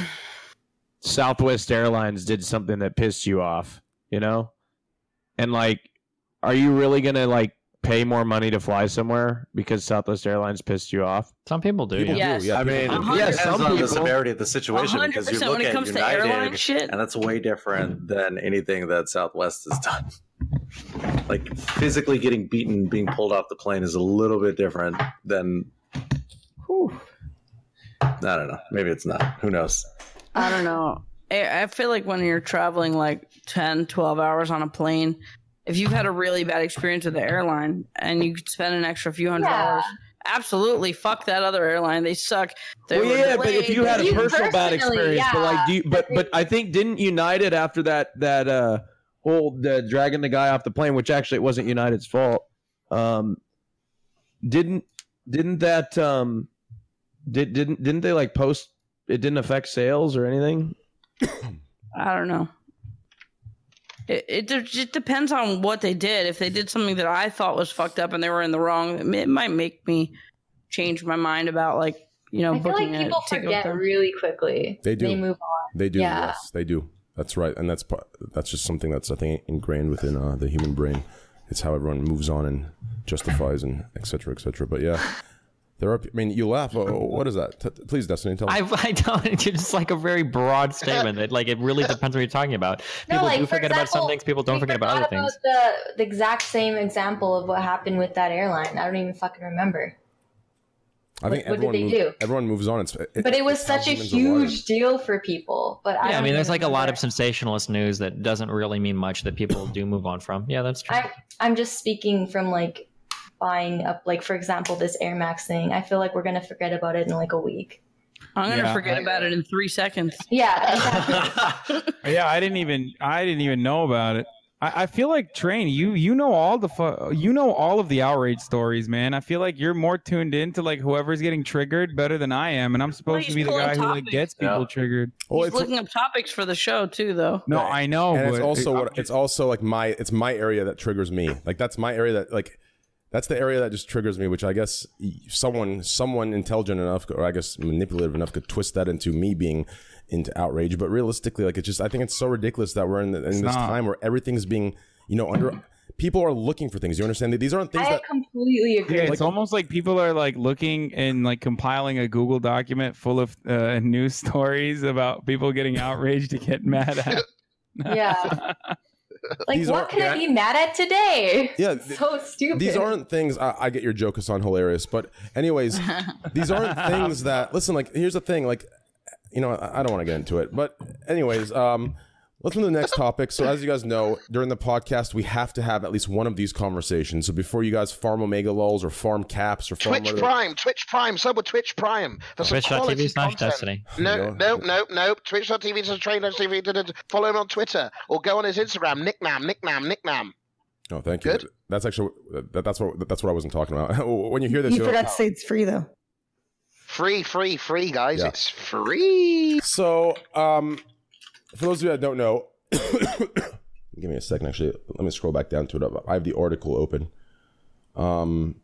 Southwest Airlines did something that pissed you off, you know? And like are you really gonna like pay more money to fly somewhere because Southwest Airlines pissed you off?
Some people do.
People yeah. do, yeah,
I
people
mean,
do.
yeah,
Depends
some
on
people.
the severity of the situation because you
100% when
look
it
at
comes to
United,
airline shit.
and that's way different than anything that Southwest has done. Like physically getting beaten, being pulled off the plane is a little bit different than. I don't know. Maybe it's not. Who knows?
I don't know. I I feel like when you're traveling like 10, 12 hours on a plane, if you've had a really bad experience with the airline and you could spend an extra few hundred
Yeah.
dollars, absolutely fuck that other airline. They suck. They
well,
were
yeah, but if
delayed.
you had a
They-
personal bad experience, but like, do you, but but I think didn't United after that that uh whole the dragging the guy off the plane, which actually it wasn't United's fault. Um, didn't didn't that um did didn't didn't they like post it didn't affect sales or anything?
I don't know. It, it de- just depends on what they did. If they did something that I thought was fucked up and they were in the wrong, it mi- it might make me change my mind about like you know
I feel
booking
like people
a ticket. with
forget
them.
really quickly.
They do.
They move on.
They do.
Yeah.
Yes, they do. That's right, and that's part, that's just something that's I think ingrained within uh, the human brain. It's how everyone moves on and justifies and etc. Cetera, etc. Cetera. But yeah, there are. I mean, you laugh. Oh, what is that? T- please, Destiny, tell me.
I, I don't. It's just like a very broad statement that like it really depends what you're talking about.
No,
People
like,
do
for
forget about some
example,
things. People don't forget about
Not
other
about
things.
the, the exact same example of what happened with that airline. I don't even fucking remember.
I think
what did
everyone
they
moves,
do?
everyone moves on. It's,
But it was such a
humans are wired.
huge deal for people. But I,
yeah, I
don't
mean, there's
even
like a lot of sensationalist news that doesn't really mean much that people do move on from. Yeah, that's true.
I'm I'm just speaking from like buying up like for example this Air Max thing. I feel like we're gonna forget about it in like a week.
I'm gonna
Yeah,
forget
I-
about it in three seconds.
Yeah.
yeah, I didn't even I didn't even know about it. I, I feel like train you you know all the fu- you know all of the outrage stories, man. I feel like you're more tuned in to like whoever's getting triggered better than I am, and I'm supposed to
he's
be the
pulling
guy who like
topics.
gets people
Yeah.
triggered.
He's looking up topics for the show too, though.
No, I know.
and
but uh,
it's also what it's also like my it's my area that triggers me like that's my area that like that's the area that just triggers me which i guess someone someone intelligent enough or i guess manipulative enough could twist that into me being into outrage but realistically like it's just i think it's so ridiculous that we're in, the, in this
It's not.
time where everything's being you know under people are looking for things you understand these aren't things
I
that
completely agree.
Yeah, it's almost like people are like looking and like compiling a Google document full of uh, news stories about people getting outraged to get mad at.
yeah. like
These
what
aren't-
can
yeah.
I be mad at today?
Yeah,
so stupid.
These aren't things. I, I get your joke, Hassan, hilarious. But anyways, these aren't things that. Listen, like here's the thing. Like, you know, I, I don't want to get into it. But anyways, um, let's move to the next topic. So as you guys know, during the podcast, we have to have at least one of these conversations. So before you guys farm omega lulls or farm caps or farm
Twitch Prime, Twitch Prime, sub with Twitch Prime for some quality
Twitch.tv slash
content.
Destiny.
No, no, no, no. Twitch.tv slash train TV. da, da, da. Follow him on Twitter or go on his Instagram. Nicknam, nicknam, nicknam.
Oh, thank you. That's actually that, that's what that's what I wasn't talking about. when you hear this,
You
you'll-
forgot to say it's free though.
Free, free, free, guys.
Yeah.
It's free.
So, um, for those of you that don't know, give me a second. Actually, let me scroll back down to it. I have the article open. Um,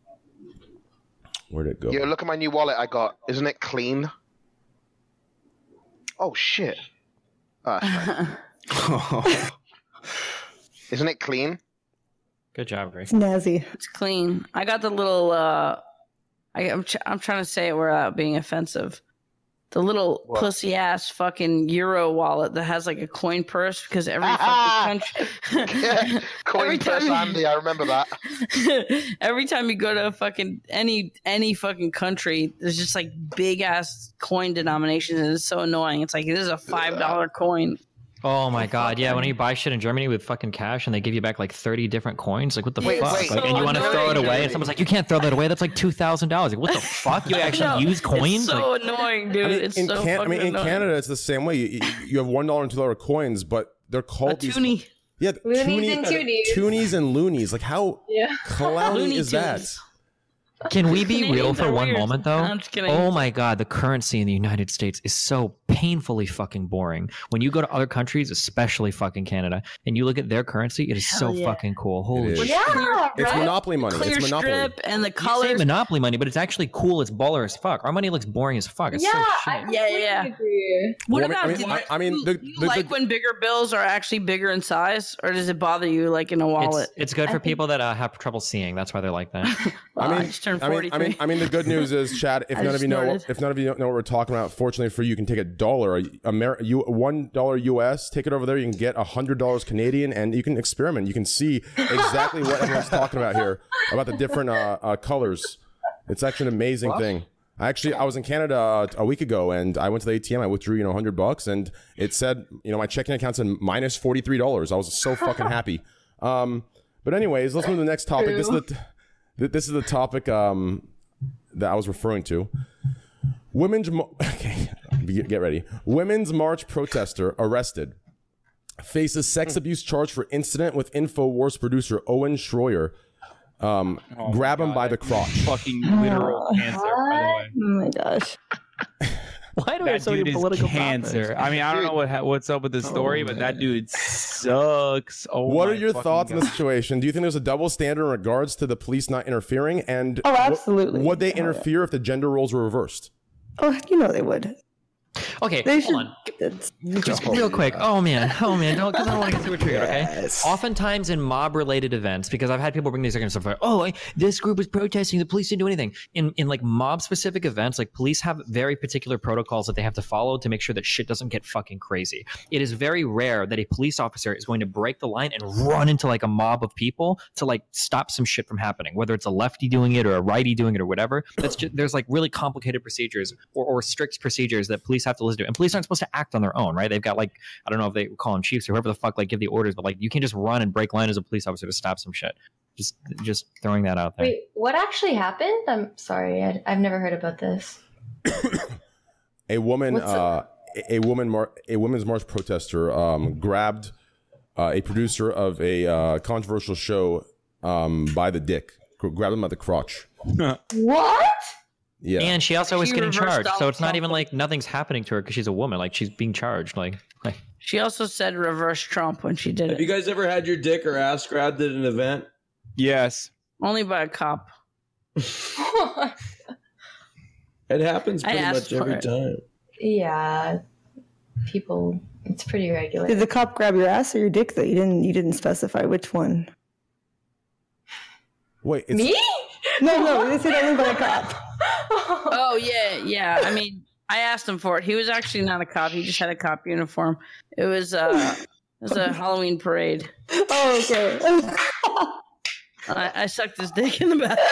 where'd it go?
Yo, look at my new wallet I got. Isn't it clean? Oh shit. Oh, that's right. Isn't it clean?
Good job, Grace.
It's Nazi.
It's clean. I got the little. uh I, I'm tr- I'm trying to say it without being offensive. The little
What?
pussy ass fucking euro wallet that has like a coin purse because every fucking country.
Coin
Every
press
time-
Andy, I remember that.
every time you go to a fucking any any fucking country, there's just like big ass coin denominations, and it's so annoying. It's like this is a five dollar coin.
Oh my god, yeah. When you buy shit in Germany with fucking cash and they give you back like thirty different coins, like what the
Wait,
fuck?
wait,
like, and
so
you want to throw it
annoying.
away, and someone's like, "You can't throw that away. That's like two thousand dollars. Like what the fuck? You actually
No,
use coins?
It's so
Like-
annoying, dude.
I mean,
it's
in,
so
Can- I mean,
fucking
in
annoying.
Canada, it's the same way. You, you- you have one dollar and two dollar coins, but they're called these-
toonie.
Yeah, the
Loonies
toonie- uh,
and toonies.
toonies and loonies. Like how
Yeah.
clowny
Looney
is that?
Tunes.
Can we be real
Canadians
for
are
one
weird.
moment, though?
I'm just kidding.
Oh my God, the currency in the United States is so painfully fucking boring. When you go to other countries, especially fucking Canada, and you look at their currency, it is so
Hell yeah.
fucking cool. Holy
is.
shit.
Yeah,
It's right?
Monopoly money.
Clear
It's Monopoly.
strip and the
You say
colors.
monopoly money, but it's actually cool. It's baller as fuck. Our money looks boring as fuck. It's so
I yeah, yeah. What
Well,
about
I mean,
do
I, I mean, the,
you
the- the-
like when bigger bills are actually bigger in size, or does it bother you like in a wallet?
It's, it's good for people that uh, have trouble seeing. That's why they're like that.
I mean,
I just turned
I mean, I mean,
43.
I mean, the good news is, Chad. If
I
none of
just
you know,
snorted.
what, if none of you don't know what we're talking about, fortunately for you, you can take a dollar, a Amer- you one dollar US, take it over there. You can get a hundred dollars Canadian, and you can experiment. You can see exactly what everyone's talking about here about the different uh, uh, colors. It's actually an amazing thing. I actually I was in Canada uh, a week ago, and I went to the ATM. I withdrew you know hundred bucks, and it said you know my checking account said minus forty three dollars. I was so fucking happy. Um, but anyways, let's move to the next topic. This is the
True.
th- this is the topic um, that I was referring to. Women's mo- okay, get get ready. Women's march protester arrested faces sex
Hmm.
abuse charge for incident with Infowars producer Owen Schroyer. Um,
Oh
grab him by the crotch.
Fucking literal cancer.
Oh my gosh.
Why do we have
that
so many
dude is
political
cancer.
topics?
I mean, I don't know what ha- what's up with this story, but that dude sucks. Oh,
what
my
are your
fucking
thoughts on
God.
the situation? Do you think there's a double standard in regards to the police not interfering? And
Oh,
wh-
absolutely.
would they
Oh, yeah.
interfere if the gender roles were reversed?
Oh, you know they would.
Okay,
They
hold on. Just
Oh,
real quick. Oh man. Oh man. Don't because I don't want to get super triggered. Okay. Oftentimes in mob-related events, because I've had people bring these arguments up. Like, oh, I, this group was protesting. The police didn't do anything. In in like mob-specific events, like police have very particular protocols that they have to follow to make sure that shit doesn't get fucking crazy. It is very rare that a police officer is going to break the line and run into like a mob of people to like stop some shit from happening. Whether it's a lefty doing it or a righty doing it or whatever, that's just there's like really complicated procedures or, or strict procedures that police have to listen to. And police aren't supposed to act on their own, right? They've got like I don't know if they call them chiefs or whoever the fuck like give the orders, but like you can just run and break line as a police officer to stop some shit. Just just throwing that out there.
Wait, what actually happened? I'm sorry, I, I've never heard about this.
A woman,
What's
uh, a a woman, mar- a women's march protester um, grabbed uh, a producer of a uh, controversial show um, by the dick, Gr- grabbed him by the crotch.
What?
Yeah.
And she also was
She
getting
reversed
charged,
out
so it's not even like nothing's happening to her because she's a woman. Like she's being charged. Like, like
She also said reverse Trump when she did
Have
it.
you guys ever had your dick or ass grabbed at an event?
Yes.
Only by a cop.
It happens
I
pretty
asked
much every
for it.
time.
Yeah, people, it's pretty regular.
Did the cop grab your ass or your dick though? You didn't you didn't specify which one.
Wait,
Me?
No, no, they said only by a cop.
oh yeah, yeah. I mean, I asked him for it. He was actually not a cop. He just had a cop uniform. It was uh, it was a Halloween parade.
Oh, okay.
I, I sucked his dick in the bathroom.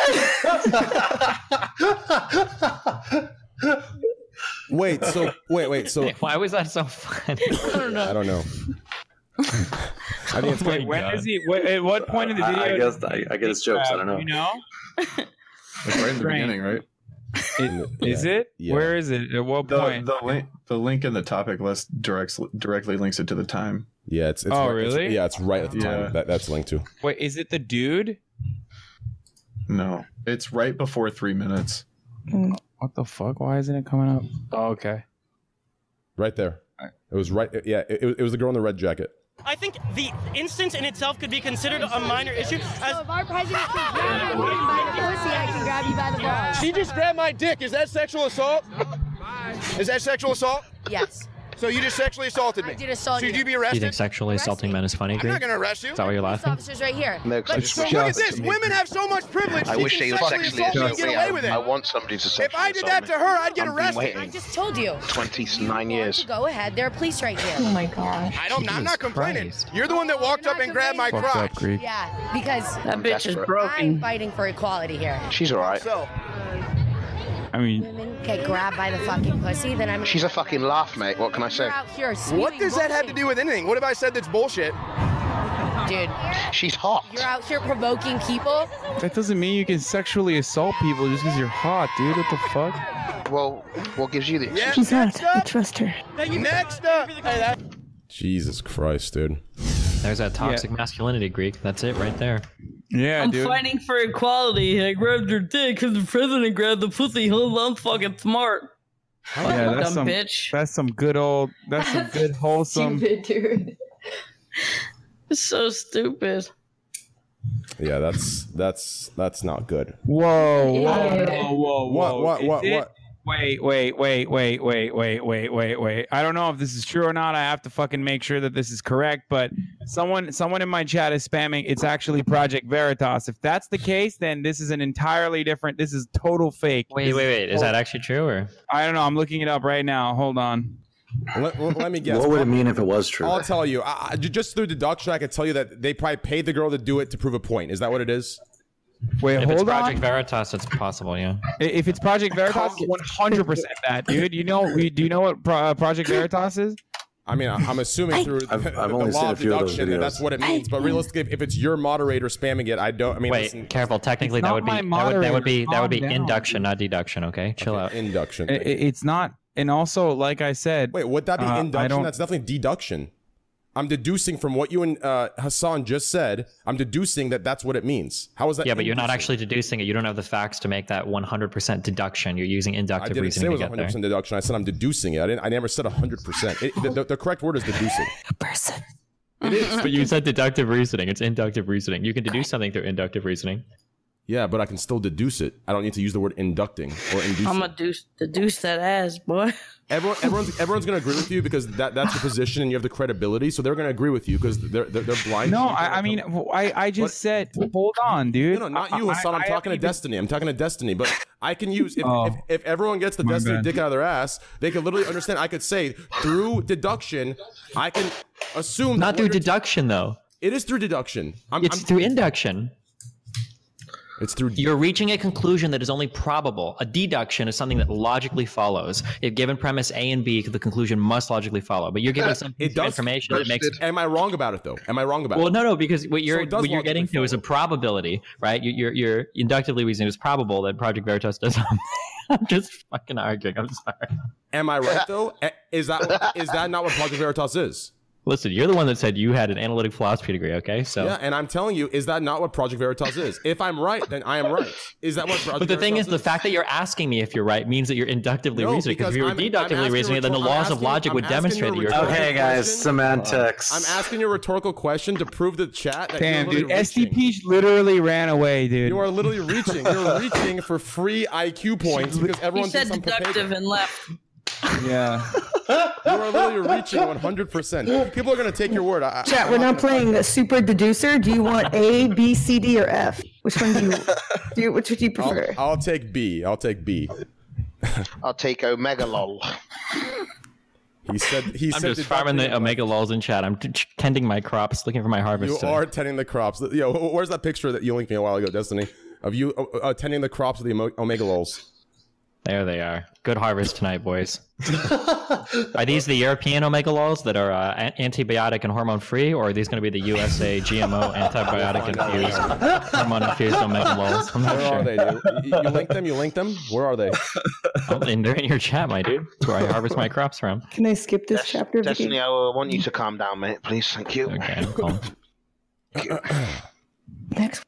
Wait, so wait, wait, so
why was that so funny? I
don't know. I don't know. I think it's
Wait, when is he? What, at what point in the
I-
video?
I guess- I- I get his jokes, I don't know.
You know?
Like right in the
Right.
beginning, right?
Is it? Where is it? At what
the,
point?
The link, the link in the topic list directs directly links it to the time.
Yeah, it's, it's
Oh,
right- it's-
really?
yeah, it's right at the time
Yeah.
that, that's linked to.
Wait, is it the dude?
No, it's right before three minutes.
What the fuck? Why isn't it coming up? Oh, okay.
Right there. It was right. Yeah, it, it was the girl in the red jacket.
I think the instance in itself could be considered a minor issue. As if our president could
grab my dick by the pussy, I can grab you by the balls.
She just grabbed my dick.
Is that sexual assault? Is that sexual assault? Yes. So you just sexually assaulted me? I did assault Should you. be
do you
arrested?
think sexually assaulting men is funny?
I'm not gonna arrest you.
Is that why you're
Police
laughing?
officers right here.
No, 'cause I
But
just
so
wish
look
I
at
was
this.
to me.
Women have so much privilege.
I
I
wish
wish
they
they sexually
sexually
assault me and
assaulted
get
me.
away with it.
I want somebody to
If
sexually
I did
assault
that
me.
to her, I'd get
I've been
arrested.
waiting
I just told you.
29 years.
Go ahead. There are police right here.
Oh my gosh.
I don't. I'm
Jesus
not complaining.
Christ.
You're the one that walked up and grabbed my
Fucked up,
crotch.
Creed.
yeah, because
That bitch is
I'm
broken.
fighting for equality here.
She's all right.
So
I mean,
women get grabbed by the fucking pussy, then I'm.
She's a fucking laugh, mate. What can I say?
You're out here What does that have to do with anything? What have I said that's bullshit? Dude,
She's hot.
you're out here provoking people.
That doesn't mean you can sexually assault people just because you're hot, dude. What the fuck?
Well, what gives you the excuse?
She's not.
uh,
I trust her.
Next up. Hey, that-
Jesus Christ, dude.
There's that toxic masculinity, Greek. That's it right there.
Yeah,
I'm fighting for equality. I grabbed your dick because the president grabbed the pussy. Hold on, I'm fucking smart.
Oh, yeah,
Dumb
that's some.
bitch.
That's some good old. That's some good wholesome.
Stupid dude. It's so stupid.
Yeah, that's that's that's not good.
Whoa,
Yeah.
whoa, whoa, whoa,
What, what,
Is
what,
it-
what?
Wait, wait, wait, wait, wait, wait, wait, wait, wait. I don't know if this is true or not. I have to fucking make sure that this is correct. But someone, someone in my chat is spamming. It's actually Project Veritas. If that's the case, then this is an entirely different. This is total fake.
Wait, wait, wait. Is that actually true or?
I don't know. I'm looking it up right now. Hold on.
Let, let me guess.
What would it mean if it was true?
I'll tell you. I, I- ju- just through deduction, I could tell you that they probably paid the girl to do it to prove a point. Is that what it is?
Wait,
If it's Project Veritas, it's possible. Yeah.
I- If it's Project Veritas, one hundred percent that dude. You know, we do you know what Pro- uh, Project Veritas is?
I mean, I- I'm assuming through
I've-
the,
I've
the
only seen
law
a
of
few of those
deduction that
videos.
that's what it means. But realistically, if- if it's your moderator spamming it, I don't. I mean,
Wait,
listen,
careful. Technically, that
not
would be
my
that would, that would be that would be
moderator. Calm
induction, not deduction. Okay, chill out.
Induction.
I- I- it's not. And also, like I said,
wait, would that be
uh, I
induction?
don't-
That's definitely deduction. I'm deducing from what you and uh, Hassan just said. I'm deducing that that's what it means. How is that?
yeah, but you're not
inducing?
actually deducing it. You don't have the facts to make that 100% deduction. You're using
I
inductive
didn't say it
reasoning to
was
get
100
there.
percent deduction. I said I'm deducing it. I didn't. I never said 100. percent the, the, the correct word is deducing.
person.
It is, but you said deductive reasoning. It's inductive reasoning. You can deduce something through inductive reasoning.
Yeah, but I can still deduce it. I don't need to use the word inducting or inducing.
I'm gonna deuce, deduce that ass, boy.
Everyone, everyone's everyone's gonna agree with you because that that's your position and you have the credibility, so they're gonna agree with you because they're they're, they're blind.
No, I, I mean, I, I just said, hold on, dude.
No, no, not you, Hassan. I'm talking to Destiny. I'm talking to Destiny. But I can use if,
Oh.
if, if everyone gets the
My
Destiny
bad.
dick out of their ass, they could literally understand. I could say through deduction, I can assume
Not through deduction, though.
It is through deduction.
it's through induction.
It's through.
You're reaching a conclusion that is only probable. A deduction is something that logically follows. If given premise A and B, the conclusion must logically follow. But you're given some piece
it
of
does
information that makes
Am I wrong about it though? Am I wrong about
Well,
it?
no, no, because what
So
you're
it does
what you're
logically
getting to is a probability, right? You, you're you're inductively reasoning it's probable that Project Veritas does. something. I'm just fucking arguing. I'm sorry.
Am I right though? Eh, Is that is that not what Project Veritas is?
Listen, you're the one that said you had an analytic philosophy degree, okay? So,
Yeah, and I'm telling you, is that not what Project Veritas is? If I'm right, then I am right. Is that what Project
but the thing is,
Veritas
the fact that you're asking me if you're right means that you're inductively
No,
reasoning. Because if you were
because I'm- I'm
deductively
asking
reasoning, it, then the
rhetor- I'm
laws of
asking-
logic
I'm
would
asking
demonstrate
you
that
a
you're
rhetorical
correct.
question. Uh, I'm asking you a rhetorical question to prove the chat that
Damn,
you're
dude.
literally
SDP literally ran away, dude.
You are literally reaching. You're reaching for free IQ points because everyone
he said
thinks I'm
deductive and left.
Yeah.
you are literally reaching 100. percent People are gonna take your word. I, I-
Chat,
I'm
we're
not
not playing the super deducer. Do you want A, B, C, D, or F? Which one do you, do you which would you prefer?
gonna- I'll take B. I'll take B.
I'll take Omega lol.
He said. He
I'm
said.
just farming the omega lols in chat. I'm t- t- tending my crops, looking for my harvest.
You
today.
are tending the crops. Yo, wh- where's that picture that you linked me a while ago, Destiny? Of you uh, uh, tending the crops of the Ome- Omega Lols.
There they are. Good harvest tonight, boys. are these the European omega lols that are uh, an- antibiotic and hormone free, or are these going to be the USA GMO antibiotic infused, hormone infused omega lols? I'm not
Where
sure.
are they? Dude? You, you linked them. You linked them. Where are they?
Oh, and they're in your chat, my dude. That's where I harvest my crops from.
Can I skip this chapter? of the
Destiny,
game?
I uh, want you to calm down, mate. Please, thank you. Okay,
I'm calm.
Next.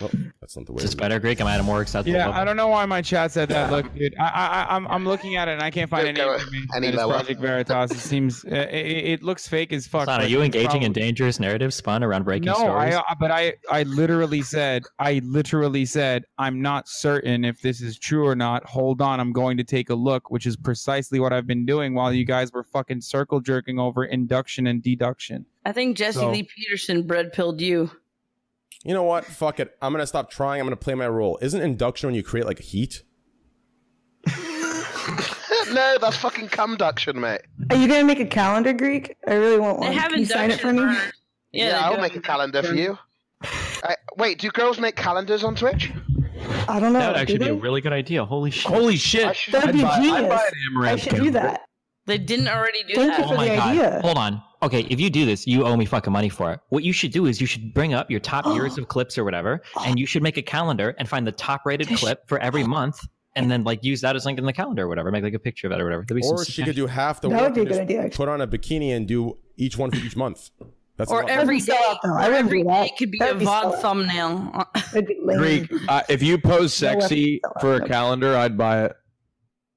Oh, that's not the way.
This is better, Greek. I'm at a more acceptable
Yeah,
level.
I don't know why my chat said that. Look, dude, I, I, I- I'm, I'm looking at it and I can't find any information.
any
that is
lower.
Project Veritas. It seems uh, it, it it looks fake as fuck.
Son, are
but
you
it's
engaging
probably-
in dangerous narratives spun around breaking
no,
stories?
I, I- but I, I literally said, I literally said, I'm not certain if this is true or not. Hold on, I'm going to take a look, which is precisely what I've been doing while you guys were fucking circle jerking over induction and deduction.
I think Jesse
So-
Lee Peterson bread pilled you.
You know what? Fuck it. I'm gonna stop trying. I'm gonna play my role. Isn't induction when you create like heat?
no, that's fucking conduction, mate.
Are you gonna make a calendar, Greek? I really want one.
have
Can you sign it for me?
Yeah,
they
I'll
do.
make a calendar for you. Uh, wait, do girls make calendars on Twitch?
I don't know.
that would
do
actually be
they?
a really good idea. Holy shit! Holy shit!
That'd be genius. I should do that.
They didn't already do
Thank
that.
you
Oh
for the idea.
Hold on. Okay, if you do this, you owe me fucking money for it. What you should do is you should bring up your top years of clips or whatever, and you should make a calendar and find the top rated clip for every month, and then like use that as linked in the calendar or whatever. Make like a picture of it or whatever. That'd be some
Or she
sick-
could do half the
That
work
would be a
and
good
just Put on a bikini and do each one for each month. That's a
or
lot.
every day,
or every
day it could be a VOD thumbnail.
Greek, uh, if you post
No weapons
sexy for a calendar, I'd buy it.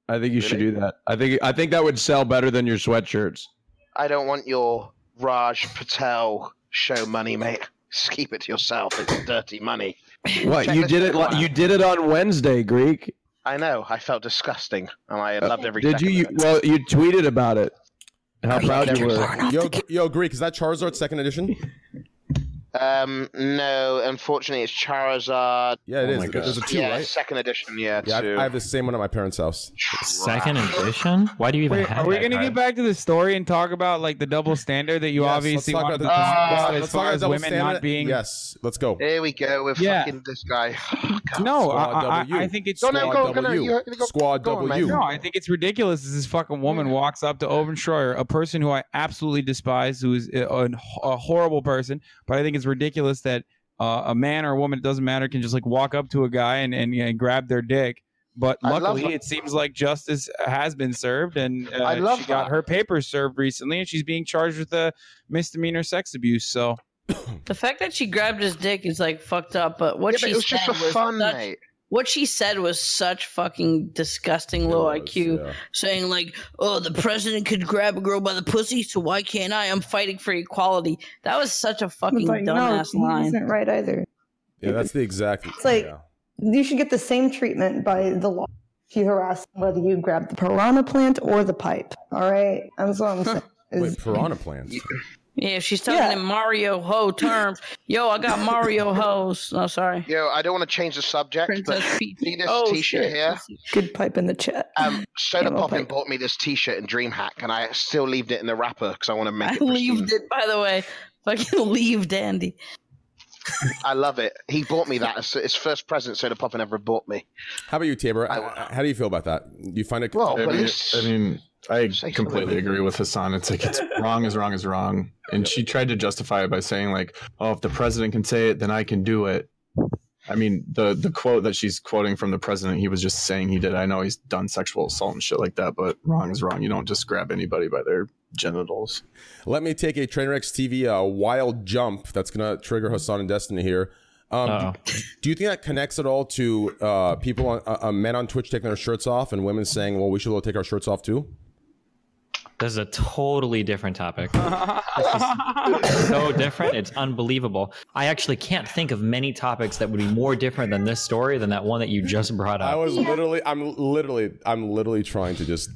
I think you should do that. I think I think that would sell better than your sweatshirts.
I don't want your Raj Patel show money, mate. Just keep it to yourself. It's dirty money.
What
Check
you
this
did it?
one
li-
out.
You did it on Wednesday, Greek.
I know. I felt disgusting, and I loved every.
Uh, Did
second
you,
of
you?
it.
Well, you tweeted about it. How proud you were.
Yo, yo, Greek, is that Charizard second edition?
Um, no, unfortunately, it's Charizard.
Yeah, it Oh
it is.
my is. God. There's a two,
yeah,
right?
Second edition, yeah.
Yeah,
two.
I, I have the same one at my parents' house.
Second edition? Why do you even
Wait,
have
are we
that
going to
card?
get back to the story and talk about like the double standard that you
Yes,
obviously
let's talk
want to
about the-
talk about
let's
as
talk
far
about
as
double
women
standard.
not being?
Yes, let's go.
There we go. We're
Yeah.
fucking this guy.
No, I,
Squad
I-
W.
I think it's
No, no, go- go- no, you- you go-
Squad
go on, man.
W.
No, I think it's ridiculous. This is fucking woman walks up to Owen Schroyer, a person who I absolutely despise, who is a, a- a horrible person. But I think it's ridiculous that uh, a man or a woman, it doesn't matter, can just like walk up to a guy and, and, and grab their dick But
I love
luckily,
her.
it seems like justice has been served, and uh,
I love
she got her papers served recently, and she's being charged with a misdemeanor sex abuse. So
The fact that she grabbed his dick is like fucked up, but what
Yeah,
she
but it was
said
just for
was
fun,
such,
mate.
what she said was such fucking disgusting low IQ, saying like, "Oh, the president could grab a girl by the pussy, so why can't I? I'm fighting for equality." That was such a fucking
like, no,
dumbass
he
line.
isn't right either.
Yeah, that's the exact.
It's like
yeah.
you should get the same treatment by the law if you harass whether you grab the piranha plant or the pipe. All right, that's what I'm saying.
Wait, piranha plants.
Yeah, she's talking in Mario Ho terms. Yo, I got Mario Ho's. No, sorry.
Yo, I don't want to change the subject, but see this
Oh,
T-shirt
shit.
here.
Good pipe in the chat.
Um, Soda
Yellow
Poppin
pipe.
bought me this T-shirt in DreamHack, and I still leaved it in the wrapper because I want to make
I
it. pristine.
leaved it, by the way. Fucking leave, Dandy.
I love it. He bought me that. It's his first present Soda Poppin ever bought me.
How about you, Tabor? Uh, How do you feel about that? You find it?
Well,
I mean, I, mean, I completely agree with Hassan. It's like it's wrong is wrong is wrong, and she tried to justify it by saying like, "Oh, if the president can say it, then I can do it." I mean, the the quote that she's quoting from the president, he was just saying he did. I know he's done sexual assault and shit like that, but wrong is wrong. You don't just grab anybody by their genitals.
Let me take a Trainwrecks TV uh, wild jump that's gonna trigger Hassan and Destiny here. Um, d- do you think that connects at all to uh, people on uh, uh, men on Twitch taking their shirts off and women saying, "Well, we should all take our shirts off too"?
This is a totally different topic. This is so different. It's unbelievable. I actually can't think of many topics that would be more different than this story than that one that you just brought up.
I was literally, I'm literally, I'm literally trying to just,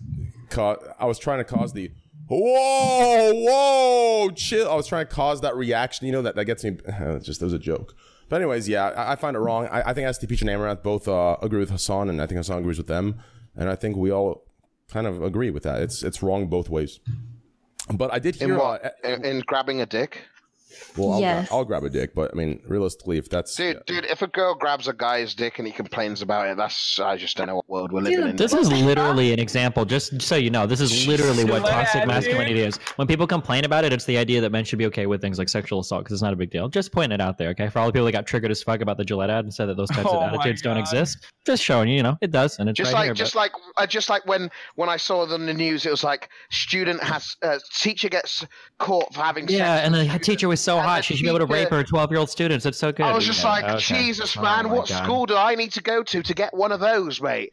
cause, I was trying to cause the, whoa, whoa, chill. I was trying to cause that reaction, you know, that, that gets me, it's just, it was a joke. But anyways, yeah, I, I find it wrong. I, I think SDP and Amarath both uh, agree with Hassan, and I think Hassan agrees with them. And I think we all kind of agree with that. It's, it's wrong both ways. But I did
In
hear, uh,
what? In, in grabbing a dick,
well, I'll,
Yes.
gra- I'll grab a dick, but I mean, realistically, if that's,
dude. Dude, if a girl grabs a guy's dick and he complains about it, that's I just don't know what world we're living in.
This is literally an example, just so you know. This is literally what
Glad,
toxic masculinity
dude.
is. When people complain about it, it's the idea that men should be okay with things like sexual assault because it's not a big deal. Just pointing it out there, okay? For all the people that got triggered as fuck about the Gillette ad and said that those types
Oh
of
my
attitudes don't exist, just showing you, you know, it does, and it's
Just
right
like,
here.
just
but-
like, uh, just like when when I saw it on the news, it was like student has uh, teacher gets caught for having sex.
yeah, and the teacher was so hot, she should be able to
teacher-
rape her twelve-year-old students. It's so good.
I was
you
just
know,
like,
okay.
Jesus,
Oh
man,
my
what
God.
school do I need to go to to get one of those, mate?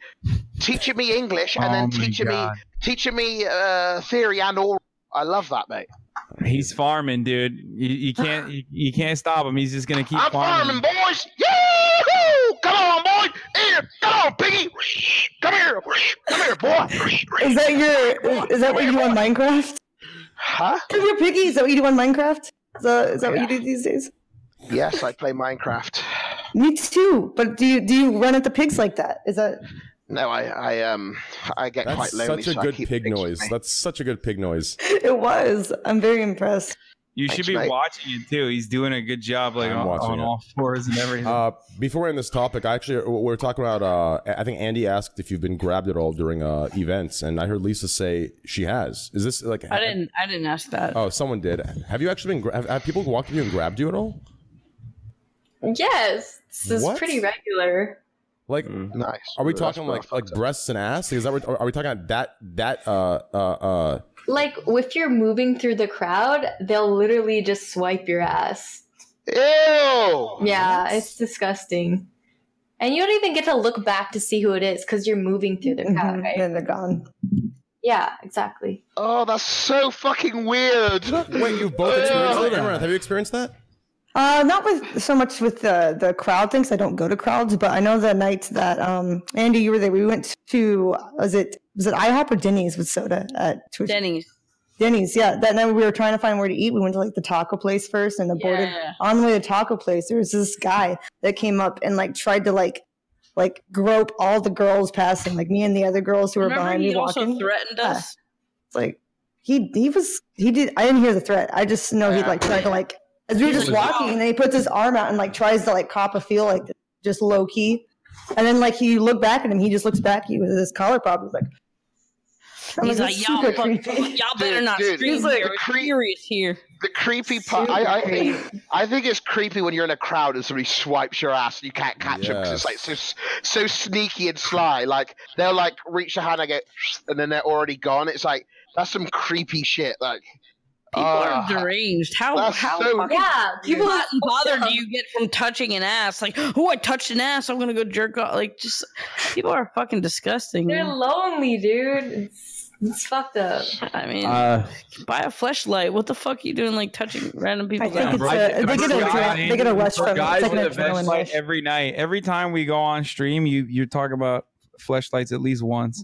Teaching me English and
Oh
then
my
teaching me
God.
teaching me uh, theory and all. I love that, mate.
he's farming, dude. You, you can't you, you can't stop him. He's just gonna keep
I'm farming,
farming.
boys. Yahoo! Come on, boy. Here, come on, piggy. Come here, come here, boy.
Is that your? Is, is that what you do on Minecraft?
Huh?
Is your piggy? Is that what you do on Minecraft? Is that, is that what you do these days?
Yes, I play Minecraft.
Me too. But do you do you run at the pigs like that? Is that
No, I, I um, I get
that's
quite lonely.
such a
so I
good
keep
pig noise. That's such a good pig noise.
it was? I'm very impressed.
You should be watching it too. He's doing a good job, like
I'm
on,
watching
on
it.
all fours and everything.
Uh, before we're in this topic, I actually we we're talking about. Uh, I think Andy asked if you've been grabbed at all during uh, events, and I heard Lisa say she has. Is this like?
I didn't. I didn't ask that.
Oh, someone did. Have you actually been? Gra- have, have people walked up to you and grabbed you at all?
Yes, this is
What?
pretty regular.
Like,
Mm.
nice.
Are we
That's
talking
what I
like like breasts and ass? Is that what, are we talking about that that uh uh uh?
Like, if you're moving through the crowd, they'll literally just swipe your ass.
Ew!
Yeah, it's disgusting. And you don't even get to look back to see who it is because you're moving through the crowd, right?
And they're gone.
Yeah, exactly.
Oh, that's so fucking weird.
Wait, you both experienced that? Amaranth, Have you experienced that?
Uh, not with so much with the the crowd things. I don't go to crowds, but I know the night that um Andy, you were there. We went to was it was it IHOP or Denny's with soda at Twitch?
Denny's.
Denny's, yeah. That night we were trying to find where to eat. We went to like the taco place first, and aborted
Yeah.
on the way to taco place. There was this guy that came up and like tried to like like grope all the girls passing, like me and the other girls who were
Remember,
behind me
he also
walking. Ah,
threatened
Yeah.
us.
It's like he he was he did. I didn't hear the threat. I just know he
Yeah.
like tried to like as we were
He
just
was-
walking, and then he puts his arm out and like tries to like cop a feel like just low key, and then like you look back at him, he just looks back at you with his collar pop. He's like, I'm
He's like,
"That's
y'all,
super
fuck-
creepy."
y'all better not
Dude, dude.
scream
He's like
there. It's serious here.
The creepy part. I, I think I think it's creepy when you're in a crowd and somebody swipes your ass and you can't catch them because it's like so so sneaky and sly. Like they'll like reach a hand and get, and then they're already gone. It's like that's some creepy shit. Like
People are
ah.
deranged. How
That's
how
so-
fucking
Yeah, people are
hot and bothered do you get from touching an ass? Like, oh, I touched an ass. I'm gonna go jerk off. Like, just people are fucking disgusting.
They're
man.
lonely, dude. It's, it's fucked up.
I mean,
Uh,
buy a flashlight. What the fuck are you doing? Like touching random people?
think it's a- they get a adre- they get a rush from it. It's like an adrenaline rush.
every night. Every time we go on stream, you you talk about fleshlights at least once.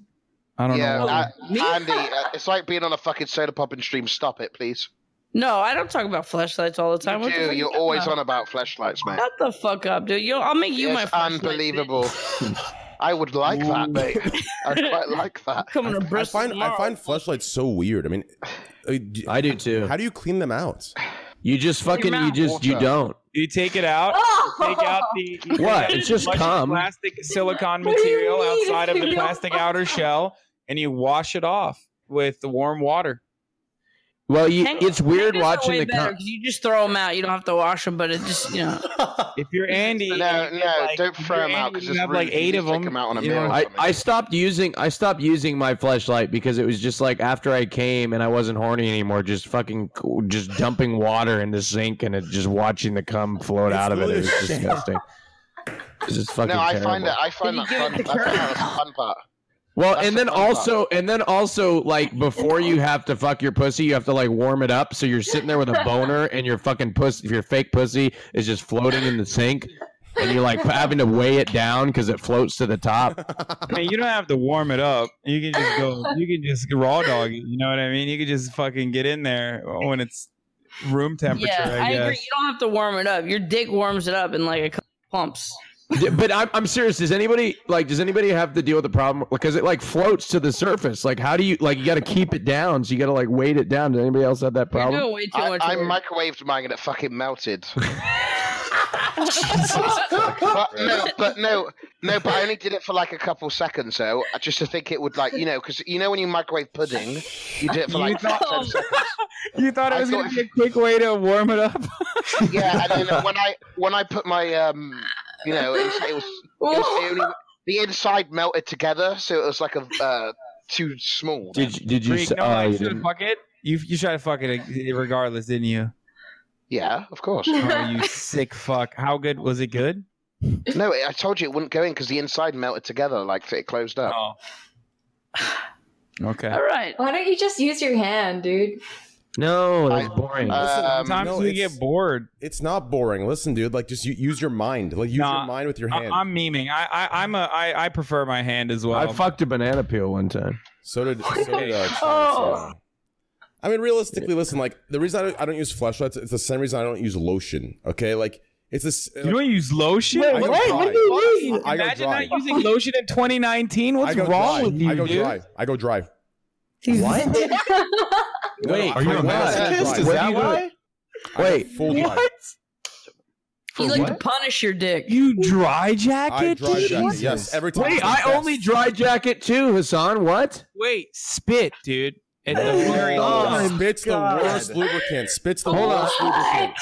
I don't
yeah,
know. why.
I- Andy, uh, it's like being on a fucking soda popping stream. Stop it, please.
No, I don't talk about flashlights all the time. What the fuck
Dude,
you
you're
talking
always
about?
on about flashlights, mate.
Shut the fuck up, dude. Yo, I'll make you
It's
my flashlight.
unbelievable. I would like that, mate. I'd quite like that.
Coming to
I
Bristol
find I
tomorrow.
find flashlights so weird. I mean, I do,
too.
How do you clean them out?
You just fucking you just you don't.
You take it out.
Ah!
Take out the you take
What?
out
It's
as
just
much
cum.
plastic silicone
What do you
material
mean?
outside of
You
the
don't-
plastic outer shell, and you wash it off with the warm water.
Well, you,
Hang-
it's
hangers
weird
are way
watching the
better
cum.
'cause You just throw them out. You don't have to wash them, but it just you know.
if you're Andy,
no, no, don't throw them out because
you have, like,
eight of
Take
them,
them out on a
you
meal.
know,
or
I,
something.
I stopped using I stopped using my flashlight because it was just like after I came and I wasn't horny anymore, just fucking just dumping water in the sink and it just watching the cum float out of it. It was
delicious.
disgusting. It's just fucking
no, I
terrible.
find that I find that fun. That's the fun part.
Well,
That's
and
the
then
fun part.
also, and then also, like before you have to fuck your pussy, you have to like warm it up. So you're sitting there with a boner, and your fucking pussy, your fake pussy, is just floating in the sink, and you're like having to weigh it down because it floats to the top.
I mean, you don't have to warm it up. You can just go. You can just raw dog it. You know what I mean? You can just fucking get in there when it's room temperature.
yeah,
I,
I,
guess.
agree. You don't have to warm it up. Your dick warms it up in like a couple pumps.
D- but I'm, I'm serious. Does anybody like? Does anybody have to deal with the problem because it like floats to the surface? Like, how do you like? You got to keep it down, so you got to like weight it down. Does anybody else have that problem?
I, I microwaved mine and it fucking melted. but no, but no, no. But I only did it for like a couple seconds, though, uh, just to think it would like you know, because you know when you microwave pudding, you do it for
You
like
thought-
ten seconds.
You thought it
I
was going
thought-
to be a quick way to warm it up.
Yeah, and then when I when I put my um, you know, it was, it was, it was the, only, the inside melted together, so it was like a uh, too small.
Did you- did you
Freak,
s-
no,
uh,
oh,
I
you
should have
didn't.
fuck it. You you tried to fuck it uh, regardless, didn't you?
Yeah, of course.
Oh, you sick fuck! How good was it? Good.
No, I told you it wouldn't go in because the inside melted together, like it closed up.
Okay.
All
right.
Why don't you just use your hand, dude?
No,
that's boring.
sometimes we get bored.
It's not boring. Listen, dude. Like, just u- use your mind. Like, use
Nah,
your mind with your
I,
hand.
I'm memeing. I, I I'm a I I prefer my hand as well.
I fucked a banana peel one time.
So did. So did uh, Charles,
Oh.
yeah. I mean, realistically, listen. Like, the reason I don't, I don't use flashlights, it's the same reason I don't use lotion. Okay, like it's this. You
don't use lotion? Wait, what? What do you mean? Imagine not using lotion in 2019. What's wrong with you,
I go
dude?
dry. I go dry.
What? Wait,
I go dry. What do you do? I go
Wait,
full dry.
You like to punish your dick.
You dry
I
jacket?
dry jacket,
Jesus.
yes, every time.
Wait, I only dry jacket too, Hassan. What?
Wait, spit, dude. At the very
Oh,
least.
spits the worst lubricant. Spits the
Hold on.
worst lubricant.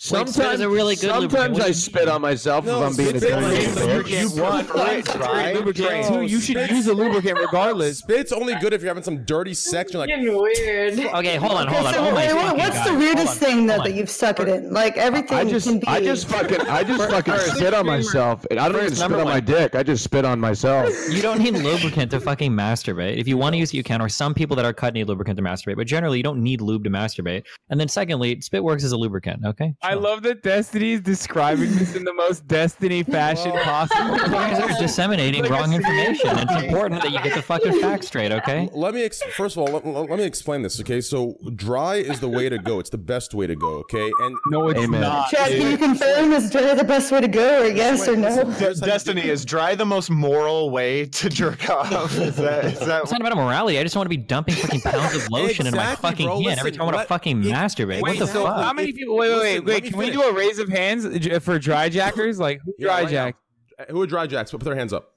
Sometimes, sometimes I spit on myself
No,
if I'm being a
spit's
dirty
like-
bitch.
you prefer it dry.
Lubricant too. You should use a lubricant regardless.
Spit's only good if you're having some dirty sex. You're like,
weird.
Okay, hold on, hold on.
So
Oh my
wait, what-
fucking
what's
God.
the
Hold
weirdest
on.
thing though that you've stuck it in? Like everything
I just,
can be.
I just fucking, I just fucking spit on myself. And I don't
First,
even spit
number
on my
one.
dick. I just spit on myself.
You don't need lubricant to fucking masturbate. If you want to use it, you can. Or some people that are cut need lubricant to masturbate, but generally you don't need lube to masturbate. And then secondly, spit works as a lubricant. Okay.
I love that Destiny is describing this in the most Destiny fashion possible.
You guys are disseminating wrong information. It's important that you get the fucking facts straight. Okay.
Let me ex- first of all let, let- let me explain this. Okay, so dry is the way to go. It's the best way to go. Okay, and
no, it's
Uh,
uh,
Chad, can you confirm is dry the best way to go, or yes or no?
Destiny is dry the most moral way to jerk off. Is that, is that
It's not about morality. I just want to be dumping fucking pounds of lotion into my
Exactly,
fucking
bro.
hand every
Listen,
time I want to
let-
fucking masturbate.
Wait,
what the
so
fuck?
how many people? Wait, wait, wait.
Listen,
wait
let me
can we do
finish.
a raise of hands j- for dry jackers? Like who
Yeah,
dry
right
jack?
now. Who are dry jacks? Put their hands up.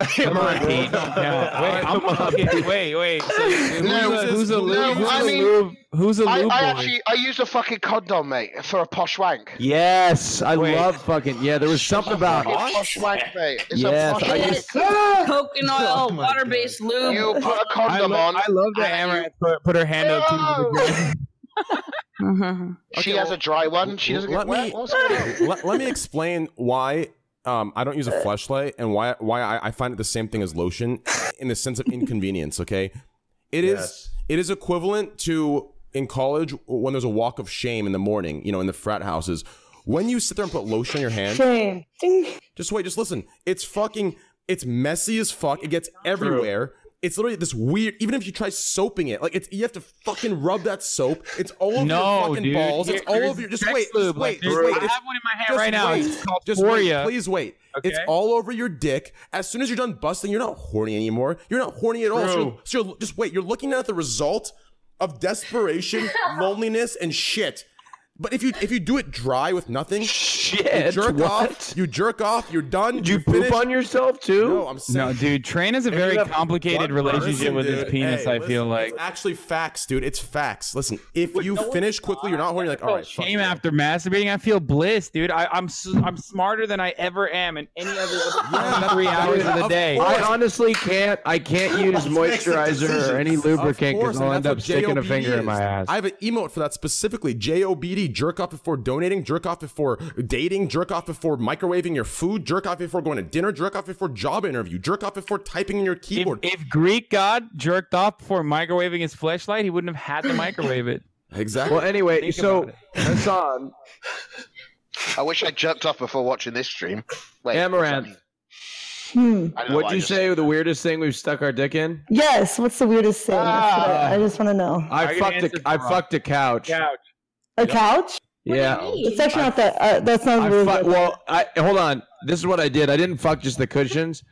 Come on, Pete. No, wait, I'm okay, wait, wait. So, who's a, who's a lube?
no,
who's
I
a
mean-
lube? Who's a
I,
lube
I
boy?
actually I used a fucking condom, mate, for a posh wank.
Yes, I love fucking. Yeah, there was something about.
Fucking posh wank, mate. It's
Yes,
a posh
I
wank.
used-
Coconut oil,
Oh my
water-based lube.
You put a condom
I
on.
I love that Amaranth put, put her hand up to the ground.
Mm-hmm.
she has a dry one. She doesn't
let
get wet.
me-
What's going on?
let, let me explain why um, I don't use
Eh.
a flashlight and why why I, I find it the same thing as lotion in the sense of inconvenience. Okay, it is
Yes.
it is equivalent to in college when there's a walk of shame in the morning. You know, in the frat houses, when you sit there and put lotion on your hand,
Shame.
Just wait, just listen. It's fucking. It's messy as fuck. It gets everywhere. It's literally this weird. Even if you try soaping it, like it's you have to fucking rub that soap. It's all over
No,
your fucking
dude.
balls. It's
Here-
all
here's
over your. Just
sex
wait,
lube.
just
Like,
wait, just
there's-
wait.
I
It's-
have one in my hand
just
right now.
wait.
It's called
just wait,
Foria.
please wait. It's
Okay.
all over your dick. As soon as you're done busting, you're not horny anymore. You're not horny at all. So
True.
you're, so you're- just wait. You're looking at the result of desperation, loneliness, and shit. But if you if you do it dry with nothing,
shit,
you jerk
what?
off. You jerk off. You're done. Did
you poop on yourself too?
No, I'm saying.
No, dude, Train has a very complicated relationship with his penis, I feel like.
it's actually facts, dude. It's facts. Listen, if you finish quickly, you're not horny. Like, all right, fuck.
Shame after masturbating, I feel bliss, dude. I, I'm s- I'm smarter than I ever am in any other three hours of the day.
I honestly can't. I can't use
Let's make some
moisturizer or any
decisions.
lubricant
Of
because
course,
I'll
and
end
that's
up
what
sticking a
JOBD
finger in my
is.
ass.
I have an emote for that specifically. JOBD, jerk off before donating, jerk off before dating, jerk off before microwaving your food, jerk off before going to dinner, jerk off before job interview, jerk off before typing in your keyboard.
If Greek god jerked off before microwaving his flashlight, he wouldn't have had to microwave it.
Exactly.
Well, anyway,
Think
so-
about it.
Hassan.
I wish I jumped off before watching this stream. Wait,
Amaranth.
I don't know
What'd
why I
you
just
say? The weirdest thing we've stuck our dick in?
Yes. What's the weirdest thing? That's what I, I just want to know.
I fucked a I fucked a couch.
Couch.
A couch?
Yeah.
It's actually not that. Uh, that's not
I
really.
fu-
good.
well, I hold on. This is what I did. I didn't fuck just the cushions.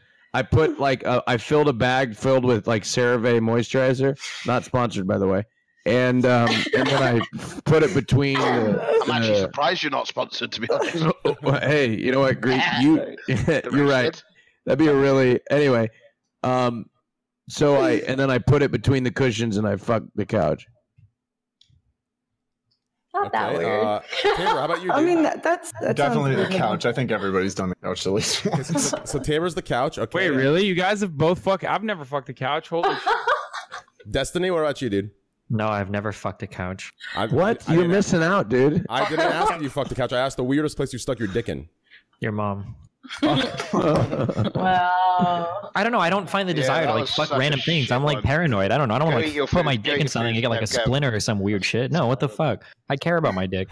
I put like a, I filled a bag filled with like CeraVe moisturizer, not sponsored by the way, and um, and then I put it between. The,
I'm actually
the- Oh,
surprised you're not sponsored, to be honest.
Well, hey, you know what, Greek? You you're right. That'd be a really anyway. Um, so I and then I put it between the cushions and I fucked the couch.
Not that
Okay,
weird.
uh, Taylor, how about you?
I
dude?
mean, that, that's, that sounds
Definitely the
reasonable.
couch. I think everybody's done the couch at least once.
so Taylor's the couch.
Wait,
Okay.
really? You guys have both fucked? I've never fucked a couch. Holy shit.
Destiny, what about you, dude?
No, I've never fucked a couch.
what? You're missing out, dude.
I didn't ask if you fucked the couch. I asked the weirdest place you stuck your dick in.
Your mom.
Wow.
I don't know. I don't find the
Yeah,
desire
that
to like
was
fuck
such a
random things. I'm like paranoid. I don't know. I don't
Go
want
eat
to
your
like, put my
food. Go
dick
eat
in
your
something and
food.
get like a
Go, go.
splinter or some weird shit. No, what the fuck? I care about my dick.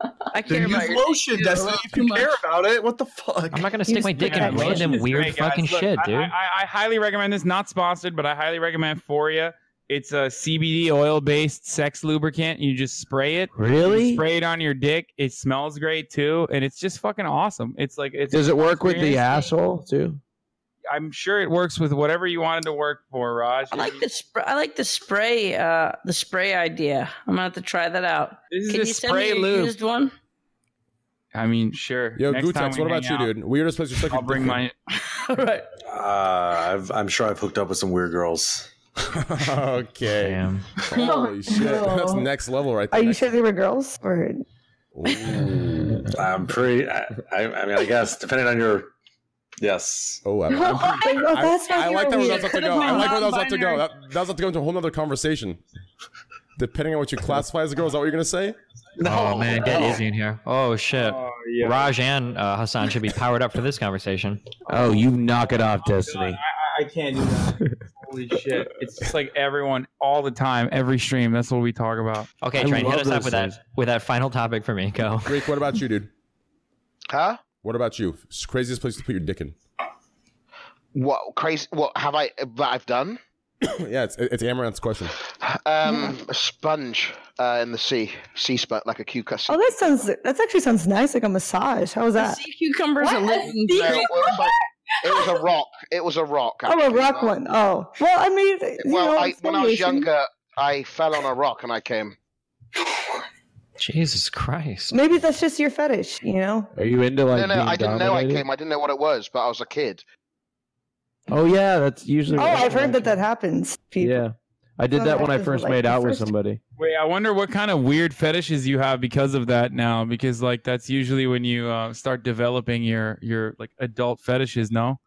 I
Then
care about
use
your
lotion,
dick, too.
Destiny. If you care about it, what the fuck?
I'm not gonna stick my dick in
Yeah,
random
lotion is
weird
great, guys.
fucking
Look,
shit,
I-
dude.
I, I, I highly recommend this. Not sponsored, but I highly recommend Foria. It's a CBD oil based sex lubricant. You just spray it.
Really?
You spray it on your dick. It smells great too, and it's just fucking awesome. It's like it's.
Does it work with the
experience.
asshole too?
I'm sure it works with whatever you wanted to work for, Raj.
I like the spray. I like the spray. Uh, the spray idea. I'm gonna have to try that out.
This is
Can
a
you send me
spray
a
lube.
used one?
I mean, sure.
Yo,
Next time
Gutex,
we
what about
hang
you,
out.
dude? Weirdest place you stuck your dick in.
Uh, I've, I'm sure I've hooked up with some weird girls.
okay. Holy shit. That's next level right
Are
there.
you sure they were girls? Or
I'm pretty. I, I, I mean, I guess depending on your. Yes.
Oh, I,
I'm pretty- Oh, that's
I,
how
I
you
like that
were
where
weird.
that was about to
Could've
go. I
been
like where that was about to go. That,
non-binary.
that was about to go into a whole nother conversation. Depending on what you classify as a girl, is that what you're going to say?
oh man, get Izzy in here. Oh shit. Raj and uh, Hassan should be powered up for this conversation.
Oh, you knock it off, Destiny.
I, I can't do that. Holy shit! It's just like everyone all the time, every stream. That's what we talk about.
Okay, Train, hit us up with that with that final topic for me. Go.
Greek, what about you, dude?
Huh?
What about you? It's craziest place to put your dick in.
What crazy? What have I? What I've done?
yeah, it's, it's Amaranth's question.
Um, a sponge uh, in the sea, sea sponge, like a cucumber.
oh, that sounds. That actually sounds nice, like a massage. How was that?
Sea cucumbers
What?
are living.
Sea
thing.
cucumber?
It was a rock. It was a rock.
Oh, a rock one. Oh, well, I mean, you
Well,
know,
I,
it's
when I was
variation.
younger, I fell on a rock and I came.
Jesus Christ.
maybe that's just your fetish. You know,
Are you into like
no, no,
being
I didn't know I
dominated?
came. I didn't know what it was, but I was a kid.
Oh yeah, that's usually.
Oh, I've heard that that happens. People.
Yeah, I did
No,
that when
that
I
was,
first
like,
made
the
out with
first-
somebody.
Wait, I wonder what kind of weird fetishes you have because of that now. Because like that's usually when you uh, start developing your your like adult fetishes. No,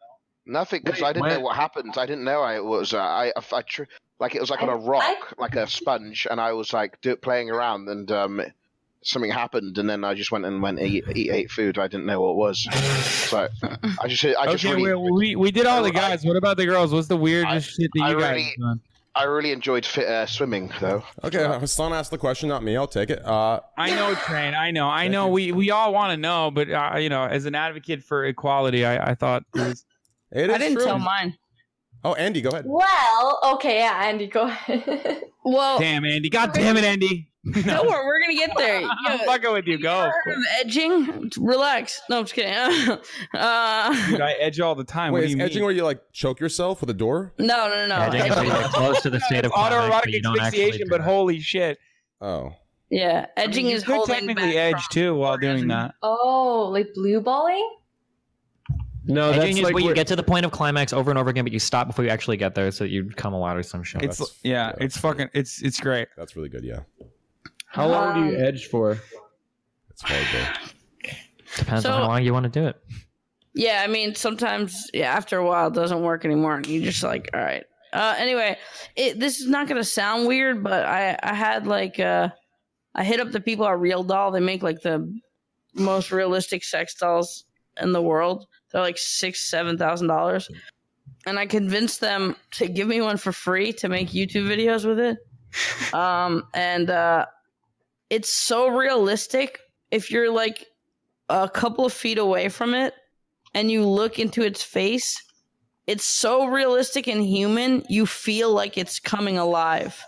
Nothing, because
Wait,
I didn't know
when-
what happened. I didn't know I was. Uh, I, I, I tr- like it was like on a rock, like a sponge, and I was like do, playing around, and um, something happened, and then I just went and went eat, eat ate food. I didn't know what it was. So I just I just
okay.
really,
well, we we did all the guys. What about the girls? What's the weirdest shit that you
I
guys?
really I really enjoyed fit, uh, swimming though.
Okay,
uh,
Hassan asked the question, not me. I'll take it. Uh,
I know, Train. I know. I know. We we all want to know, but uh, you know, as an advocate for equality, I I thought it was.
It
I didn't tell mine.
Oh, Andy, go ahead.
Well, okay, yeah, Andy, go ahead.
Well,
Damn, Andy. God damn it, Andy.
don't worry, we're gonna get there.
I'm
Yo,
fucking with you. Go.
heard of edging. Relax. No, I'm just kidding. uh,
Dude, I edge all the time.
Wait,
what
is
do you
edging
mean?
where you like choke yourself with a door?
no, no, no, no.
Edging is where you, like, close to the state of climate, but
autoerotic
you don't actually
asphyxiation, but holy shit.
Oh.
Yeah, edging
you
is
could
holding
technically edge too while doing that.
oh, like blue balling?
No,
Edging
that's
is
like
where you
where-
get to the point of climax over and over again, but you stop before you actually get there, so that you come out or
Oh,
some shit.
It's yeah, it's fucking it's it's great.
That's really good. Yeah,
How long do you edge for?
It's hard
depends
So-
on how long you want to do it.
Yeah, I mean, sometimes yeah, after a while it doesn't work anymore, and you're just like, all right. Uh, anyway, it, this is not gonna sound weird, but I I had like uh, I hit up the people at Real Doll. They make like the most realistic sex dolls in the world. They're like six seven thousand dollars, and I convinced them to give me one for free to make YouTube videos with it. Um, and uh, it's so realistic. If you're like a couple of feet away from it and you look into its face, it's so realistic and human, you feel like it's coming alive.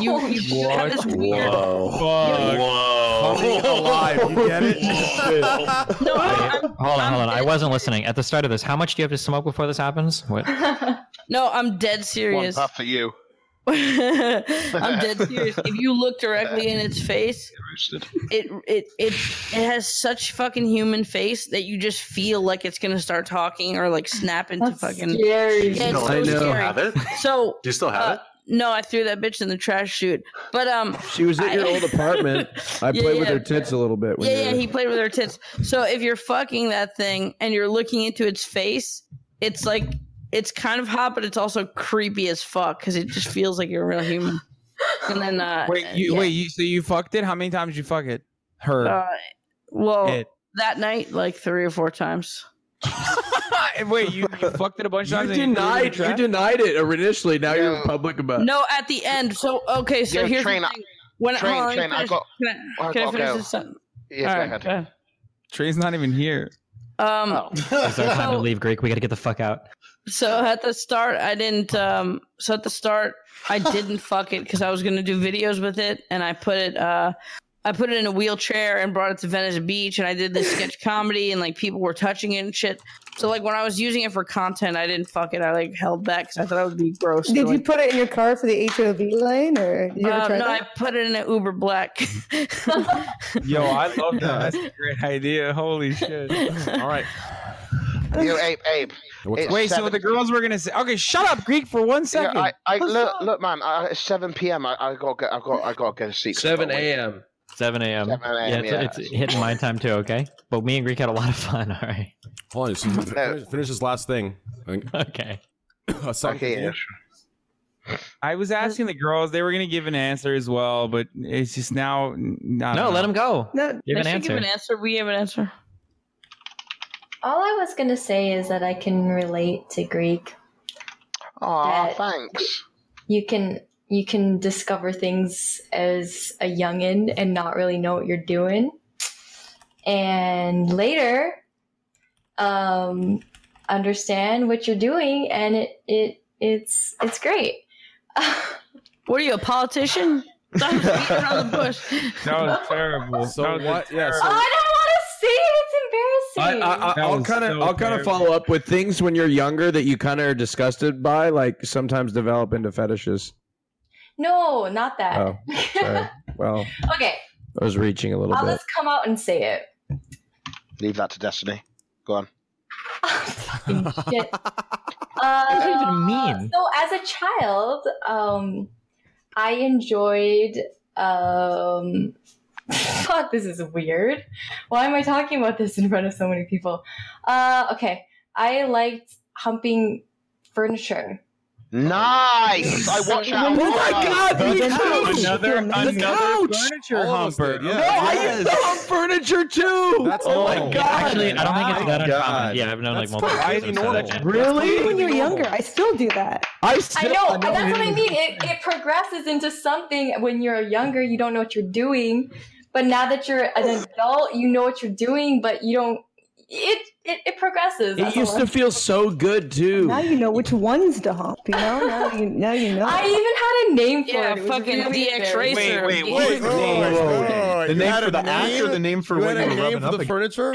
You, you you have this weird.
Coming alive, you get it?
No,
Hold on, hold on. I wasn't listening at the start of this. How much do you have to smoke before this happens? What?
no, I'm dead
One
serious.
puff for you.
I'm dead serious. If you look directly in its face, it it it it has such fucking human face that you just feel like it's gonna start talking or like snap into fucking.
scary.
Yeah, it's so
I know.
scary.
Have it?
So
Do you still have it?
No, I threw that bitch in the trash chute. But um,
She was at your
I-
old apartment. I
Yeah,
played with
yeah.
her tits a little bit. When
yeah,
you
yeah,
were-
he played with her tits. So if you're fucking that thing and you're looking into its face, it's like it's kind of hot, but it's also creepy as fuck because it just feels like you're a real human. And then uh,
Wait, you
yeah.
wait, you so you fucked it? How many times did you fuck it? Her.
Uh, well,
It.
that night, like three or four times.
wait, you, you fucked it a bunch of
You
times. and threw it in the
denied. You
trash?
denied it initially. Now you're public about.
No, at the end. So okay, so
Yo,
here's
Uh, train,
the
I-
thing. When
train,
hold on, let me
train, I
finish.
got-
Can I,
I
can I
got-
finish
go.
this sentence?
Yeah,
All
go
right,
ahead.
ahead.
Trey's not even here.
Oh.
Um,
It's our time to
so-
leave, Greek. We got to get the fuck out.
So at the start, I didn't. Um, so at the start, I didn't fuck it because I was gonna do videos with it, and I put it. Uh, I put it in a wheelchair and brought it to Venice Beach, and I did this sketch comedy, and like people were touching it and shit. So like when I was using it for content, I didn't fuck it. I like held back because I thought it would be gross. to,
Did you
like-
put it in your car for the HOV lane, or did you ever
Um,
Uh,
try
no,
that?
I put it in an Uber Black.
Yo, I love that. That's a great idea. Holy shit.
All right. Yo, Abe, Abe. it's
Wait, so
7
the girls were gonna say, "Okay, shut up, Greek, for one
Yeah,
second.
I, I look, look, man. I, it's seven p.m. I, I got, I got, I got to go to sleep.
Seven a.m.
Seven a.m.
7 a.m.,
Yeah, it's,
yeah.
it's hitting my time too. Okay, but me and Greek had a lot of fun. All right.
Hold on, just finish, finish this last thing.
Okay.
Hassan,
Okay,
continue.
I was asking the girls; they were gonna give an answer as well, but it's just now. No,
No, let 'em go.
No,
Give
I
an
should
answer.
give an answer. We have an answer.
All I was gonna say is that I can relate to Greek.
Aw,
That
thanks.
You can you can discover things as a youngin and not really know what you're doing. And later, um, understand what you're doing, and it it it's it's great.
what are you a politician? Stop beating around the bush.
That was terrible.
So
That was
what- yeah,
terrible.
so-
Oh, I don't want to say it. It's
I,
embarrassing.
I, I, I'll kind of I'll kind of follow up with things when you're younger that you kind of are disgusted by, like sometimes develop into fetishes.
no, not that.
Oh, sorry. well,
Okay,
I was reaching a little
I'll
bit.
just come out and say it.
Leave that to Destiny. Go on.
Shit.
What
Uh,
does that even mean?
So as a child, um, I enjoyed. Um, fuck, this is weird. Why am I talking about this in front of so many people? Uh, okay, I liked humping furniture.
Nice. I watched that.
Oh my
God,
me
too.
Another
The
another
couch.
furniture
All of us
humper.
did, yeah. No, I Yes. used to hump
furniture too.
That's
Oh my normal. God. Actually, I don't think it's that uncommon. Yeah, I've known, like, multiple people that have said that.
Really?
Really
when you're
normal.
younger, I still do that.
I
I know, that's what I mean. It, it progresses into something when you're younger, you don't know what you're doing. But now that you're an adult, you know what you're doing, but you don't. It it, it progresses.
It used to feel so good too.
Now you know which ones to hump. You know, now you now you know.
I even had a name for
Yeah,
it. It was
fucking
really
DX
embarrassing.
Racer. Wait, wait,
Wait, whoa, whoa, whoa. The
You
name
had
for
a
the act or the name for
You
when
had
you
a
were
name
rubbing
for
up
the
against-
furniture?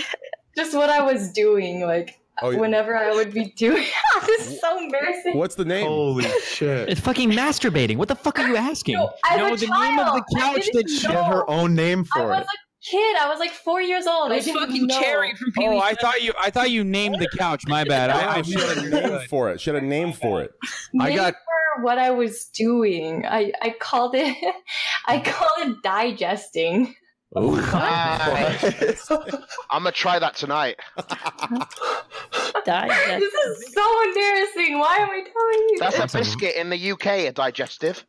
Just what I was doing, like
Oh, yeah.
whenever I would be doing. oh, this is so embarrassing.
What's the name? Holy shit.
It's fucking masturbating. What the fuck are you asking?
As
No,
a
the
child,
name of the
I
couch
didn't
that she had her own name
I
for
was
it.
a kid. I was like four years old. I
Those
didn't
fucking
know.
cherry from
Oh, I thought you I thought you named the couch. My bad. I, I
she had a name for it. She had a name for it.
Name for what I was doing. I I called it. I called it digesting.
Nice. I'm gonna try that tonight.
this is so embarrassing. Why am I telling you?
That's
this?
a biscuit in the UK, a digestive.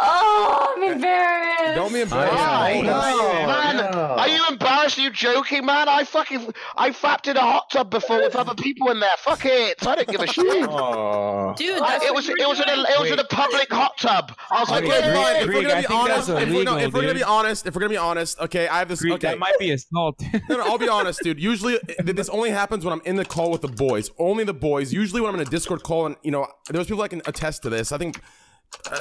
Oh, I'm embarrassed.
Don't be
embarrassed.
I
No,
know. man, are you embarrassed? Are you joking, man? I fucking I fapped in a hot tub before with other people in there. Fuck it, I don't give a shit.
Dude,
I-
that's
it
what
was
you
it
were
was in a
doing.
it was in a public hot tub. I was like,
Okay, fine. If we're
Greg,
gonna
I
be
think
honest,
that's
if we're, no, if we're gonna be
illegal,
honest, if we're gonna be honest, okay, I have this. Okay,
that might be assault.
no, no, I'll be honest, dude. Usually, th- this only happens when I'm in the call with the boys. Only the boys. Usually, when I'm in a Discord call, and you know, there's people that can attest to this. I think uh,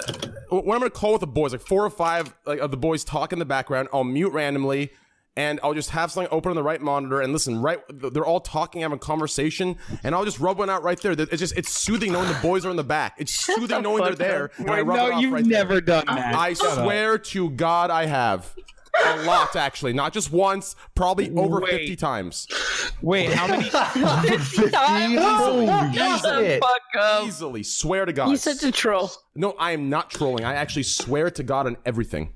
when I'm in a call with the boys, like four or five like of the boys talk in the background, I'll mute randomly. And I'll just have something open on the right monitor and listen. Right, they're all talking, having a conversation, and I'll just rub one out right there. It's just it's soothing knowing the boys are in the back. It's soothing knowing they're there. And I
Wait,
rub it
no,
off
you've
right there.
never done that.
I
Shut up.
swear to God, I have a lot actually, not just once, probably over fifty times.
Wait, how many?
fifty times? Shut the fuck up.
Easily, swear to God.
He's such a troll.
No, I am not trolling. I actually swear to God on everything.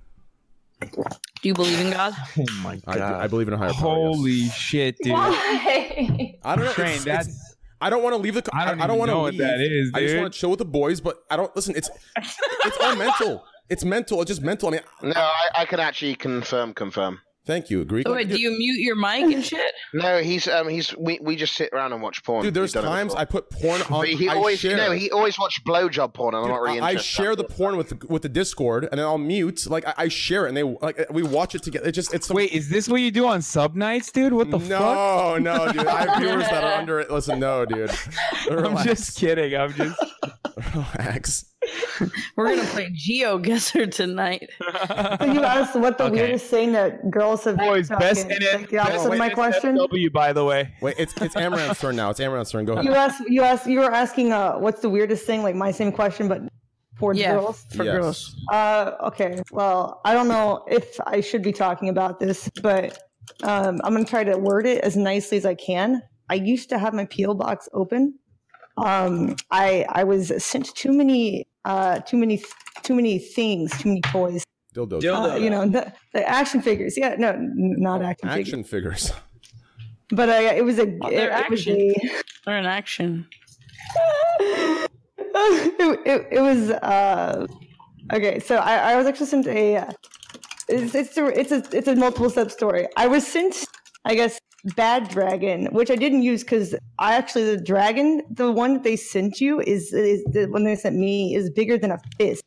Do you believe in God?
Oh my God! I, believe in a higher power.
Holy shit, dude!
Why?
I don't know.
Train,
it's- it's- I don't want to leave the. co- I don't,
even
want to
know what that is,
I just
dude.
want to chill with the boys, but I don't listen. It's it's all mental. It's mental. It's just mental. I mean,
No, I, I can actually confirm, confirm.
thank you, Greek.
Oh, wait, do you mute your mic and shit?
No, he's um he's we, we just sit around and watch porn.
Dude, there's
We've done it
times
before.
I put porn on.
But he
I
always
share.
you know he always watched blowjob porn, and
Dude,
I'm not really
I, I
interested.
share the porn with with the Discord, and then I'll mute. Like I, I share it, and they like we watch it together. It just it's some,
Wait, is this what you do on sub nights, dude? What the
no,
fuck?
no, dude. I have viewers that are under it. Listen, no, dude.
I'm
Relax.
just kidding. I'm just.
Relax.
We're gonna play Geo Guesser tonight.
But you asked what the weirdest thing that girls have. Boys,
best in it.
The opposite of my question.
W, by the way.
Wait, it's it's Amaranth's turn now. It's Amaranth's turn. Go ahead.
You asked. You asked. You were asking. Uh, what's the weirdest thing? Like my same question, but for
Yeah,
girls.
for Yes. girls.
Uh, okay. Well, I don't know if I should be talking about this, but um, I'm gonna try to word it as nicely as I can. I used to have my PO box open. Um, I I was sent too many uh, too many too many things, too many toys.
Dildos.
Uh, you know the, the action figures. Yeah, no, n- not action, figures.
action figures.
But I, it was a
Oh,
it,
they're
it was
action.
a
They're in action.
it, it, it was uh, okay. So I, I was actually sent a. uh, It's it's a, it's a it's a multiple step story. I was sent, I guess, bad dragon, which I didn't use because I actually the dragon, the one that they sent you is is the one they sent me is bigger than a fist.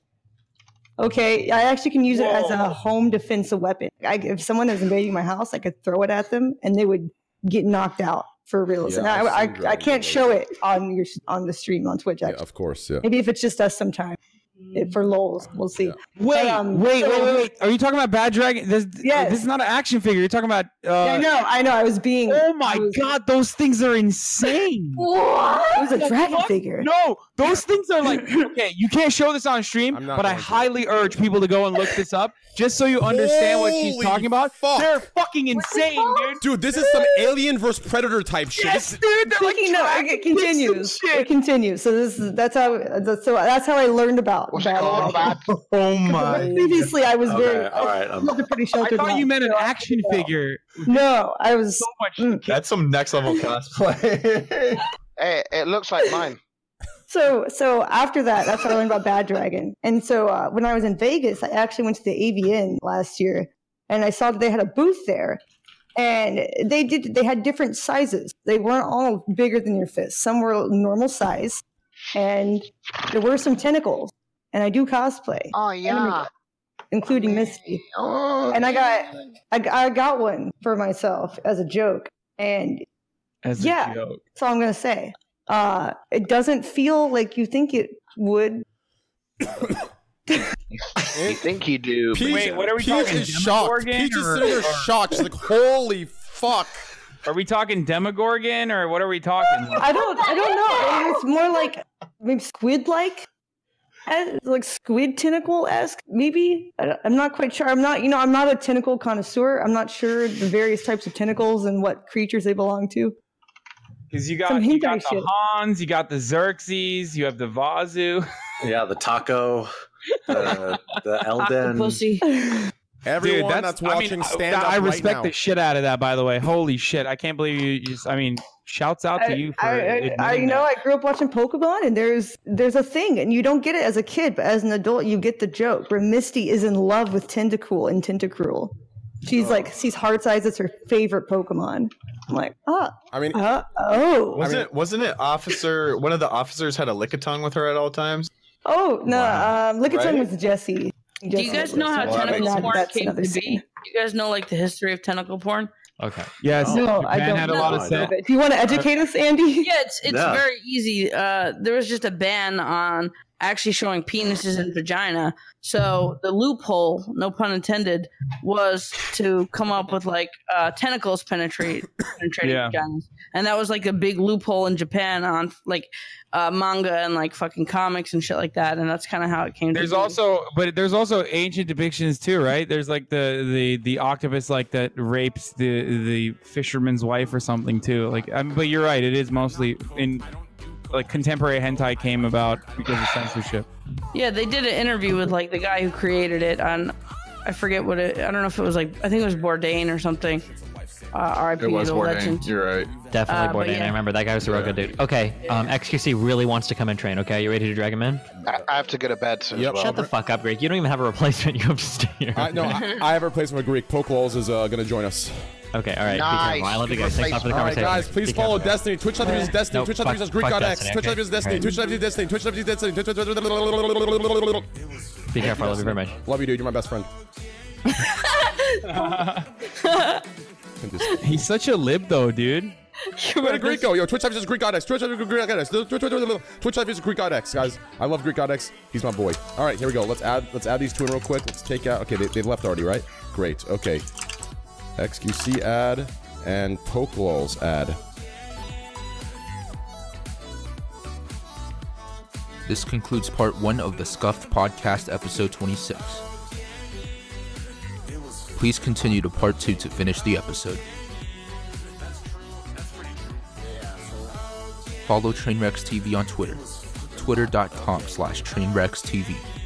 Okay, I actually can use it as a home defensive weapon. I, if someone is invading my house, I could throw it at them and they would get knocked out for real.
Yeah,
and
I've
I,
seen
I, I can't show it on your on the stream on Twitch. Actually.
Of course, yeah.
Maybe if it's just us sometime. it for lols. We'll see.
Wait,
But, um,
wait,
so-
wait, wait, wait. Are you talking about Bad Dragon? This,
Yes.
this is not an action figure. You're talking about. Uh,
Yeah, I know, I know. I was being.
Oh my god, those things are insane.
What? It was a
The
dragon
fuck?
figure.
No, those things are like okay. You can't show this on stream, but I highly urge people to go and look this up just so you understand what she's
Holy
talking about.
fuck.
They're fucking insane, dude.
Dude, this is some alien versus predator type shit.
Yes,
This-
dude. They're like
No, it- it continues. It continues. So this is that's how that's so that's how I learned about. What's
Oh
Previously, I was
Okay,
very.
all right, I'm-
I was a pretty sheltered.
I thought you
life.
meant an action figure.
No, I was Mm. so
much.
That's some next level cosplay.
It, it looks like mine.
So so after that, that's how I learned about Bad Dragon. And so uh, when I was in Vegas, I actually went to the AVN last year, and I saw that they had a booth there, and they did they had different sizes. They weren't all bigger than your fist. Some were normal size, and there were some tentacles. And I do cosplay.
Oh yeah.
including Misty.
Oh,
and I got I, g- I got one for myself as a joke, and
As a
yeah,
joke.
that's all I'm gonna say. Uh, it doesn't feel like you think it would.
You think you do?
Peach,
but-
Peach is shocked.
Demogorgon
Peach is
or-
sitting there
or-
shocked. She's like, holy fuck.
Are we talking Demogorgon or what are we talking?
I don't I don't know. It's more like maybe squid like. Like squid tentacle esque, maybe. I don't- I'm not quite sure. I'm not, you know, I'm not a tentacle connoisseur. I'm not sure the various types of tentacles and what creatures they belong to.
Because you got
Some
you
hentai
got the
shit.
Hans, you got the Xerxes, you have the Vazu.
Yeah, the taco, the, the Elden.
Everyone
Dude,
that's watching
I mean,
stand
I,
up
I
right
respect
now.
the shit out of that, by the way. Holy shit! I can't believe you. Just, I mean, shouts out to you for.
I, I,
admitting
I, you
that.
know, I grew up watching Pokemon, and there's there's a thing, and you don't get it as a kid, but as an adult, you get the joke. Where Misty is in love with Tentacool and Tentacruel. She's like, she's heart size. It's her favorite Pokemon. I'm like, oh,
I mean,
uh, oh,
Wasn't it, wasn't it officer? One of the officers had a lickitung with her at all times.
oh no, um, look at
Right?
was Jesse.
Do you guys know how
Well, that
tentacle
makes
porn
sense.
came
That's
to be?
another
Do you guys know like the history of tentacle porn?
Okay.
Yes.
No, I
Japan
don't
had a
know.
lot of
No,
sa-
but Do you want to educate us, Andy?
Yeah, it's it's
Yeah.
very easy. Uh, there was just a ban on actually showing penises and vagina. So the loophole, no pun intended, was to come up with like uh, tentacles penetrate penetrating
Yeah.
vaginas, and that was like a big loophole in Japan on like uh, manga and like fucking comics and shit like that. And that's kind of how it came.
There's
to be.
also, but there's also ancient depictions too, right? There's like the the the octopus like that rapes the the fisherman's wife or something too. Like, I mean, but you're right. It is mostly in like contemporary hentai came about because of censorship.
Yeah, they did an interview with like the guy who created it on, I forget what it. I don't know if it was like I think it was Bourdain or something. Uh, RIP
It was
the
Bourdain.
legend.
You're right.
Uh, but
Definitely Bourdain.
yeah.
I remember that guy was a real good dude. Okay, um, XQC really wants to come and train. Okay, you ready to drag him in?
I, I have to go to bed soon. as well.
Shut the fuck up, Greg. You don't even have a replacement. You have to stay here.
I, no, I, I have a replacement with Greek. Poke Walls is uh, going to join us.
Okay, all right. Be careful. I love you guys. Thanks a lot for the
All right,
conversation.
guys, please
Be
follow
careful.
Destiny. Twitch.tv is Destiny.
Nope,
Twitch.tv is
fuck-
Greek
fuck
on X.
Destiny,
Twitch.tv is Destiny. Twitch.tv
okay? Alright.
is Destiny. Twitch.tv is Destiny. Twitch.tv is Destiny.
Be careful. I love you very much.
Love you, dude. You're my best friend.
He's such a lib though, dude.
Where did Greek go? Yo, Twitch.tv is Greek God X. Twitch.tv is Greek God X. Twitch.tv is Greek God X, guys. I love Greek God X. He's my boy. All right, here we go. Let's add let's add these two in real quick. Let's take out. Okay, they, they've left already, right? Great. Okay. XQC ad and Pokelols ad.
This concludes part one of the Scuffed Podcast, episode 26. Please continue to part two to finish the episode. Follow Trainwrecks TV on Twitter, twitter.com slash trainwreckstv.